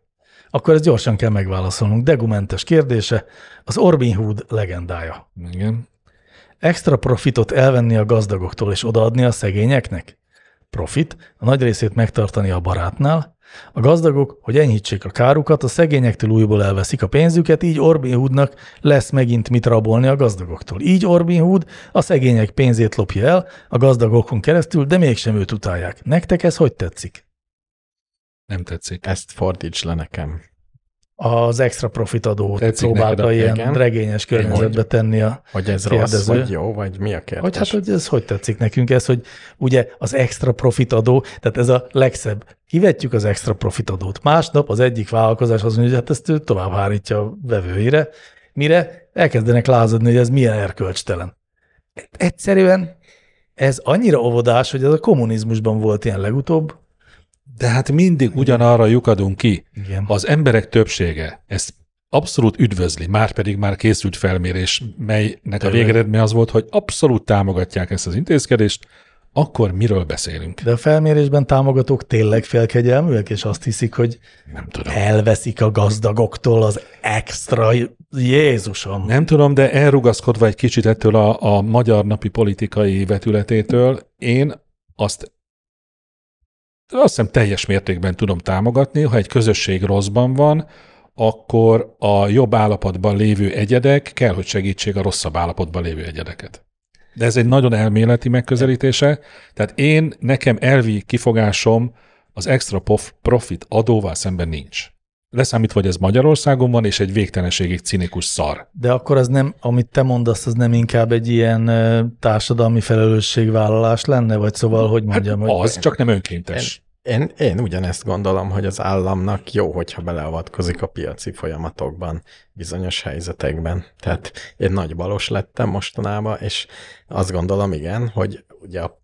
akkor ezt gyorsan kell megválaszolnunk. Degumentes kérdése, az Orbin Hood legendája.
Igen.
Extra profitot elvenni a gazdagoktól és odaadni a szegényeknek? Profit, a nagy részét megtartani a barátnál. A gazdagok, hogy enyhítsék a kárukat, a szegényektől újból elveszik a pénzüket, így Orbin Hoodnak lesz megint mit rabolni a gazdagoktól. Így Orbin Hood a szegények pénzét lopja el a gazdagokon keresztül, de mégsem őt utálják. Nektek ez hogy tetszik?
Nem tetszik.
Ezt fordíts le nekem.
Az extra profit adót
Tetszik
próbálta
neked a-
ilyen
igen.
regényes környezetbe
Hogy-
tenni a
Hogy ez rossz,
Kérdező.
vagy jó, vagy mi a kérdés?
Hogy hát, hogy ez hogy tetszik nekünk ez, hogy ugye az extra profit adó, tehát ez a legszebb. Kivetjük az extra profit adót. Másnap az egyik vállalkozás az mondja, hogy hát ezt ő tovább hárítja a vevőire, mire elkezdenek lázadni, hogy ez milyen erkölcstelen. Egyszerűen ez annyira óvodás, hogy ez a kommunizmusban volt ilyen legutóbb.
De hát mindig ugyanarra lyukadunk ki.
Igen.
Az emberek többsége ezt abszolút üdvözli, már pedig már készült felmérés, melynek a végeredmény az volt, hogy abszolút támogatják ezt az intézkedést, akkor miről beszélünk?
De a felmérésben támogatók tényleg félkegyelműek, és azt hiszik, hogy
Nem tudom.
elveszik a gazdagoktól az extra Jézusom.
Nem tudom, de elrugaszkodva egy kicsit ettől a, a magyar napi politikai vetületétől, én azt azt hiszem teljes mértékben tudom támogatni, ha egy közösség rosszban van, akkor a jobb állapotban lévő egyedek kell, hogy segítsék a rosszabb állapotban lévő egyedeket. De ez egy nagyon elméleti megközelítése, tehát én, nekem elvi kifogásom az extra pof- profit adóval szemben nincs. leszámítva, hogy ez Magyarországon van, és egy végtelenségig cinikus szar.
De akkor az nem, amit te mondasz, az nem inkább egy ilyen ö, társadalmi felelősségvállalás lenne? Vagy szóval, hogy mondjam, hogy...
Hát Az, csak nem önkéntes.
Én, én ugyanezt gondolom, hogy az államnak jó, hogyha beleavatkozik a piaci folyamatokban, bizonyos helyzetekben. Tehát én nagy balos lettem mostanában, és azt gondolom, igen, hogy ugye a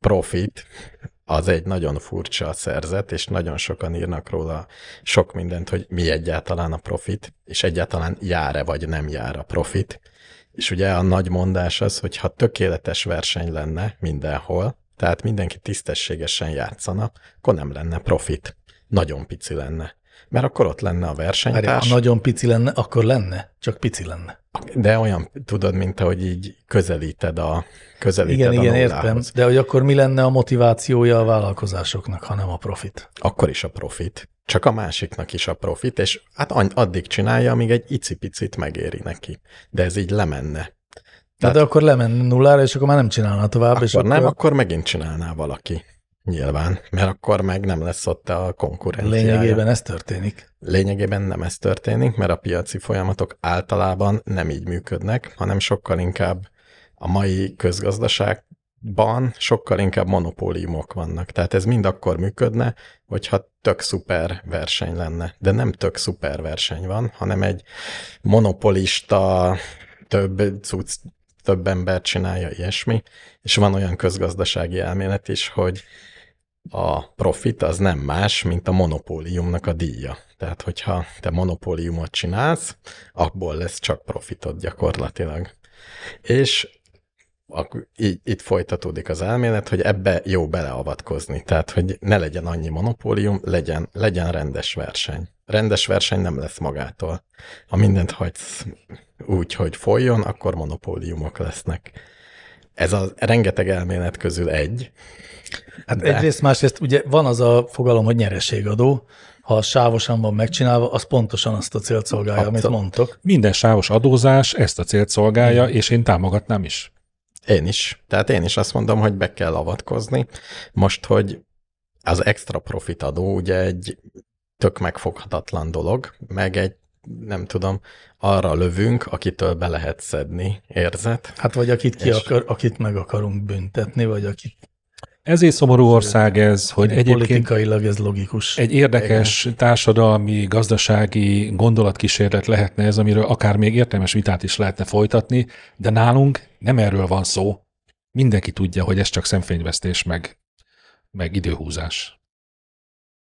profit az egy nagyon furcsa szerzet, és nagyon sokan írnak róla sok mindent, hogy mi egyáltalán a profit, és egyáltalán jár-e vagy nem jár a profit. És ugye a nagy mondás az, hogy ha tökéletes verseny lenne mindenhol, tehát mindenki tisztességesen játszana, akkor nem lenne profit. Nagyon pici lenne. Mert akkor ott lenne a
Várjál,
versenytárs,
ha nagyon pici lenne, akkor lenne. Csak pici lenne.
de olyan, tudod, mint ahogy így közelíted a közelíted
Igen,
a
igen, értem.
nullához.
De hogy akkor mi lenne a motivációja a vállalkozásoknak, ha nem a profit?
akkor is a profit. Csak a másiknak is a profit, és hát any- addig csinálja, amíg egy icipicit megéri neki. De ez így lemenne.
Tehát,
Tehát-
de akkor lemenne nullára, és akkor már nem csinálna tovább.
Hát- Akkor
és akkor
nem, akkor megint csinálná valaki. Nyilván, mert akkor meg nem lesz ott a konkurencia.
Lényegében ez történik.
Lényegében nem ez történik, mert a piaci folyamatok általában nem így működnek, hanem sokkal inkább a mai közgazdaságban sokkal inkább monopóliumok vannak. Tehát ez mind akkor működne, hogyha tök szuper verseny lenne. De nem tök szuper verseny van, hanem egy monopolista, több cucc, több ember csinálja ilyesmi, és van olyan közgazdasági elmélet is, hogy a profit az nem más, mint a monopóliumnak a díja. Tehát, hogyha te monopóliumot csinálsz, abból lesz csak profitod gyakorlatilag. És ak- í- itt folytatódik az elmélet, hogy ebbe jó beleavatkozni. Tehát, hogy ne legyen annyi monopólium, legyen, legyen rendes verseny. Rendes verseny nem lesz magától. Ha mindent hagysz úgy, hogy folyjon, akkor monopóliumok lesznek. Ez a rengeteg elmélet közül egy.
Hát
De-
egyrészt, másrészt ugye van az a fogalom, hogy nyereségadó, ha sávosan van megcsinálva, az pontosan azt a célt szolgálja, amit
Abszolút.
mondtok.
Minden sávos adózás ezt a célt szolgálja, és én támogatnám is.
Én is. Tehát én is azt mondom, hogy be kell avatkozni. Most, hogy az extra profit adó ugye egy tök megfoghatatlan dolog, meg egy, nem tudom, arra lövünk, akitől be lehet szedni érzet.
Hát vagy akit ki
És-
akar, akit meg akarunk büntetni, vagy akit
Ezért szomorú ország ez, hogy egyébként
politikailag ez logikus.
Egy érdekes társadalmi, gazdasági gondolatkísérlet lehetne ez, amiről akár még értelmes vitát is lehetne folytatni, de nálunk nem erről van szó. Mindenki tudja, hogy ez csak szemfényvesztés, meg, meg időhúzás.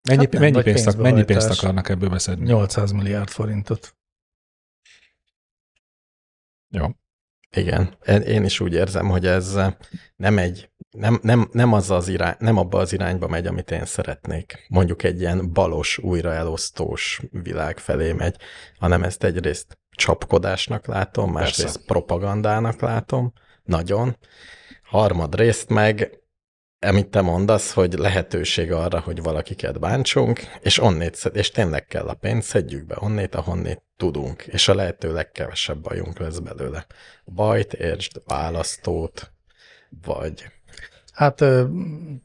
Mennyi,
Hát nem,
mennyi,
vagy
pénzt, ak-
pénzbehajtás.
mennyi pénzt akarnak ebből beszedni?
800 milliárd forintot.
Jó.
Igen. Én- Én is úgy érzem, hogy ez eh, nem egy, nem, nem, nem, az az irány, nem abba az irányba megy, amit én szeretnék. Mondjuk egy ilyen balos, újraelosztós világ felé megy, hanem ezt egyrészt csapkodásnak látom, másrészt
Persze.
propagandának látom, nagyon. Harmadrészt meg, amit te mondasz, hogy lehetőség arra, hogy valakiket bántsunk, és onnét, szed- és tényleg kell a pénzt, szedjük be onnét, ahonnét tudunk, és a lehető legkevesebb bajunk lesz belőle. Bajt, értsd, választót, vagy
Hát ö,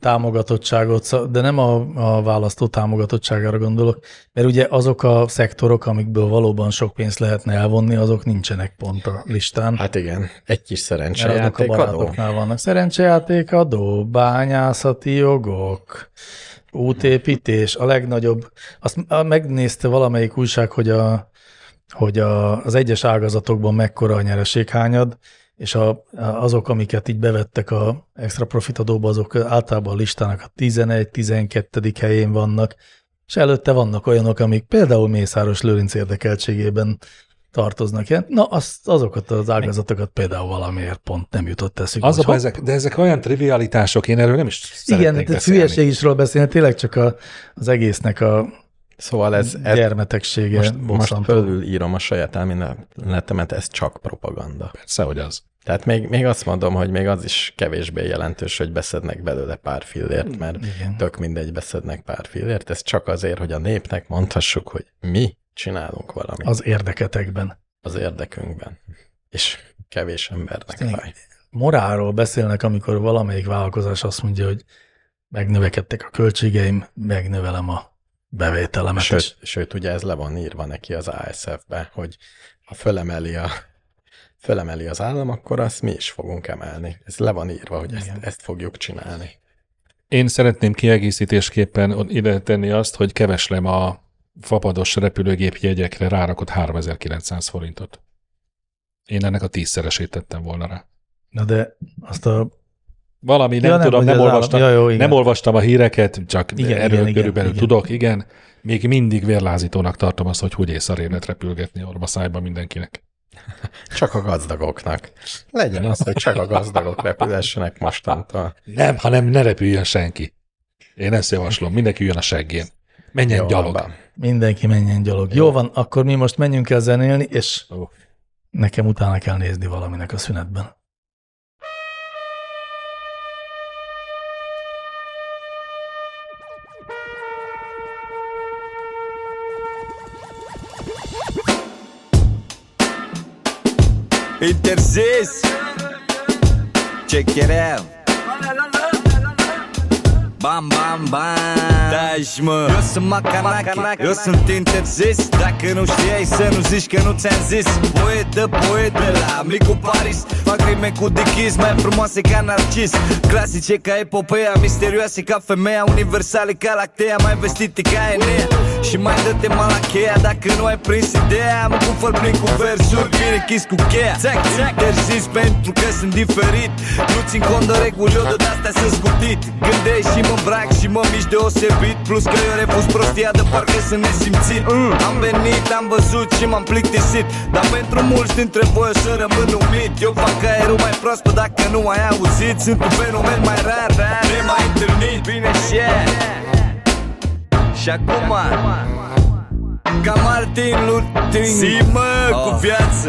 támogatottságot, szó- de nem a, a választó támogatottságára gondolok, mert ugye azok a szektorok, amikből valóban sok pénzt lehetne elvonni, azok nincsenek pont a listán.
Hát igen, egy kis
Mert azok a
szerencsejáték adó.
barátoknál vannak. Szerencsejáték adó, bányászati jogok, útépítés, a legnagyobb. Azt m- megnézte valamelyik újság, hogy, a, hogy a, az egyes ágazatokban mekkora a nyereséghányad, és a, a- azok, amiket így bevettek a extra profit adóba, azok általában a listának a 11-12. helyén vannak, és előtte vannak olyanok, amik például Mészáros Lőrinc érdekeltségében tartoznak ilyen. Na, az, azokat az ágazatokat például valamiért pont nem jutott eszük.
Az a
most.
baj, ezek, de ezek olyan trivialitások, én erről nem is
Igen,
szeretnék
de ez
beszélni.
hülyeségisről beszélni, tényleg csak a, az egésznek a
Szóval ez, ez
gyermetegsége.
most, most
bosszantó.
fölülírom a saját elméletemet, ez csak propaganda.
Persze, hogy az.
Tehát még, még azt mondom, hogy még az is kevésbé jelentős, hogy beszednek belőle pár fillért, mert
Igen.
tök mindegy, beszednek pár fillért, ez csak azért, hogy a népnek mondhassuk, hogy mi csinálunk valamit az,
Az érdeketekben.
az érdekünkben. És kevés embernek
Tényleg.
fáj.
Morálról beszélnek, amikor valamelyik vállalkozás azt mondja, hogy megnövekedtek a költségeim, megnövelem a bevételemet is.
Sőt, sőt, ugye ez le van írva neki az ASF-be, hogy ha fölemeli, a, fölemeli az állam, akkor azt mi is fogunk emelni. Ez le van írva, hogy ezt, ezt fogjuk csinálni.
Én szeretném kiegészítésképpen ide tenni azt, hogy keveslem a fapados repülőgép jegyekre rárakott 3900 forintot. Én ennek a tízszeresét tettem volna rá.
Na de azt a...
Valami, nem
Ja,
tudom,
hogy
nem
az állam-
olvastam,
Ja, jó, igen.
nem olvastam a híreket, csak
Igen,
igen,
igen,
erről
igen,
körülbelül
igen.
tudok, igen. Még mindig vérlázítónak tartom azt, hogy hogy észrevélet repülgetni orba szájba mindenkinek.
Csak a gazdagoknak. Legyen az, hogy csak a gazdagok repülhessenek mostantól.
Nem, hanem ne repüljön senki. Én ezt javaslom, mindenki jön a seggén. Menjen
Jó,
gyalog.
abban.
Mindenki menjen gyalog. Jó van, akkor mi most menjünk el zenélni, és
Ó.
nekem utána kell nézni valaminek a szünetben.
Интер здесь. Check it out. Bam, bam, bam Dai-și mă Eu sunt Macanache Eu sunt interzis Dacă nu știai să nu zici că nu ți-am zis Poetă, poetă la Micu Paris Fac rime cu dichis Mai frumoase ca narcis Clasice ca epopeea Misterioase ca femeia Universale ca lactea Mai vestite ca Enea Și mai dă-te malacheia Dacă nu ai prins ideea Am un cufăr plin cu versuri Bine chis cu cheia Zac, zac Interzis pentru că sunt diferit Nu țin cont de reguli Eu de astea sunt scutit Gândesc și mă îmbrac și mă mișc deosebit Plus că eu refuz prostia de parcă sunt nesimțit mm. Am venit, am văzut și m-am plictisit Dar pentru mulți dintre voi o să rămân umit Eu fac aerul mai proaspăt dacă nu ai auzit Sunt un fenomen mai rar, rar mai întâlnit Bine și yeah. Și acum
Ca Martin Luther
Zi mă oh. cu
Oh.
viață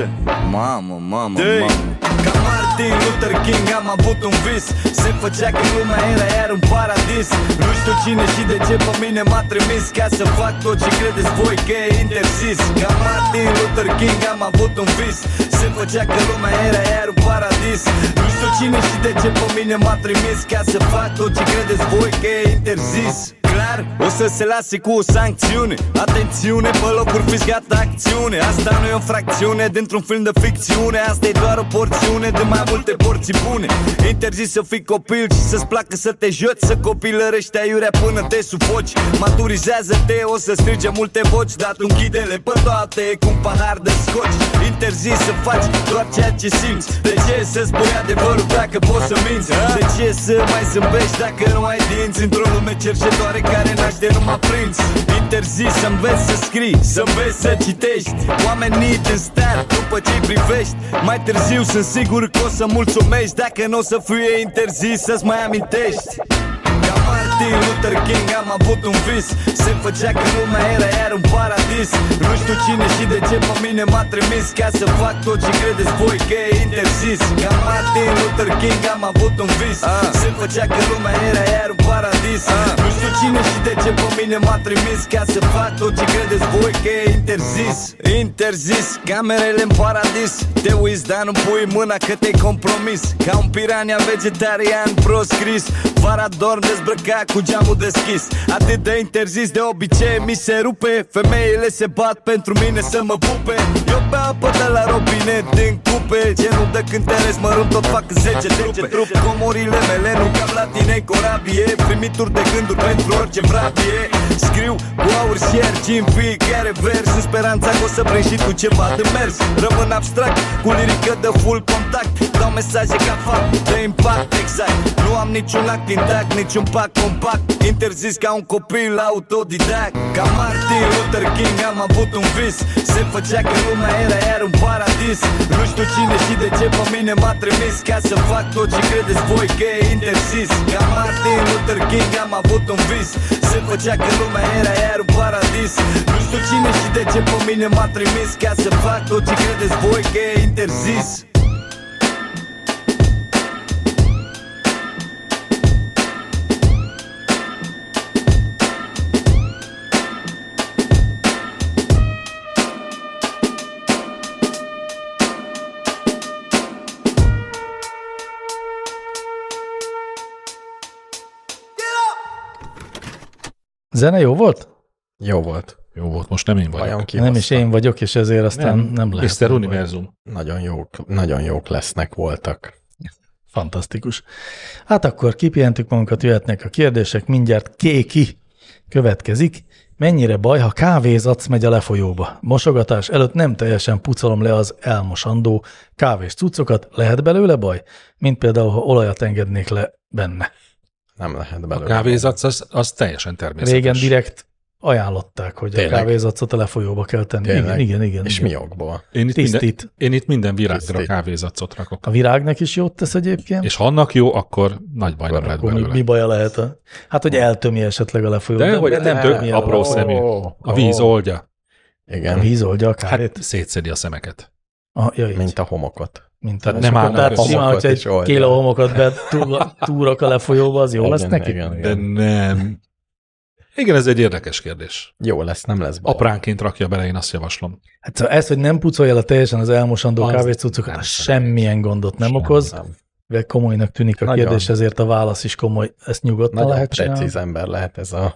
Mamă, mamă,
Dă-i.
mamă
Ca Martin Luther King am avut un vis Se făcea că lumea era iar un paradis Nu știu cine și de ce pe mine m-a trimis Ca să fac tot ce credeți voi că e interzis Ca Martin Luther King am avut un vis Se făcea că lumea era iar un paradis Nu știu cine și de ce pe mine m-a trimis Ca să fac tot ce credeți voi că e interzis Clar, o să se lase cu o sancțiune Atențiune, pe locuri fiți gata acțiune Asta nu e o fracțiune dintr-un film de ficțiune Asta e doar o porțiune de mai multe porții bune Interzis să fii copil și să-ți placă să te joci Să copilărești aiurea până te sufoci Maturizează-te, o să strige multe voci Dar tu închide-le pe toate cu un pahar de scoci Interzis să faci doar ceea ce simți De ce să spui adevărul dacă poți să minți? De ce să mai zâmbești dacă nu ai dinți? Într-o lume cercetoare care naște numai prinți Interzis să înveți să scrii, să înveți să citești Oamenii te star după ce privești Mai târziu sunt sigur că o să mulțumești Dacă nu o să fie interzis să-ți mai amintești ca Martin Luther King am avut un vis Se făcea că lumea era iar un paradis Nu știu cine și de ce pe mine m-a trimis Ca să fac tot ce credeți voi că e interzis Ca Martin Luther King am avut un vis Se făcea că lumea era iar un paradis Nu știu cine și de ce pe mine m-a trimis Ca să fac tot ce credeți voi că e interzis Interzis, camerele în paradis Te uiți, dar nu pui mâna că te-ai compromis Ca un pirania vegetarian proscris Vara dorm dezbrăcat cu geamul deschis Atât de interzis de obicei mi se rupe Femeile se bat pentru mine să mă pupe Eu pe apă de la robinet din cupe Genul de cântăresc mărunt tot fac 10 trupe, trupe. Comorile mele nu cam la tine în corabie Primituri de gânduri pentru orice vrabie Scriu cu aur și argint fiecare vers În speranța că o să prind și tu ceva de mers Rămân abstract cu lirică de full contact Dau mesaje ca fapt de impact exact Nu am niciun act intact, niciun pact compact Interzis ca un copil autodidact Ca Martin Luther King am avut un vis Se făcea că lumea era iar un paradis Nu știu cine și de ce pe mine m-a trimis Ca să fac tot ce credeți voi că e interzis Ca Martin Luther King am avut un vis Se făcea că lumea era iar un paradis Nu știu cine și de ce pe mine m-a trimis Ca să fac tot ce credeți voi că e interzis
Zene jó volt?
Jó volt.
Jó volt, most nem én vagyok.
Vajon ki
nem is én vagyok, és ezért aztán nem, nem lehet.
Mr. Univerzum.
Nagyon jók, nagyon jók lesznek voltak.
Fantasztikus. Hát akkor kipihentük magunkat, jöhetnek a kérdések, mindjárt kéki következik. Mennyire baj, ha kávézatsz megy a lefolyóba? Mosogatás előtt nem teljesen pucolom le az elmosandó kávés cuccokat, lehet belőle baj? Mint például, ha olajat engednék le benne.
Nem lehet
A
belőle.
kávézatsz az, az teljesen természetes.
Régen direkt ajánlották, hogy
Tényleg?
a kávézatszot a lefolyóba kell tenni. Igen,
Tényleg?
igen, igen.
És
igen.
mi okból?
Én itt, minden,
Tisztít.
én itt minden virágra
Tisztít.
kávézatszot rakok.
A virágnak is jót tesz egyébként?
És ha annak jó, akkor nagy baj nem lehet
Akkor mi,
belőle.
mi baja lehet? A... Hát, hogy eltömi esetleg a lefolyót.
De hogy nem tök
milyen
apró
rossz.
szemű.
Ó,
A víz
ó.
oldja.
A
Igen,
víz oldja a kárét.
Hát szétszedi a szemeket.
Ah, ja, így.
mint a homokot.
mint
tehát
a
nem
nem
állnak
Tehát
össze.
simán,
Homokot
hogyha
is
egy
oldja.
kiló homokot be túl- túrok a lefolyóba, az jó
Igen,
lesz neki?
igen, igen.
De nem. Igen, ez egy érdekes kérdés.
Jó lesz, nem lesz baj.
Apránként rakja bele, én azt javaslom.
Hát szóval ez, hogy nem pucolja le teljesen az elmosandó
Az
kávécucokat,
nem
az
szerencsés.
semmilyen gondot nem okoz,
Nem.
de komolynak tűnik a
Nagyon.
kérdés, ezért a válasz is komoly. Ezt nyugodtan
Nagyon
lehet csinálni.
precíz ember lehet ez a...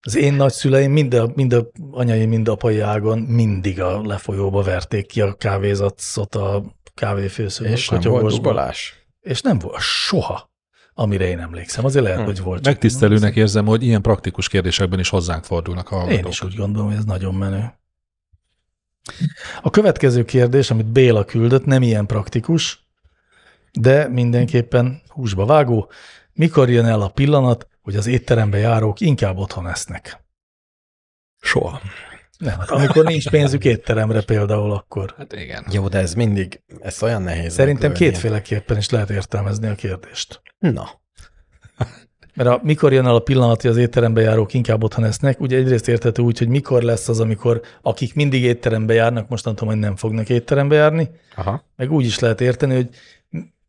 Az én nagyszüleim mind a, mind a anyai, mind a apai ágon mindig a lefolyóba verték ki a kávézatszot a kávéfőszőn.
És nem volt dugolás.
És nem volt soha, amire én emlékszem. Azért lehet,
Hm.
hogy volt. csak
Megtisztelőnek érzem, hogy ilyen praktikus kérdésekben is hozzánk fordulnak a
Én
hallgatók.
is úgy gondolom, hogy ez nagyon menő. A következő kérdés, amit Béla küldött, nem ilyen praktikus, de mindenképpen húsba vágó. Mikor jön el a pillanat, hogy az étterembe járók inkább otthon esznek?
Soha.
Nem, hát amikor nincs pénzük étteremre például akkor.
Hát igen.
Jó, de ez mindig, ez olyan nehéz.
Szerintem
meglőni.
kétféleképpen is lehet értelmezni a kérdést.
Na,
Mert a, mikor jön el a pillanat, hogy az étterembe járók inkább otthon esznek, ugye egyrészt érthető úgy, hogy mikor lesz az, amikor akik mindig étterembe járnak, mostantól majd nem fognak étterembe járni,
aha,
Meg úgy is lehet érteni, hogy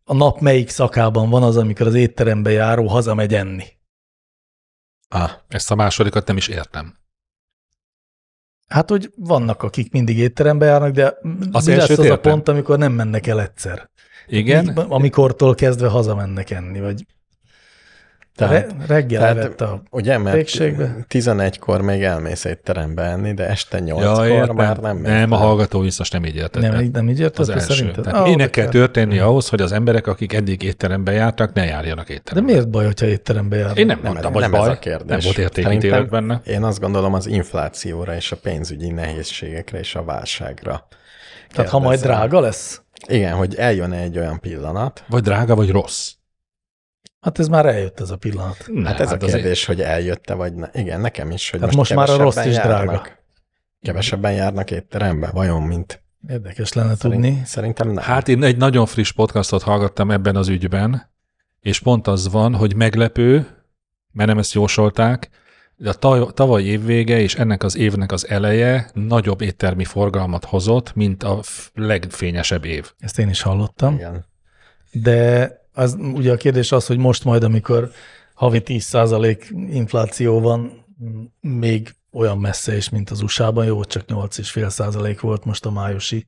a nap melyik szakában van az, amikor az étterembe járó hazamegy enni.
ah,
Ezt a másodikat nem is értem.
Hát, hogy vannak, akik mindig étterembe járnak, de
Az
az mi lesz
elsőt
az a
értem.
pont, amikor nem mennek el egyszer?
Igen,
Mi- Amikortól kezdve hazamennek enni, vagy
Tehát-
re- reggel
tehát-
evett a...
ugye, mert
Végségbe.
11-kor még elmész étterembe enni, de este 8-kor
Ja, értem.
már nem mész
nem, a
el.
hallgató biztos nem így értette.
Nem, így- nem így
az
értette
első.
szerinted?
Tehát
Ah,
minek
oké.
kell történni ahhoz, hogy az emberek, akik eddig étterembe jártak, ne járjanak
De
étterembe?
miért baj, hogyha étterembe járnak?
Én nem,
Nem,
mondtam,
ez-
hogy
nem
baj.
ez a kérdés.
Nem volt értékítélet
Szerintem-
benne.
Én azt gondolom az inflációra és a pénzügyi nehézségekre és a válságra.
Tehát ha majd
Kérdezem.
drága lesz?
Igen, hogy eljön egy olyan pillanat,
Vagy drága, vagy rossz.
Hát ez már eljött ez a pillanat.
Nem,
Hát ez a
azért-
kérdés, hogy eljött-e vagy ne. Igen, nekem is, hogy
Tehát Hát most már a rossz
kevesebben
is drága.
járnak. Kevesebben járnak étterembe, vajon, mint
Érdekes lenne
szerint-
tudni.
Szerintem nem.
Hát én egy nagyon friss podcastot hallgattam ebben az ügyben, és pont az van, hogy meglepő, mert nem ezt jósolták, de a taj- tavaly évvége és ennek az évnek az eleje nagyobb éttermi forgalmat hozott, mint a f- legfényesebb év.
Ezt én is hallottam.
Igen.
De az, ugye a kérdés az, hogy most majd, amikor havi 10% infláció van, m- még olyan messze is, mint az USA-ban, jó, csak 8,5% volt most a májusi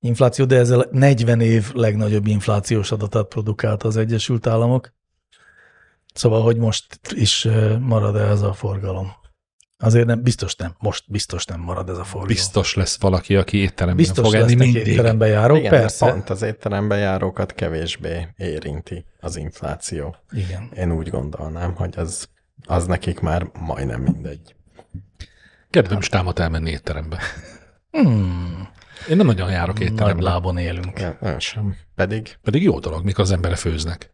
infláció, de ezzel 40 év legnagyobb inflációs adatát produkálta az Egyesült Államok. Szóval, hogy most is ö, marad -e ez a forgalom? Azért nem, biztos nem, most biztos nem marad ez a forgalom.
Biztos lesz valaki, aki étteremben
Biztos
fog enni
lesznek
mindig.
étterembe járók,
Igen,
persze.
persze. pont az étteremben járókat kevésbé érinti az infláció.
Igen.
Én úgy gondolnám, hogy az, az nekik már majdnem mindegy.
Kedvem is támad elmenni étterembe.
Hmm,
Én nem nagyon járok
nagy
étterembe.
lábon élünk.
Ja, Ön sem. Pedig
Pedig jó dolog, mikor az emberek főznek.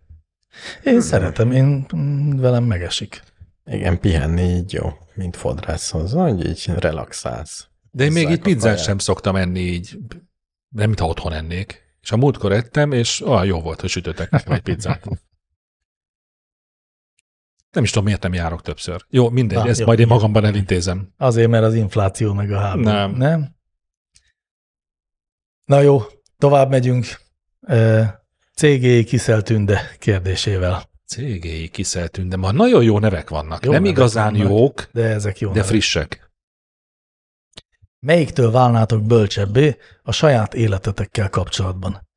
Én szeretem, én mm, velem megesik.
igen, pihenni így jó, mint fodrászhoz, hogy így relaxálsz.
De én még
Hozzák
így
a
pizzát
kaját.
sem szoktam enni így, nem mintha otthon ennék. És a múltkor ettem, és olyan jó volt, hogy sütöttek nekem egy
[LAUGHS]
pizzát. Nem is tudom, miért nem járok többször. Jó, mindegy,
Na,
ezt
Ah, jó.
majd én magamban elintézem.
Azért, mert az infláció meg a háború.
Nem.
Nem? Na jó, tovább megyünk. Ö, CGI Kiszel Tünde kérdésével.
Cégéi kiszeltünk, de ma nagyon jó nevek vannak.
Jó
Jó nem
nevek
igazán
vannak,
jók,
De ezek jó.
de
nevek.
frissek.
Melyiktől válnátok bölcsebbé a saját életetekkel kapcsolatban?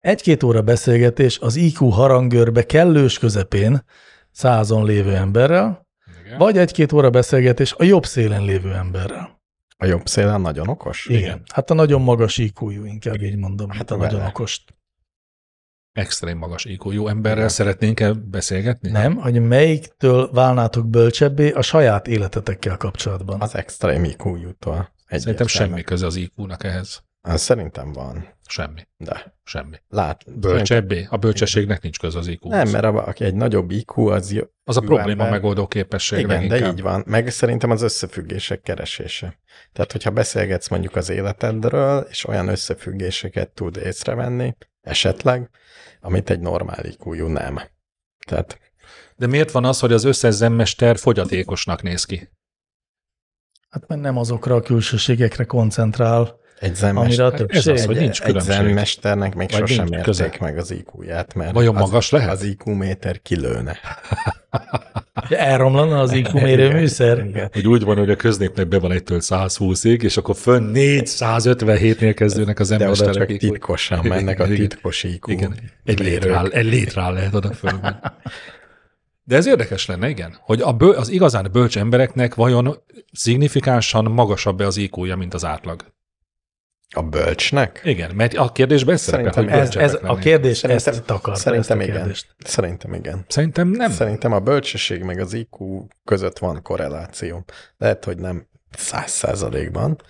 Egy-két óra beszélgetés az IQ harangörbe kellős közepén százon lévő emberrel,
Igen.
Vagy egy-két óra beszélgetés a jobb szélen lévő emberrel.
A jobb szélen nagyon okos?
Igen. Igen. Hát a nagyon magas IQ-jú, inkább így mondom, hát
Hát
a
vele.
nagyon okost.
Extrém magas IQ. Jó emberrel szeretnénk-e beszélgetni?
Nem, hogy melyiktől válnátok bölcsebbé a saját életetekkel kapcsolatban.
Az extrém IQ-jútól.
Szerintem semmi köze az IQ-nak ehhez.
Szerintem van,
Semmi.
de
Semmi.
lát.
Bölcsebbé? A bölcsességnek nincs köze az iq -hoz.
Nem, mert a- aki egy nagyobb IQ, az jó.
Az a
jó
probléma
ember.
megoldó képesség
Igen, de
leginkább.
így van. Meg szerintem az összefüggések keresése. Tehát, hogyha beszélgetsz mondjuk az életedről, és olyan összefüggéseket tud észrevenni, esetleg, amit egy normál iq nem. Tehát
De miért van az, hogy az összes zemmester fogyatékosnak néz ki?
Hát mert nem azokra a külsőségekre koncentrál,
egy
amire
zenmester,
a
Hát ez az,
többség.
hogy- nincs
egy
különbség.
zenmesternek még
Vagy
sosem
nincs
mérték
köze.
meg az IQ-ját, mert
Vajon
az,
magas lehet?
az IQ méter kilőne.
Ja, Elromlana az IQ mérőműszer.
Hogy úgy van, hogy a köznépnek be van 1-től 120-ig, és akkor fönn 457-nél kezdődnek az
De oda csak
emberek.
titkosan mennek a
Igen.
titkos IQ.
Igen, egy
mérők.
létrál, egy létrál lehet oda fölmenni. De ez érdekes lenne, igen, hogy a bő, az igazán bölcs embereknek vajon szignifikánsan magasabb-e az IQ-ja, mint az átlag?
A bölcsnek?
Igen, mert a kérdésben ez szerepel, hogy
Szerintem
Ez,
bölcsebbek
ez a
lennénk.
kérdés,
Szerintem-
ezt takarta, ezt a
Szerintem igen.
kérdést.
Szerintem igen.
Szerintem nem.
Nem. Szerintem a bölcsesség meg az IQ között van korreláció. Lehet, hogy nem száz százalékban,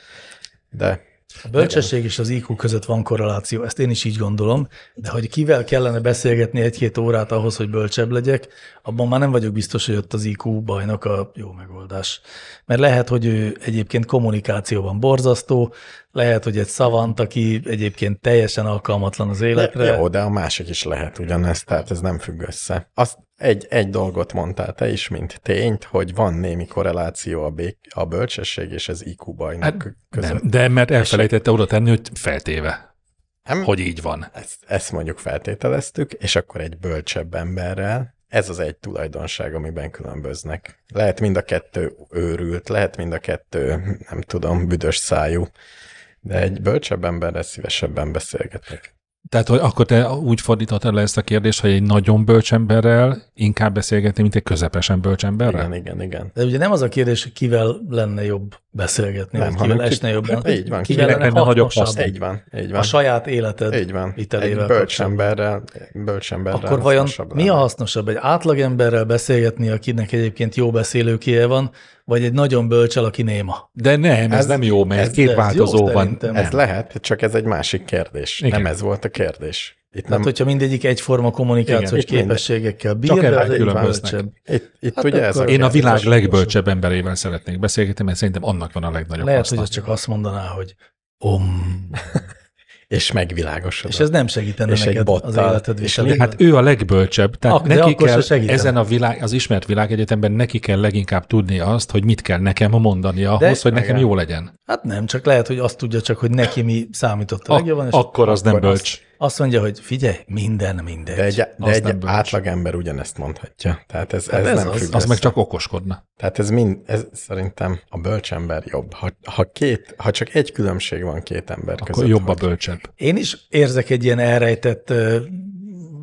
de
A bölcsesség és az IQ között van korreláció, ezt én is így gondolom, de hogy kivel kellene beszélgetni egy-két órát ahhoz, hogy bölcsebb legyek, abban már nem vagyok biztos, hogy ott az IQ bajnak a jó megoldás. Mert lehet, hogy ő egyébként kommunikációban borzasztó, lehet, hogy egy szavant, aki egyébként teljesen alkalmatlan az életre.
Jó, de a másik is lehet ugyanezt, tehát ez nem függ össze. Azt egy, egy dolgot mondtál te is, mint tényt, hogy van némi korreláció a, bék, a bölcsesség és az IQ bajnak
Hát,
hát, között.
nem, de mert elfelejtette oda tenni, hogy feltéve,
Nem,
hogy így van.
Ezt, ezt mondjuk feltételeztük, és akkor egy bölcsebb emberrel, ez az egy tulajdonság, amiben különböznek. Lehet mind a kettő őrült, lehet mind a kettő, nem tudom, büdös szájú, de egy bölcsebb emberrel szívesebben beszélgetek.
Tehát hogy akkor te úgy fordítottad le ezt a kérdést, hogy egy nagyon bölcs emberrel inkább beszélgetni, mint egy közepesen bölcs emberrel?
Igen, igen, igen.
De ugye nem az a kérdés, hogy kivel lenne jobb beszélgetni,
Nem,
nem,
hanem
kivel
ki-
esne jobban.
így
kivel
van,
kinek
lenne
lenne nagyobb
hasznosabb
haszna.
Így van, így van.
a saját életed
így van. Egy
vitelével
bölcs
kapcsolatban.
emberrel, bölcs emberrel
Akkor vajon
hasznosabb
mi a
lenne.
hasznosabb? Egy átlagemberrel beszélgetni, akinek egyébként jó beszélőkéje van, vagy egy nagyon bölcsel, aki néma?
De nem, ez, ez
Ez-
nem jó, mert
ez-
ez két
ez jó
változó van.
szerintem.
Ez lehet, csak ez egy másik kérdés.
Igen.
Igen. Nem ez volt a kérdés. Itt nem,
Tehát, hogyha mindegyik egyforma kommunikációs
Igen.
képességekkel bír,
Csak
de
ebben
az egyik
különböznek.
bölcsebb.
itt, itt
Hát
ugye ez a
akkor-
Én a
kérdés.
világ legbölcsebb emberével szeretnék beszélgetni, mert szerintem annak van a legnagyobb
Lehet,
haszna.
hogy az csak azt mondaná, hogy om,
És megvilágosodott.
és ez nem segítene
És egy
neked az
bottal.
életed
És
viselésben.
Hát ő a legbölcsebb, tehát
Ak- de
neki
akkor se
kell
segítem.
ezen a világ, az ismert világegyetemben neki kell leginkább tudni azt, hogy mit kell nekem mondani ahhoz, hogy nekem
igen.
jó legyen.
Hát nem, csak lehet, hogy azt tudja csak, hogy neki mi számított a
Ak-
legjobban, és
akkor az nem
akkor azt-
bölcs.
azt mondja, hogy figyelj, minden mindegy.
De egy, de
Azt nem
egy
bölcs.
átlagember ugyanezt mondhatja. Tehát ez,
Hát
ez,
ez
ez nem
az.
az, függ
Az
össze.
meg csak okoskodna.
Tehát ez mind, ez szerintem a bölcsember jobb. Ha, ha, két, ha csak egy különbség van két ember
Akkor
között.
jobb a
hogy-
bölcsebb.
Én is érzek egy ilyen elrejtett ö,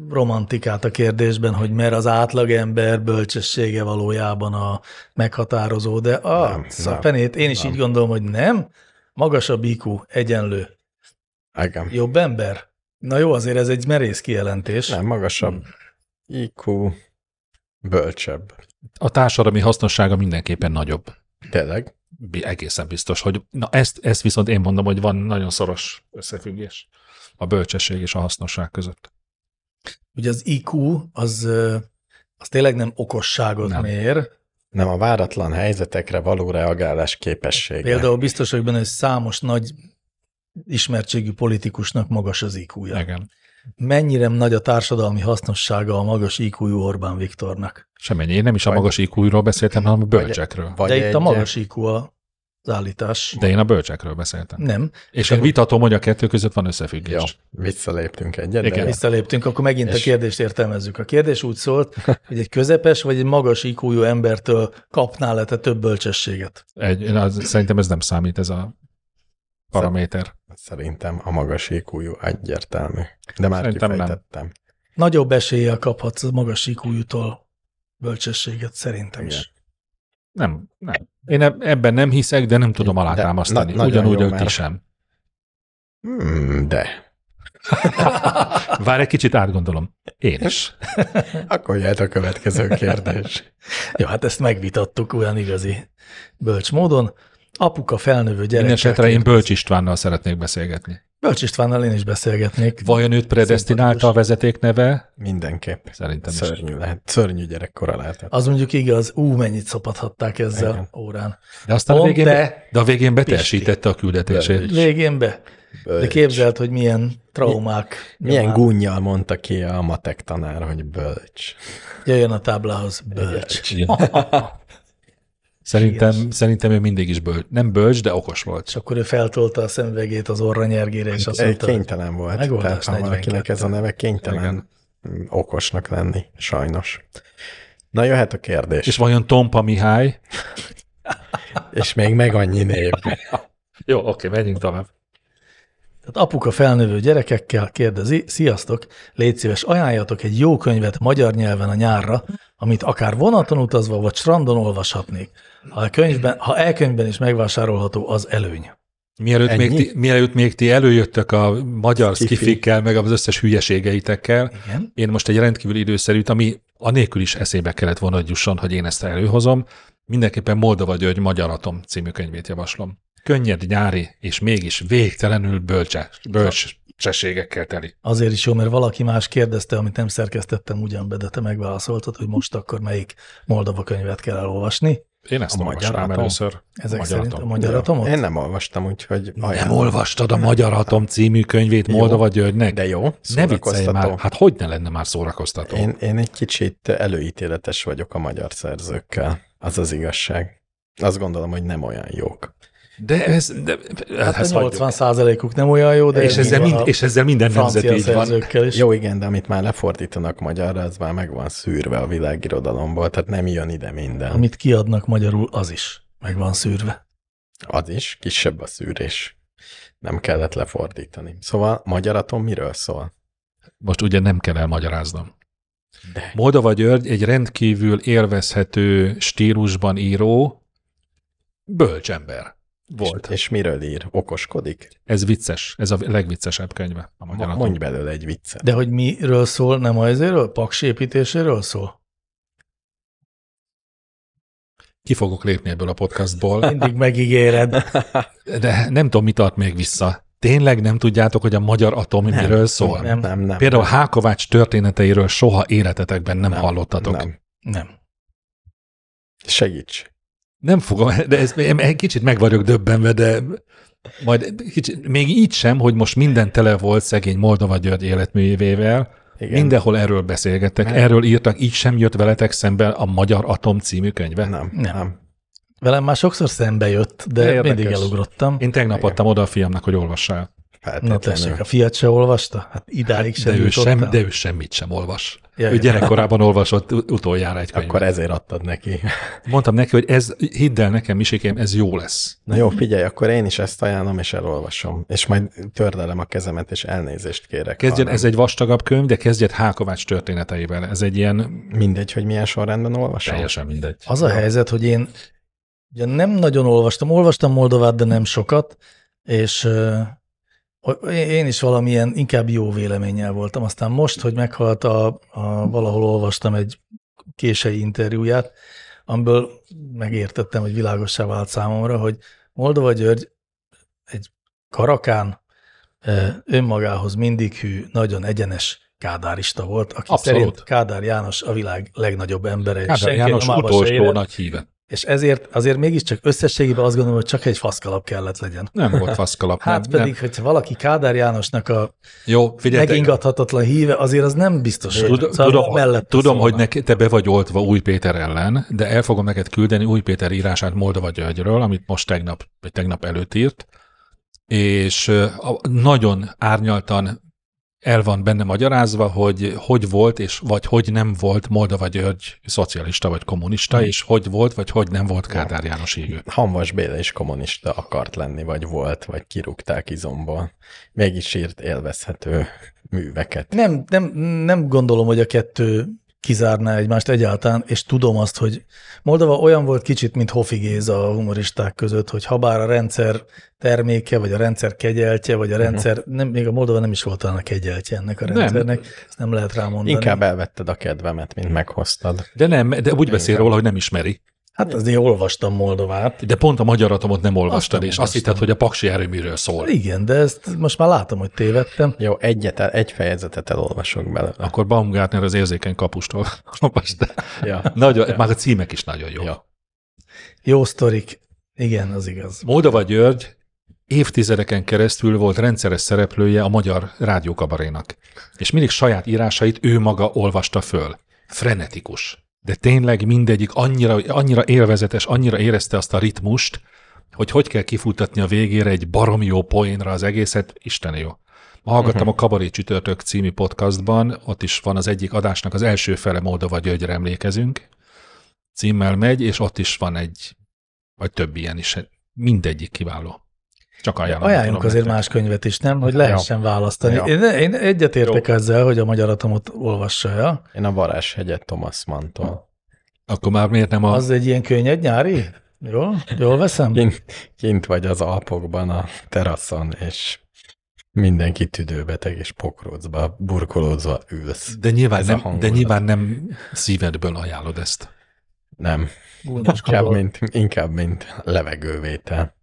romantikát a kérdésben, hogy mert az átlagember bölcsessége valójában a meghatározó, de a
Nem,
szapenét, én is
nem.
így gondolom, hogy nem. Magasabb IQ, egyenlő,
Igen.
jobb ember. Na jó, azért ez egy merész kijelentés.
Nem, magasabb IQ, bölcsebb.
A társadalmi hasznossága mindenképpen nagyobb.
Tényleg?
Bi- Egészen biztos, hogy na ezt, ezt viszont én mondom, hogy van nagyon szoros összefüggés a bölcsesség és a hasznosság között.
Ugye az IQ, az, ö, az tényleg nem okosságot
Nem.
mér,
Nem, a váratlan helyzetekre való reagálás képessége.
Például biztos vagyok benne, hogy számos nagy ismertségű politikusnak magas az IQ-ja.
Igen.
Mennyire nagy a társadalmi hasznossága a magas iq Orbán Viktornak?
Semennyi. Én nem is a
Vagy-
magas iq beszéltem, hanem a bölcsekről.
Vagy
De itt a
egy-
magas IQ a- az állítás.
De én a bölcsekről beszéltem.
Nem.
És én vitatom, hogy a kettő között van összefüggés.
Jó, visszaléptünk egyet.
Igen.
de-
Visszaléptünk, akkor megint a
És-
kérdést értelmezzük. A kérdés úgy
[LAUGHS]
szólt, hogy egy közepes vagy egy magas iq embertől kapnál-e te több bölcsességet?
Egy, én az, szerintem ez nem számít, ez a paraméter.
Szerintem a magas IQ-jú egyértelmű. De már
Szerintem nem.
kifejtettem. Nem.
Nagyobb eséllyel kaphatsz a magas iq bölcsességet, szerintem is.
Igen.
Nem, nem. Én eb- ebben nem hiszek, de nem tudom alátámasztani.
na- nagyon
Ugyanúgy
jó,
ők ti
mert-
sem.
Hmm, de.
Várj egy kicsit, átgondolom. Én is.
Akkor jöhet a
[LAUGHS]
következő kérdés.
Jó, hát ezt megvitattuk olyan igazi bölcs módon. Apuka felnövő
Minden esetre
gyerekkel.
én Bölcs Istvánnal szeretnék beszélgetni.
Bölcs Istvánnal én is beszélgetnék.
Vajon őt predestinálta a vezeték neve?
Mindenképp.
Szerintem is.
Szörnyű lehet. Szörnyű gyerekkora lehetett.
Az mondjuk igaz, ú, mennyit szopathatták ezzel
Igen.
órán.
De aztán a
Pont
végén,
te,
de a végén beteljesítette a küldetését.
Végén be. De
Bölcs.
képzeld, hogy milyen traumák.
Milyen
nyomán
gúnyjal mondta ki a matek tanár, hogy bölcs.
Jöjjön a táblához, bölcs.
[LAUGHS] Szerintem, szerintem ő mindig is bölcs. Nem bölcs, de okos volt.
És akkor ő feltolta a szemvegét az orra nyergére, és azt
Egy
mondta, hogy
kénytelen volt.
Megoldás
Tehát ha valakinek
42.
ez a neve kénytelen Igen. okosnak lenni, sajnos. Na jöhet a kérdés.
És
És,
vajon Tompa Mihály?
és még meg annyi név.
Jó, oké, menjünk tovább.
tehát apuka felnövő gyerekekkel kérdezi, sziasztok, légy szíves, ajánljatok egy jó könyvet magyar nyelven a nyárra, amit akár vonaton utazva, vagy strandon olvashatnék. Ha, a könyvben, ha elkönyvben is megvásárolható, az előny.
Mielőtt még,
Ennyi?
ti, mielőtt még ti előjöttök a magyar
Skifi.
skifikkel, meg az összes hülyeségeitekkel,
Igen.
én most egy rendkívül időszerűt, ami anélkül is eszébe kellett volna, hogy jusson, hogy én ezt előhozom, mindenképpen Moldova György Magyar Atom című könyvét javaslom. Könnyed, nyári, és mégis végtelenül bölcse, bölcsességekkel teli.
Azért is jó, mert valaki más kérdezte, amit nem szerkesztettem ugyan be, de te megválaszoltad, hogy most akkor melyik Moldova könyvet kell elolvasni.
Én ezt
A
olvasnám
Magyar Atom?
először.
Ezek
Magyar
szerint
Atom.
a magyar atomot?
Én nem olvastam, úgyhogy
Nem
ajánlom.
olvastad a Magyar Atom című könyvét Moldova Györgynek?
De jó,
ne viccelj
szórakoztató.
már, hát hogy ne lenne már szórakoztató?
Én, én egy kicsit előítéletes vagyok a magyar szerzőkkel. Az az igazság. Azt gondolom, hogy nem olyan jók.
De ez, de,
Hát
ezt
a
hagyjuk.
80 százalékuk nem olyan jó, de
és,
ez
ezzel
így van
mind,
a
és ezzel minden nemzet
francia
így van.
szerzőkkel is.
Jó, igen, de amit már lefordítanak magyarra, az már meg van szűrve a világirodalomból, tehát nem jön ide minden.
Amit kiadnak magyarul, az is meg van szűrve.
Az is, kisebb a szűrés. Nem kellett lefordítani. Szóval magyar atom miről szól?
Most ugye nem kell elmagyaráznom.
De.
Moldova György egy rendkívül élvezhető stílusban író bölcsember volt.
És, és miről ír? Okoskodik?
Ez vicces, ez a legviccesebb könyve a magyar
Ma-
Atom.
Mondj belőle egy viccet.
De hogy miről szól, nem ajzéről? Paks építéséről szól?
Ki fogok lépni ebből a podcastból, [LAUGHS]
Mindig megígéred.
de nem tudom, mi tart még vissza. Tényleg nem tudjátok, hogy a magyar atom nem, miről szól?
nem.
Nem.
nem, nem.
Például Hákovács történeteiről soha életetekben nem, nem hallottatok. Nem.
Nem.
Nem.
Segíts.
Nem fogom, de ez én egy kicsit meg vagyok döbbenve, de majd kicsit, még így sem, hogy most minden tele volt szegény Moldova György életművével,
Igen.
Igen. mindenhol erről beszélgettek,
Nem.
erről írtak, így sem jött veletek szemben a Magyar Atom című könyve.
Nem,
Nem.
nem. nem.
Velem már sokszor szembe jött, de
Érdekes.
mindig elugrottam.
Én tegnap
Igen.
adtam oda a fiamnak, hogy olvassál,
Na tessék, a fiat se olvasta? Hát idáig
de
sem
ő,
jutottál.
sem, de ő semmit sem olvas.
Ja,
ő
ja.
gyerekkorában olvasott ut- utoljára egy könyvet.
Akkor ezért adtad neki.
Mondtam neki, hogy ez, hidd el nekem, Misikém, ez jó lesz.
Na jó, figyelj, akkor én is ezt ajánlom, és elolvasom. És majd tördelem a kezemet, és elnézést kérek.
Kezdjen,
ha
ez
nem.
egy vastagabb könyv, de kezdjed Hákovács történeteivel. Ez egy ilyen
Mindegy, hogy milyen sorrendben olvasom.
teljesen mindegy.
Az a helyzet, hogy én ugye nem nagyon olvastam, olvastam Moldovát, de nem sokat, és ö, o- én is valamilyen inkább jó véleménnyel voltam. Aztán most, hogy meghalt, a, a, valahol olvastam egy kései interjúját, amiből megértettem, hogy világossá vált számomra, hogy Moldova György egy karakán ö, önmagához mindig hű, nagyon egyenes kádárista volt, aki
Abszolút.
Abszolút. szerint Kádár János a világ legnagyobb embere. és
Kádár
senki
Hát, János
nyomába se
utolsó
érett.
nagy híve.
És ezért azért mégiscsak összességében azt gondolom, hogy csak egy faszkalap kellett legyen.
Nem volt faszkalap.
Hát
nem,
nem, pedig, hogyha valaki Kádár Jánosnak a
Nem. Jó, figyeljetek.
megingathatatlan híve, azért az nem biztos. hogy-
Tud,
szóval
tudom,
mellett
tudom
szólnak.
hogy neki, te be vagy oltva Új Péter ellen, de el fogom neked küldeni Új Péter írását Moldova Györgyről, amit most tegnap, vagy tegnap előtt írt, és ö, a- nagyon árnyaltan el van benne magyarázva, hogy hogy volt, és vagy hogy nem volt Moldova György szocialista vagy kommunista, és hogy volt, vagy hogy nem volt Kádár János égő.
Hanvas Béla is kommunista akart lenni, vagy volt, vagy kirúgták izomból. Mégis írt élvezhető műveket.
Nem, nem, nem gondolom, hogy a kettő kizárná egymást egyáltalán, és tudom azt, hogy Moldova olyan volt kicsit, mint Hofi Géza a humoristák között, hogy habár a rendszer terméke, vagy a rendszer kegyeltje, vagy a rendszer, nem, még a Moldova nem is volt talán a kegyeltje ennek a
Mhm. Nem.
rendszernek, ezt nem lehet rámondani.
Inkább elvetted a kedvemet, mint meghoztad.
De nem, de úgy beszél róla, hogy nem ismeri.
Hát azért olvastam Moldovát.
De pont a magyar atomot nem olvastad,
nem
és azt hitted, hogy a paksi erőműről szól.
Igen, de ezt most már látom, hogy tévedtem.
Jó, egyet, el- egy fejezetet elolvasok belőle.
Akkor Baumgartner az érzékeny kapustól [LAUGHS] olvast.
Ja.
Nagyon, már a címek is nagyon jó.
Ja.
Jó sztorik. Igen, az igaz.
Moldova György évtizedeken keresztül volt rendszeres szereplője a magyar rádiókabarénak, és mindig saját írásait ő maga olvasta föl. Frenetikus. De tényleg mindegyik annyira, annyira élvezetes, annyira érezte azt a ritmust, hogy hogy kell kifutatni a végére egy barom jó poénra az egészet, Isten jó. Ma Hallgattam a Kabaré Csütörtök című podcastban, ott is van az egyik adásnak az első fele Moldova Györgyre emlékezünk, címmel megy, és ott is van egy, vagy több ilyen is, mindegyik kiváló. Csak ajánlom.
Ajánljunk azért más könyvet is, nem? Hogy lehessen választani.
Ja.
Én, én egyetértek ezzel, hogy a magyar atomot olvassa el.
Én a Varázshegyet Thomas Mantól.
Akkor már miért nem a... Az...
Az egy ilyen könnyed nyári? Jó? Jól veszem?
Kint, kint vagy az Alpokban a teraszon, és mindenki tüdőbeteg és pokrócba, burkolózva ülsz.
De nyilván,
Ez a
nem, de
hangulat.
nyilván nem szívedből ajánlod ezt.
Nem, inkább
Gondoskodol.
mint, inkább mint levegővétel.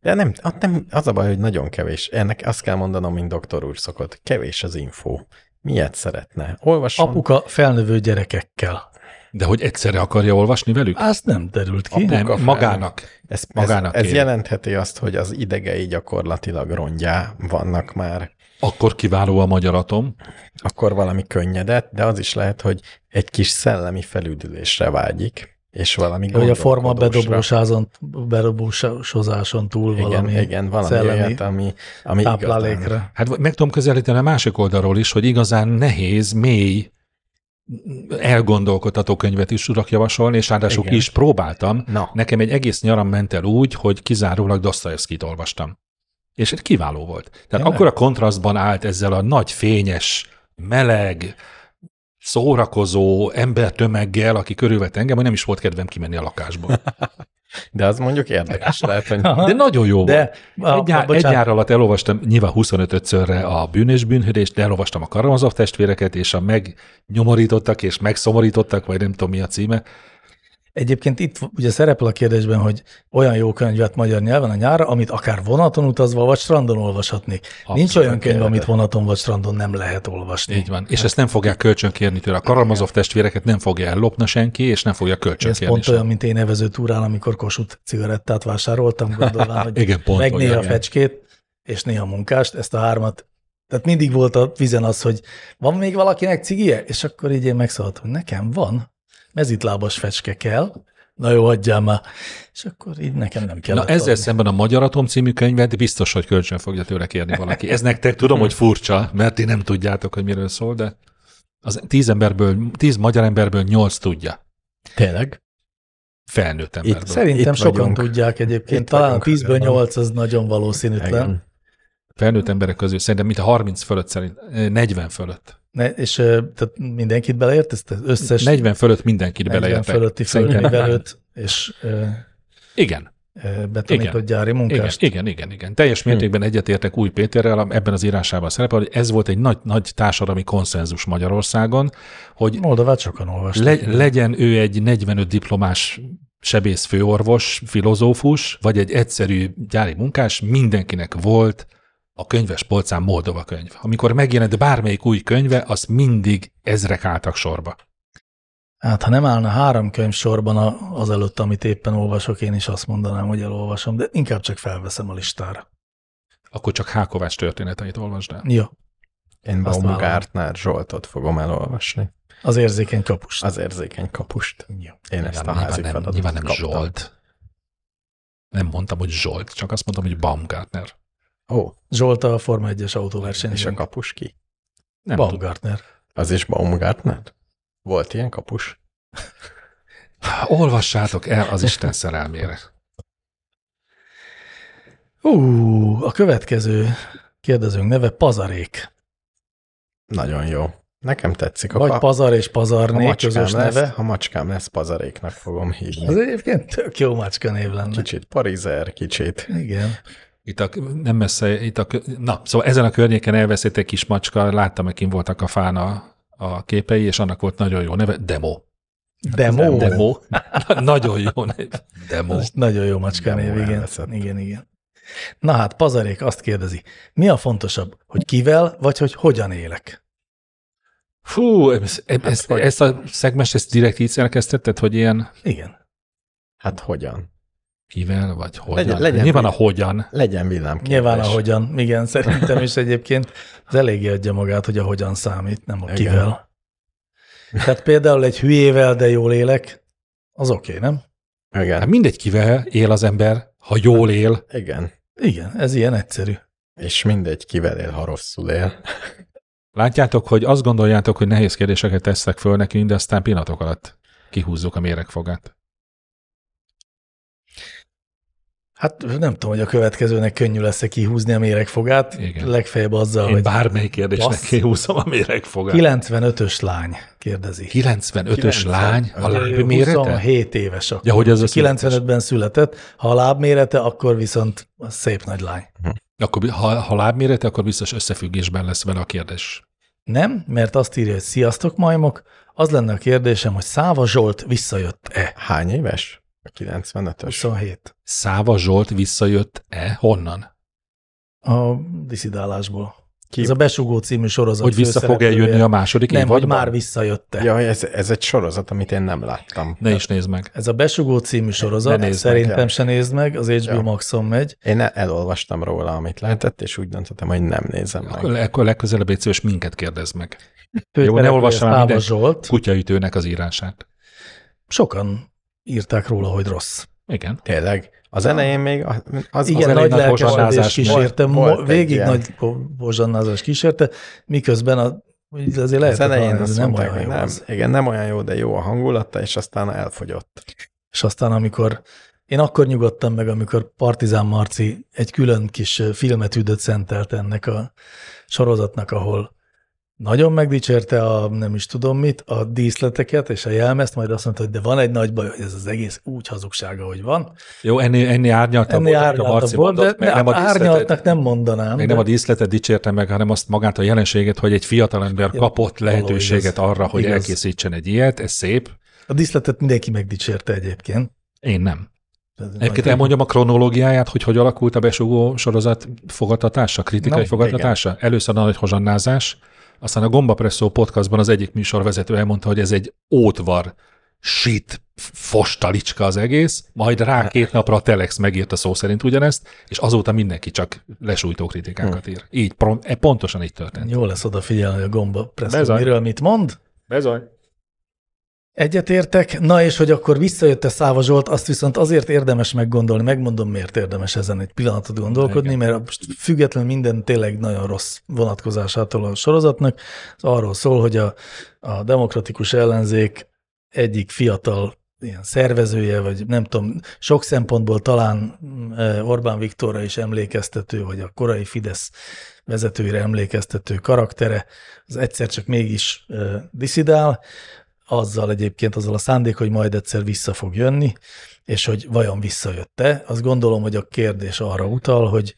De nem, ott nem, az a baj, hogy nagyon kevés. Ennek azt kell mondanom, mint doktor úr szokott, kevés az info. Miért szeretne? Olvasson.
Apuka felnövő gyerekekkel.
De hogy egyszerre akarja olvasni velük?
Azt nem derült ki.
nem,
fel.
magának.
Ez,
Magának
ez, ez
kéri.
jelentheti azt, hogy az idegei gyakorlatilag rongyá vannak már.
Akkor kiváló a magyar atom.
Akkor valami könnyedet, de az is lehet, hogy egy kis szellemi felüdülésre vágyik, és valami
Hogy a forma
gondolkodósra.
bedobósázon, bedobósáson túl
igen,
valami
igen, valami
szellemi
olyat, ami, ami igazán-
táplálékra.
Hát meg tudom közelíteni a másik oldalról is, hogy igazán nehéz, mély, elgondolkodható könyvet is tudok javasolni, és ráadásul
Igen.
ki is próbáltam.
Na.
Nekem egy egész nyaram ment el úgy, hogy kizárólag Dostoyevskit olvastam. És egy kiváló volt. Tehát akkor a kontrasztban állt ezzel a nagy fényes, meleg, szórakozó embertömeggel, aki körülvett engem, hogy nem is volt kedvem kimenni a
[LAUGHS]
lakásból.
De az mondjuk érdekes lehet, hogy
De nagyon jó
De-
volt. Egy,
a-
nyár, egy
bocsánat.
nyár alatt elolvastam nyilván 25-szörre a bűn és bűnhődést, de elolvastam a Karamazov testvéreket, és a megnyomorítottak és megszomorítottak, vagy nem tudom mi a címe.
Egyébként itt ugye szerepel a kérdésben, hogy olyan jó könyvet magyar nyelven a nyára, amit akár vonaton utazva vagy strandon olvashatnék. Nincs olyan könyv, amit vonaton vagy strandon nem lehet olvasni.
Így van. És ezt nem fogják kölcsönkérni tőle. A Karamazov testvéreket nem fogja ellopni senki, és nem fogja
Ez
kölcsönkérni.
pont
sem.
olyan, mint én evező túrán, amikor Kossuth cigarettát vásároltam,
[LAUGHS]
gondolván, hogy
Igen, pont
meg néha
olyan.
fecskét, és néha munkást, ezt a hármat. Tehát mindig volt a vizen az, hogy van még valakinek cigie? És akkor így én megszólaltam, hogy nekem van, mezitlábas fecske kell, na jó, adjál már. És akkor így nekem nem kell.
Na ezzel szemben a Magyar Atom című könyvet biztos, hogy kölcsön fogja tőle kérni valaki. Ez nektek tudom, hogy furcsa, mert ti nem tudjátok, hogy miről szól, de az tíz, emberből, tíz magyar emberből nyolc tudja.
tényleg.
Felnőtt emberből.
Szerintem
Itt
sokan
vagyunk.
tudják egyébként,
Itt
talán
vagyunk,
10-ből
igen.
8 az nagyon valószínűtlen.
Igen.
Felnőtt emberek közül szerintem, mint a 30 fölött szerint, eh, 40 fölött.
Ne, és ö, tehát mindenkit beleért, ezt az összes 40
40 fölött mindenkit beleértek.
fölötti
Szerintem.
fölművelőt, és ö,
Igen,
ö, betanított
Igen.
gyári
igen,
munkást.
igen, igen, igen. Teljes mértékben egyetértek Új Péterrel, am- ebben az írásában szerepel, hogy ez volt egy nagy, nagy társadalmi konszenzus Magyarországon, hogy
Moldovát sokan olvasták.
Le, legyen ő egy 45 diplomás sebész főorvos, filozófus, vagy egy egyszerű gyári munkás, mindenkinek volt a könyves polcán Moldova könyv. Amikor megjelent bármelyik új könyve, azt mindig ezrek álltak sorba.
Hát ha nem állna három könyv sorban a- azelőtt, amit éppen olvasok, én is azt mondanám, hogy elolvasom, de inkább csak felveszem a listára.
Akkor csak Hákovás történeteit olvasd el.
Jó,
Én
Azt
Baumgartner Zsoltot fogom elolvasni.
az érzékeny kapust.
Az érzékeny kapust.
Jó.
Én ezt a
Nyilván
házi
nem,
feladatot
nyilván nem
kaptam.
Zsolt. Nem mondtam, hogy Zsolt, csak azt mondtam, hogy Baumgartner.
Ó,
Zsolt a Forma 1-es
és a
autóversenyzőn.
kapus ki?
Nem tudom.
Baumgartner.
Az is Baumgartner? Volt ilyen kapus?
Olvassátok el az Isten szerelmére.
Ú, a következő kérdezőnk neve Pazarék.
Nagyon jó. Nekem tetszik a,
Vagy
pa-
pazar és
a
pazarné
macskám
közös
lesz,
neve.
ha macskám lesz, pazaréknak fogom hívni.
Az egyébként tök jó macska név lenne.
Kicsit parizer, kicsit.
Igen.
Itt a, nem messze, itt a, kö- na, szóval ezen a környéken elveszett egy kis macska, láttam, akin voltak a fán a, a képei, és annak volt nagyon jó neve, Demo.
Hát
Demo. Demo.
Demo. [LAUGHS] nagyon jó neve. Demo.
Ez nagyon jó macska
Demo
név, igen.
elveszett.
Igen, igen. Na hát, pazarék azt kérdezi, mi a fontosabb, hogy kivel, vagy hogy hogyan élek?
Fú, ez, ez, ez,
hogy-
ezt a szegmest, ezt direkt így szerkesztetted, hogy ilyen
Igen.
Hát hogyan?
kivel, vagy hogyan?
Legyen- legyen
Nyilván a
mi-
hogyan.
Legyen villámképes.
Nyilván a hogyan, igen, szerintem is egyébként az eléggé adja magát, hogy a hogyan számít, nem a
Igen.
kivel. Tehát például egy hülyével, de jól élek, az oké, okay, nem?
Hát
Igen.
mindegy, kivel él az ember, ha jól él.
Igen.
Igen, ez ilyen egyszerű.
És mindegy, kivel él, ha rosszul él.
Látjátok, hogy azt gondoljátok, hogy nehéz kérdéseket teszek föl nekünk, de aztán pillanatok alatt kihúzzuk a méregfogát.
Hát nem tudom, hogy a következőnek könnyű lesz-e kihúzni a méregfogát,
Igen.
legfeljebb azzal,
Én
hogy
bármelyik kérdésnek
Bassz.
kihúzom a méregfogát.
95-ös lány kérdezi.
95-ös lány a
Ő
lábmérete?
27 éves akkor.
Ja, hogy az a
95-ben született, ha a lábmérete, akkor viszont a szép nagy lány.
Akkor, ha, ha lábmérete, akkor biztos összefüggésben lesz vele a kérdés.
Nem, mert azt írja, hogy sziasztok majmok, az lenne a kérdésem, hogy Száva Zsolt visszajött-e?
Hány éves? A 95-ös.
27.
Száva Zsolt visszajött-e? Honnan?
A diszidálásból.
Ki-
Ez a Besugó című sorozat.
Hogy vissza fog eljönni a
főszereplője.
második
Nem, hogy
évadban?
már visszajött-e.
Ja, ez, ez egy sorozat, amit én nem láttam.
Ne is nézd meg.
Ez a Besugó című sorozat,
nézd meg,
szerintem
ja.
se nézd meg, az HBO
Ja.
Maxon megy.
Én el- elolvastam róla, amit lehetett, és úgy döntöttem, hogy nem nézem meg.
Akkor, le- akkor legközelebb egy szíves minket kérdezd meg.
Főszereplője
olvassam el
Száva
mindent.
Zsolt.
Kutyaütőnek az írását.
Sokan írták róla, hogy rossz.
Igen.
Tényleg. Az elején még a- az,
Igen,
az
nagy
elején nagy
lelkesedés
pozsannázás
kísérte,
volt.
mo-
Volt egy
végig
ilyen.
nagy po- pozsannázás kísérte, miközben a, úgy azért lehet,
az elején
hogy ez
azt
nem
mondták,
olyan
hogy
jó.
nem,
az.
igen, nem olyan jó, de jó a hangulata, és aztán elfogyott.
És aztán amikor én akkor nyugodtam meg, amikor Partizán Marci egy külön kis ö, filmet üdött szentelt ennek a sorozatnak, ahol nagyon megdicsérte a nem is tudom mit, a díszleteket és a jelmezt, majd azt mondta, hogy de van egy nagy baj, hogy ez az egész úgy hazugsága, hogy van.
Jó, ennél, ennél árnyaltabb
Ennél
volt, amit Hát a
árnyaltabb
Marci
volt, de
mondott, meg nem a díszletet,
árnyaltnak nem mondanám.
meg
de-
nem a díszletet dicsérte meg, hanem azt magát a jelenséget, hogy egy fiatalember
Ja,
kapott lehetőséget
való igaz.
arra, hogy
Igaz.
elkészítsen egy ilyet, ez szép.
A díszletet mindenki megdicsérte egyébként.
Én nem.
Ez
Egyébként
nagyon-
elmondjam a kronológiáját, hogy hogy alakult a besugó sorozat fogadtatása, kritikai
Na,
fogadtatása. Először a nagy hozsannázás, aztán a Gombapresszó podcastban az egyik műsorvezető elmondta, hogy ez egy ótvar, shit, fostalicska az egész, majd
[LAUGHS]
rá két napra a Telex megírta szó szerint ugyanezt, és azóta mindenki csak lesújtó kritikákat
Hm.
ír. Így, prom- e, pontosan így történt.
Jó lesz odafigyelni hogy a gomba Presto,
Bezony.
miről mit mond.
Bezony.
Egyetértek, na és hogy akkor visszajött-e Száva Zsolt, azt viszont azért érdemes meggondolni, megmondom miért érdemes ezen egy pillanatot gondolkodni, mert most függetlenül minden tényleg nagyon rossz vonatkozásától a sorozatnak, az arról szól, hogy a, a demokratikus ellenzék egyik fiatal ilyen szervezője, vagy nem tudom, sok szempontból talán mm, Orbán Viktorra is emlékeztető, vagy a korai Fidesz vezetőire emlékeztető karaktere, az egyszer csak mégis ö, diszidál, azzal egyébként, azzal a szándék, hogy majd egyszer vissza fog jönni, és hogy vajon visszajött-e. Azt gondolom, hogy a kérdés arra utal, hogy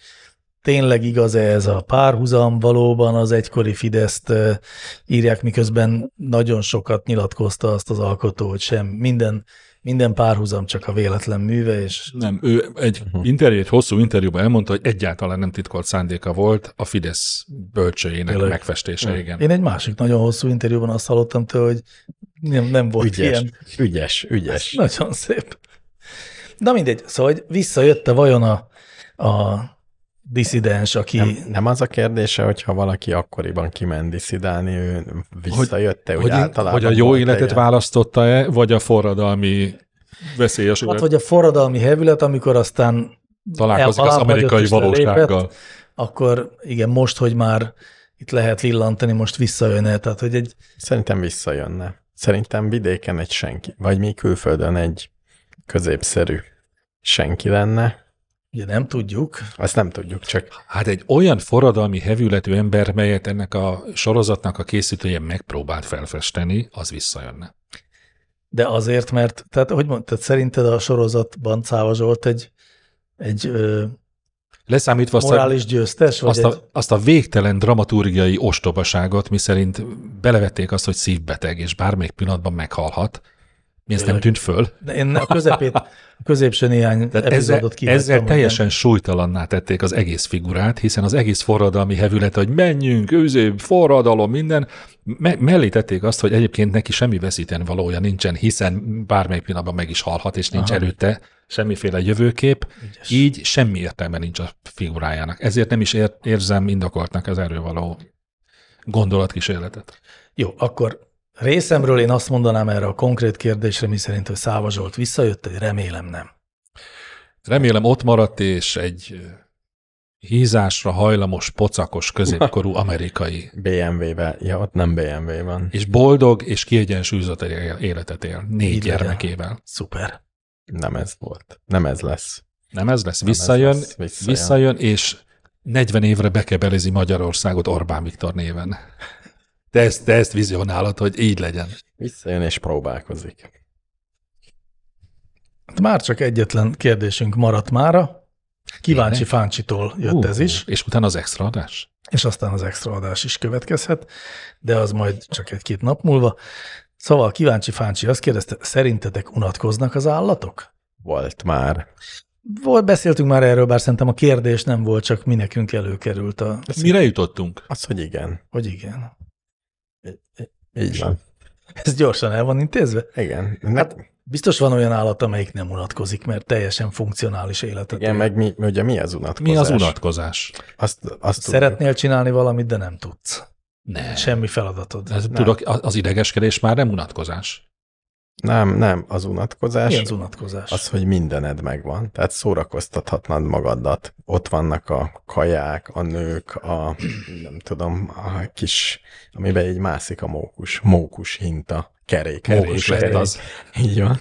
tényleg igaz-e ez a párhuzam, valóban az egykori Fideszt ö, írják, miközben nagyon sokat nyilatkozta azt az alkotó, hogy sem minden, minden párhuzam csak a véletlen műve, és
Nem, ő egy interjú, egy hosszú interjúban elmondta, hogy egyáltalán nem titkolt szándéka volt a Fidesz bölcsőjének
Tényleg?
megfestése, igen.
én egy másik nagyon hosszú interjúban azt hallottam tőle, hogy nem, nem volt
Ügyes,
ilyen.
ügyes, ügyes.
[LAUGHS] Nagyon szép. Na mindegy, szóval hogy visszajött-e vajon a, a diszidens, aki...
Nem, nem az a kérdése, hogyha valaki akkoriban kiment diszidálni, ő visszajött-e, úgy
hogy,
általában.
hogy a jó
volt-e
életet
ilyen?
választotta-e, vagy a forradalmi veszélyes
Hát,
élet
vagy a forradalmi hevület, amikor aztán
találkozik
el-
az
alább
amerikai
hagyott és
valósággal.
lelépett, akkor igen, most, hogy már itt lehet lillantani, most visszajön-e, tehát hogy egy
Szerintem visszajönne. Szerintem vidéken egy senki, vagy mi külföldön egy középszerű senki lenne,
Ugye nem tudjuk.
Azt nem tudjuk, csak
Hát egy olyan forradalmi hevületű ember, melyet ennek a sorozatnak a készítője megpróbált felfesteni, az visszajönne.
De azért, mert, tehát hogy mondtad, szerinted a sorozatban Cáva Zsolt egy, egy ö,
Leszámítva azt a,
morális győztes? Vagy
azt,
egy,
a, azt a végtelen dramaturgiai ostobaságot, miszerint belevették azt, hogy szívbeteg, és bármelyik pillanatban meghalhat. Mi ezt nem
Tényleg.
tűnt föl?
de én a közepét, a középső néhány
Tehát ezzel,
epizódot kihagytam.
ezzel
hogy
teljesen súlytalanná tették az egész figurát, hiszen az egész forradalmi hevület, hogy menjünk, üző, forradalom, minden, me- mellé tették azt, hogy egyébként neki semmi veszíteni valója nincsen, hiszen bármely pillanatban meg is halhat, és nincs Aha. előtte semmiféle jövőkép, Ügyes. így semmi értelme nincs a figurájának. Ezért nem is ér- érzem indokoltnak az erről való gondolatkísérletet.
Jó, akkor részemről én azt mondanám erre a konkrét kérdésre, mi szerint, hogy Száva Zsolt visszajött, hogy remélem nem.
Remélem ott maradt, és egy ö, hízásra hajlamos,
[LAUGHS]
pocakos, középkorú amerikai
BMW-vel. Ja, ott nem BMW van.
és boldog és kiegyensúlyozott él- életet él, négy
Így legyen.
gyermekével.
Szuper.
Nem ez volt. Nem ez lesz.
Nem ez lesz?
Nem ez
Visszajön,
lesz, visszajön.
visszajön, és 40 évre bekebelezi Magyarországot Orbán Viktor néven. Te ezt, te ezt vizionálod, hogy így legyen.
Visszajön és próbálkozik.
Hát Már csak egyetlen kérdésünk maradt mára. Kíváncsi
Tényleg?
Fáncsitól jött uh, ez is,
És utána az extra adás?
és aztán az extra adás is következhet, de az majd csak egy-két nap múlva. Szóval Kíváncsi Fáncsi azt kérdezte, szerintetek unatkoznak az állatok?
Volt már.
Volt, beszéltünk már erről, bár szerintem a kérdés nem volt, csak mi nekünk előkerült a,
Mire jutottunk?
Az, hogy igen.
hogy igen.
Így van.
Ez gyorsan el van intézve?
Igen. Hát Ne,
Biztos van olyan állat, amelyik nem unatkozik, mert teljesen funkcionális életet
igen,
él.
meg mi, ugye mi az unatkozás?
Mi az unatkozás?
Azt, azt Szeret...
Szeretnél csinálni valamit, de nem tudsz.
Ne.
Semmi feladatod.
Ez, tudok, a- az idegeskedés már nem unatkozás.
Nem, nem. Az unatkozás.
Mi az unatkozás?
Az, hogy mindened megvan. Tehát szórakoztathatnád magadat. Ott vannak a kaják, a nők, a nem tudom, a kis, amiben így mászik a mókus, mókus hinta, kerék.
Mókus
kerék,
lett
kerék.
az.
Így van.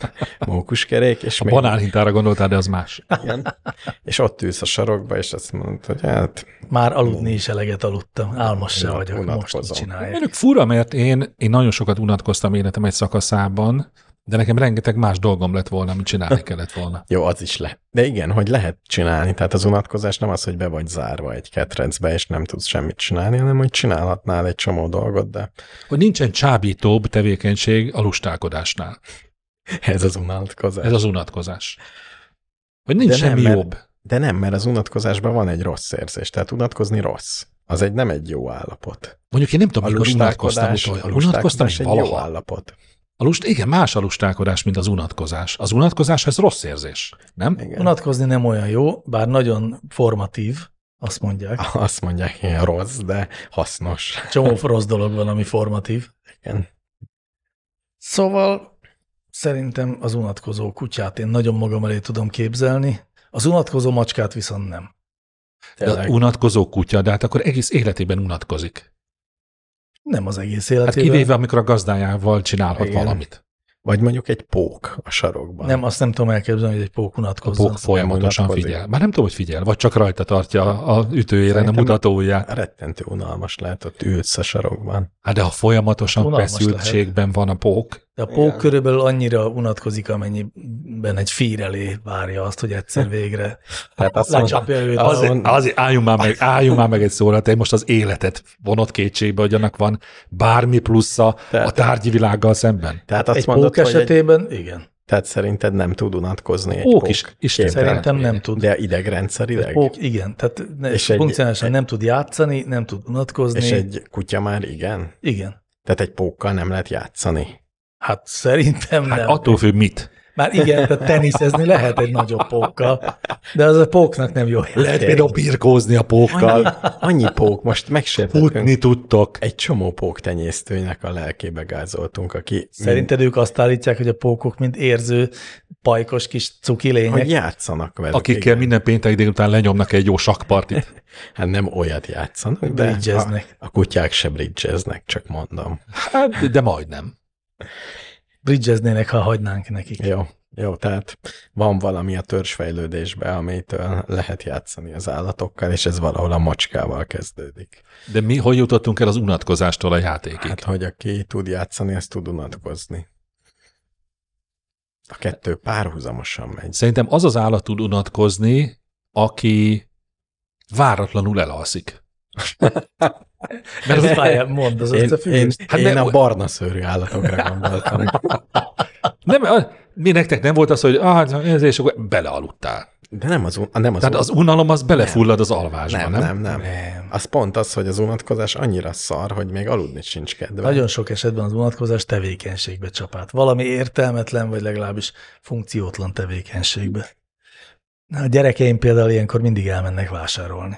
Mókus kerék, és
A banánhintára gondoltál, de az
[LAUGHS]
más.
igen. És ott ülsz a sarokba, és azt mondod, hogy hát
Már aludni is eleget aludtam, álmos se
Unat-
vagyok, most
unatkozom.
mit csinálják.
Önök fura, mert én, én nagyon sokat unatkoztam életem egy szakaszában, de nekem rengeteg más dolgom lett volna, amit csinálni kellett
[LAUGHS]
volna.
jó, az is le. De igen, hogy lehet csinálni. Tehát az unatkozás nem az, hogy be vagy zárva egy ketrecbe, és nem tudsz semmit csinálni, hanem hogy csinálhatnál egy csomó dolgot, de
Hogy nincsen csábítóbb tevékenység a lustálkodásnál.
ez az unatkozás.
Ez az unatkozás. Hogy nincs
De nem,
semmi
mert-
jobb.
De nem, mert az unatkozásban van egy rossz érzés. Tehát unatkozni rossz. Az egy nem egy jó állapot.
Mondjuk én nem tudom,
A
mikor unatkoztam
lustálkodás, a
utoljára. Unatkoztam
lustálkodás
én
egy jó
valaha.
állapot.
A lust, igen, más a lustálkodás, mint az unatkozás. Az unatkozás, ez rossz érzés, nem?
Igen.
Unatkozni nem olyan jó, bár nagyon formatív, azt mondják.
Azt mondják, ilyen rossz, de hasznos. [LAUGHS]
Csomó rossz dolog van, ami formatív.
Igen.
Szóval szerintem az unatkozó kutyát én nagyon magam elé tudom képzelni, az unatkozó macskát viszont nem.
De az
Tényleg.
unatkozó kutya, de hát akkor egész életében unatkozik.
Nem az egész
Hát
életében.
kivéve, amikor a gazdájával csinálhat
Igen.
valamit.
Vagy mondjuk egy pók a sarokban.
Nem, azt nem tudom elképzelni, hogy egy pók
A
unatkozzon.
pók folyamatosan
unatkozik.
figyel. Már nem tudom, hogy figyel, vagy csak rajta tartja a ütőjére, a
Szerintem-
mutatóját.
Rettentő unalmas lehet, ott ülsz a sarokban.
Hát de ha folyamatosan
Unalmas
feszültségben van a pók,
De a pók
Igen.
körülbelül annyira unatkozik, amennyiben egy fír elé várja azt, hogy egyszer végre
Tehát azt mondom,
lecsapja őt.
az-
Az...
azért,
Azon-
azért álljunk, már meg, álljunk már meg egy szóra, te most az életet vonod kétségbe, hogy annak van bármi plusza
Tehát-
a tárgyi világgal szemben.
tehát
Egy
azt mondod,
pók
hogy egy,
esetében, igen.
tehát szerinted nem tud unatkozni egy
Pók
pók.
is- Isten
Képtelen.
Szerintem nem tud.
De idegrendszer
Egy
ideg.
pók, igen, tehát ne, és
És egy-
funkcionálisan
egy-
nem tud játszani, nem tud unatkozni.
És egy kutya már igen.
Igen.
Tehát egy pókkal nem lehet játszani.
Hát szerintem
Hát
nem.
attól függ mit.
Már igen, tehát teniszezni lehet egy nagyobb pókkal, de az a póknak nem jó.
Lehet
Tényleg.
például birkózni a
Annyi,
pókkal,
annyi pók, most
futni
megsértettünk.
tudtok.
Egy csomó pók tenyésztőnek a lelkébe gázoltunk, aki
Szerinted ők azt állítják, hogy a pókok, mint érző, pajkos kis cuki
mind, hogy
lények.
játszanak velük.
Akikkel
igen.
minden péntek délután lenyomnak egy jó sakpartit. [LAUGHS]
Hát nem olyat játszanak, de a,
Bridgeznek.
a kutyák se bridgeznek, csak mondom.
Hát, de majdnem.
Bridgeznének, ha hagynánk nekik.
Jó, Jó, tehát van valami a törzsfejlődésben, amitől lehet játszani az állatokkal, és ez valahol a macskával kezdődik.
De mi, hogy jutottunk el az unatkozástól a játékig?
Hát, hogy aki tud játszani, az tud unatkozni. A kettő párhuzamosan megy.
Szerintem az az állat tud unatkozni, aki váratlanul elalszik. Mert [LAUGHS] az
Várjál, mondd az
Én, én,
összefüggést.
hát
Hát
én
de-
a barna szőrű állatokra gondoltam.
Nem, a- mi nektek nem volt az, hogy ah, ez, és akkor belealudtál.
De nem az, un- nem az,
Tehát az unalom az belefullad az alvásba,
nem,
nem?
nem, nem, nem. Az pont az, hogy az unatkozás annyira szar, hogy még aludni sincs kedve.
Nagyon sok esetben az vonatkozás tevékenységbe csapát. Valami értelmetlen, vagy legalábbis funkciótlan tevékenységbe. Na, a gyerekeim például ilyenkor mindig elmennek vásárolni.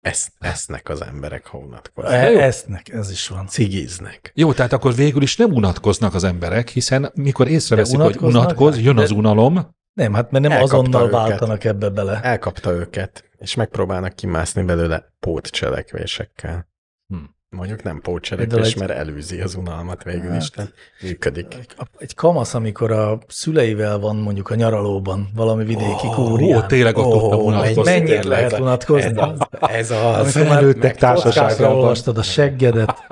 Esz, esznek az emberek, ha unatkoznak.
E- Esznek, ez is van.
Cigiznek.
Jó, tehát akkor végül is nem unatkoznak az emberek, hiszen mikor észreveszik,
De
hogy
unatkoznak?
unatkoz, jön az unalom,
Nem, hát mert nem
Elkapta
azonnal
őket.
váltanak ebbe bele.
Elkapta őket, és megpróbálnak kimászni belőle pótcselekvésekkel.
Hm.
Mondjuk nem
Például
pótcselekvés,
egy-
mert elűzi az unalmat végül
Hát.
is, de működik.
A- Egy kamasz, amikor a szüleivel van mondjuk a nyaralóban, valami vidéki
Ó,
kúrián.
ó, tényleg ott tudtam unatkozni,
Mennyire
tényleg.
lehet unatkozni?
Ez az.
Amikor már
felnőttek
Kockákra
társaságában.
olvastad a seggedet,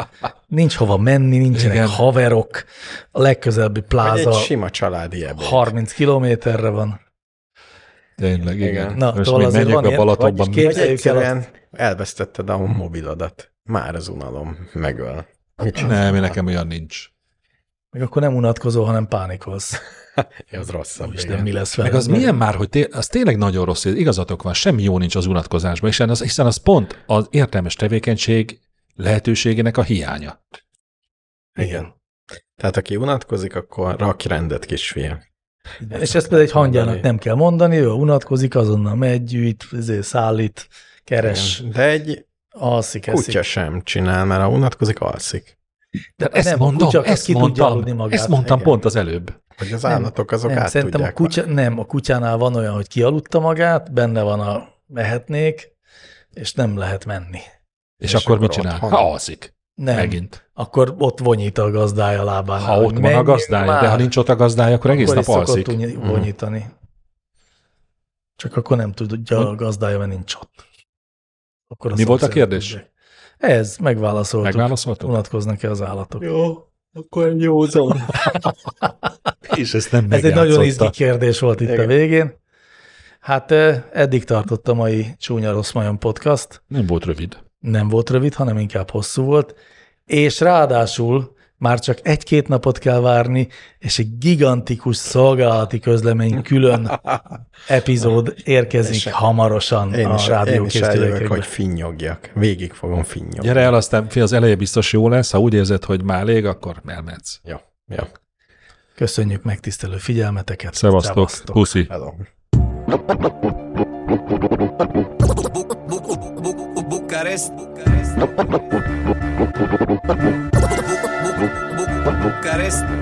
nincs hova menni, nincsenek
Igen.
Igen. haverok, a legközelebbi
Vagy egy
pláza
sima családi ebéd.
30 kilométerre van.
tényleg, igen.
Igen.
Na,
Most
szóval
mi
azért
menjünk
van
be
ilyen,
Balatonban.
vagyis
mi-
két-
Vagy
Képzeljük el
egyszerűen elvesztetted a mobilodat. Már az unalom megöl.
Nem, én nekem olyan nincs.
Meg akkor nem unatkozol, hanem pánikolsz.
Az rosszabb.
Isten,
igen.
mi lesz vele?
Meg az milyen már, hogy té- az tényleg nagyon rossz, igazatok van, semmi jó nincs az unatkozásban, hiszen az, hiszen az pont az értelmes tevékenység lehetőségének a hiánya.
Igen. Tehát aki unatkozik, akkor rak rendet, kisfiam.
És ezt pedig egy hangyának
mondani.
nem kell mondani, ő unatkozik, azonnal megy, gyűjt, izé, szállít, keres,
Igen. De egy
alszik, eszik.
kutya sem csinál, mert ha unatkozik, alszik.
De ezt
nem, a
mondom,
kutya az
ezt
ki tudja
mondtam,
aludni magát.
ezt mondtam
Igen.
pont az előbb.
Hogy az
Nem,
állatok azok
nem,
át
szerintem a
tudják
kutya, nem, a kutyánál van olyan, hogy kialudta magát, benne van a mehetnék, és nem lehet menni.
És,
És
akkor mit
akkor ott
csinál?
van.
Ha alszik,
Nem.
megint.
Akkor ott vonyít a gazdája lábán.
Ha ott van a gazdája, de ha nincs ott a Mm. gazdája, akkor egész
akkor
nap
is szokott
alszik.
unyi- vonyítani. Csak akkor nem tudja a gazdája, mert nincs ott. Akkor
Mi volt a
szomszédok
kérdés?
tudják. Ez, megválaszoltuk.
Megválaszoltuk?
Unatkoznak-e az állatok?
Jó, akkor egy jó zon.
[LAUGHS] És ezt nem
Ez egy nagyon izgi kérdés volt itt
Igen.
a végén. Hát eh, eddig tartott a mai Csúnya Rossz Majom podcast.
Nem volt rövid.
Nem volt rövid, hanem inkább hosszú volt. És ráadásul már csak egy-két napot kell várni, és egy gigantikus szolgálati közlemény
[LAUGHS]
külön epizód érkezik hamarosan
Én
a
is, én is eljövök, hogy
rádiókészülékekbe.
finnyogjak. Végig fogom finnyogni.
Gyere el, aztán fi, az eleje biztos jó lesz, ha úgy érzed, hogy már elég, akkor elmehetsz.
Jó, jó.
Köszönjük megtisztelő figyelmeteket.
Szevasztok, puszi.
Hello.
Bukarest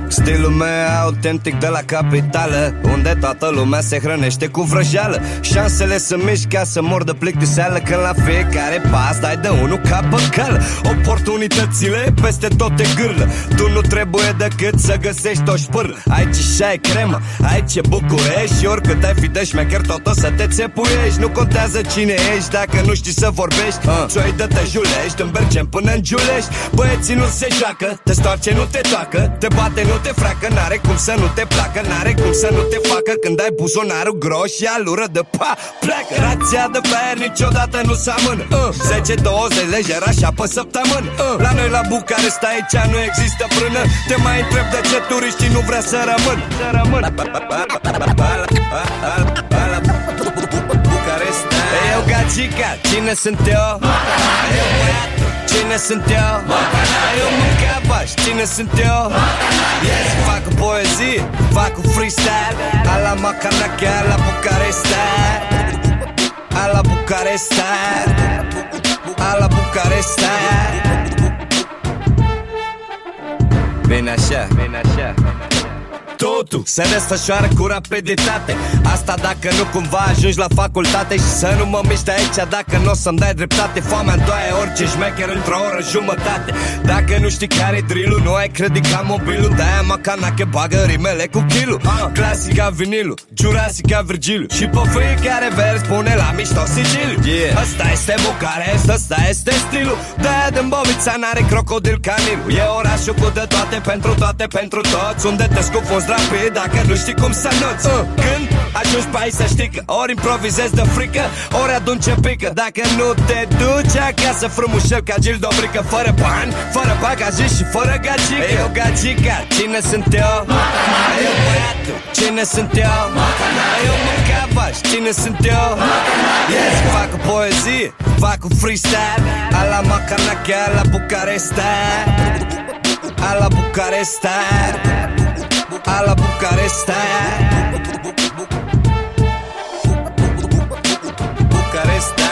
Stilul meu autentic de la capitală Unde toată lumea se hrănește cu vrăjeală Șansele sunt mici ca să mor de plictiseală Că la fiecare pas dai de unul ca pe cală Oportunitățile peste tot te gârlă Tu nu trebuie decât să găsești o șpârlă Aici și aia e cremă, aici e București Și oricât ai fi de șmecher tot o să te țepuiești Nu contează cine ești dacă nu știi să vorbești Țoi de te julești, îmbercem până în giulești Băieții nu se joacă, te stoarce, nu te toacă Te bate, nu te fracă, n-are cum să nu te placă N-are cum să nu te facă când ai buzonarul gros și alură de pa Pleacă, rația de fer niciodată nu seamănă uh. 10-20 lejer așa pe săptămână uh. La noi la Bucarest aici nu există frână Te mai întreb de ce turiștii nu vrea să rămân Să rămân Bucarest Eu gagica, cine sunt eu? Eu băiatul, cine sunt eu? Eu mâncavaș, cine sunt eu? Yes, fac poezii, fac freestyle Ala Macanache, ala Bucarest Ala Bucarest Ala Bucarest Bine așa, bine așa totul Se desfășoară cu rapiditate Asta dacă nu cumva ajungi la facultate Și să nu mă miști de aici dacă nu o să-mi dai dreptate Foamea doaie orice șmecher într-o oră jumătate Dacă nu știi care drillul Nu ai crede ca mobilul De-aia macanache bagă rimele cu kilul Clasica vinilul, Jurassica Virgiliu Și pe fiecare vers pune la mișto sigiliu yeah. Asta este Bucarest, asta este stilul De-aia Dâmbovița n-are crocodil canil E orașul cu de toate, pentru toate, pentru toți Unde te scufunzi rapid dacă nu știi cum să nuți uh. Când ajungi pe aici să știi că Ori improvizezi de frică, ori adunci în pică Dacă nu te duci acasă frumușel ca Gil Dobrică Fără bani, fără bagaje și fără gagică Eu gagica, cine sunt eu? Eu băiatul, cine sunt eu? Eu mâncavaș, cine sunt eu? Yes, fac o poezie, fac un freestyle Ala Macanache, ala Bucaresta alla Bucaresta alla Bucaresta Bucaresta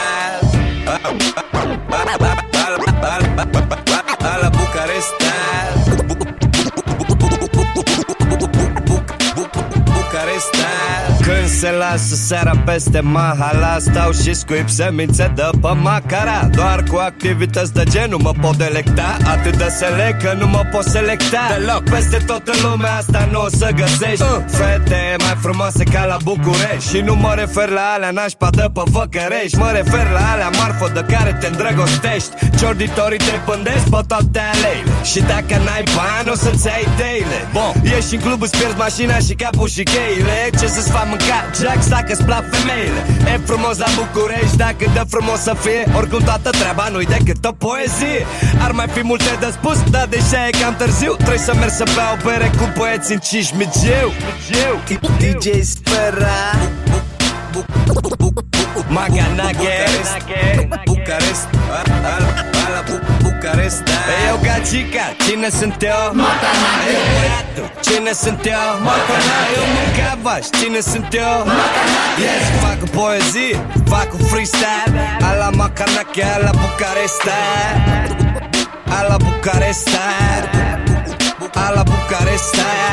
alla Bucaresta Bucaresta Când se lasă seara peste mahala Stau și scuip semințe de pe macara Doar cu activități de genul mă pot delecta Atât de select că nu mă pot selecta Deloc Peste tot în lumea asta nu o să găsești uh. Fete mai frumoase ca la București Și nu mă refer la alea nașpa de pe Văcărești Mă refer la alea marfă de care te îndrăgostești Ciorditorii te pândesc pe toate aleile Și dacă n-ai bani o să-ți ai ideile Bun, ieși în club, îți pierzi mașina și capul și cheile Ce să-ți fac mânca Jax dacă-ți plac femeile E frumos la București dacă dă frumos să fie Oricum toată treaba nu-i decât o poezie Ar mai fi multe de spus, dar deja e cam târziu Trebuie să merg să beau bere cu băieți în cismigiu DJ Spera Maganage Bucarest Ala Bucarest Eu gagica, cine sunt eu? Eu băiatul, cine sunt eu? Eu mâncavaș, cine sunt eu? Yes, fac o poezie, fac un freestyle Ala Macanache, ala Bucarest Ala Bucarest Ala Bucarest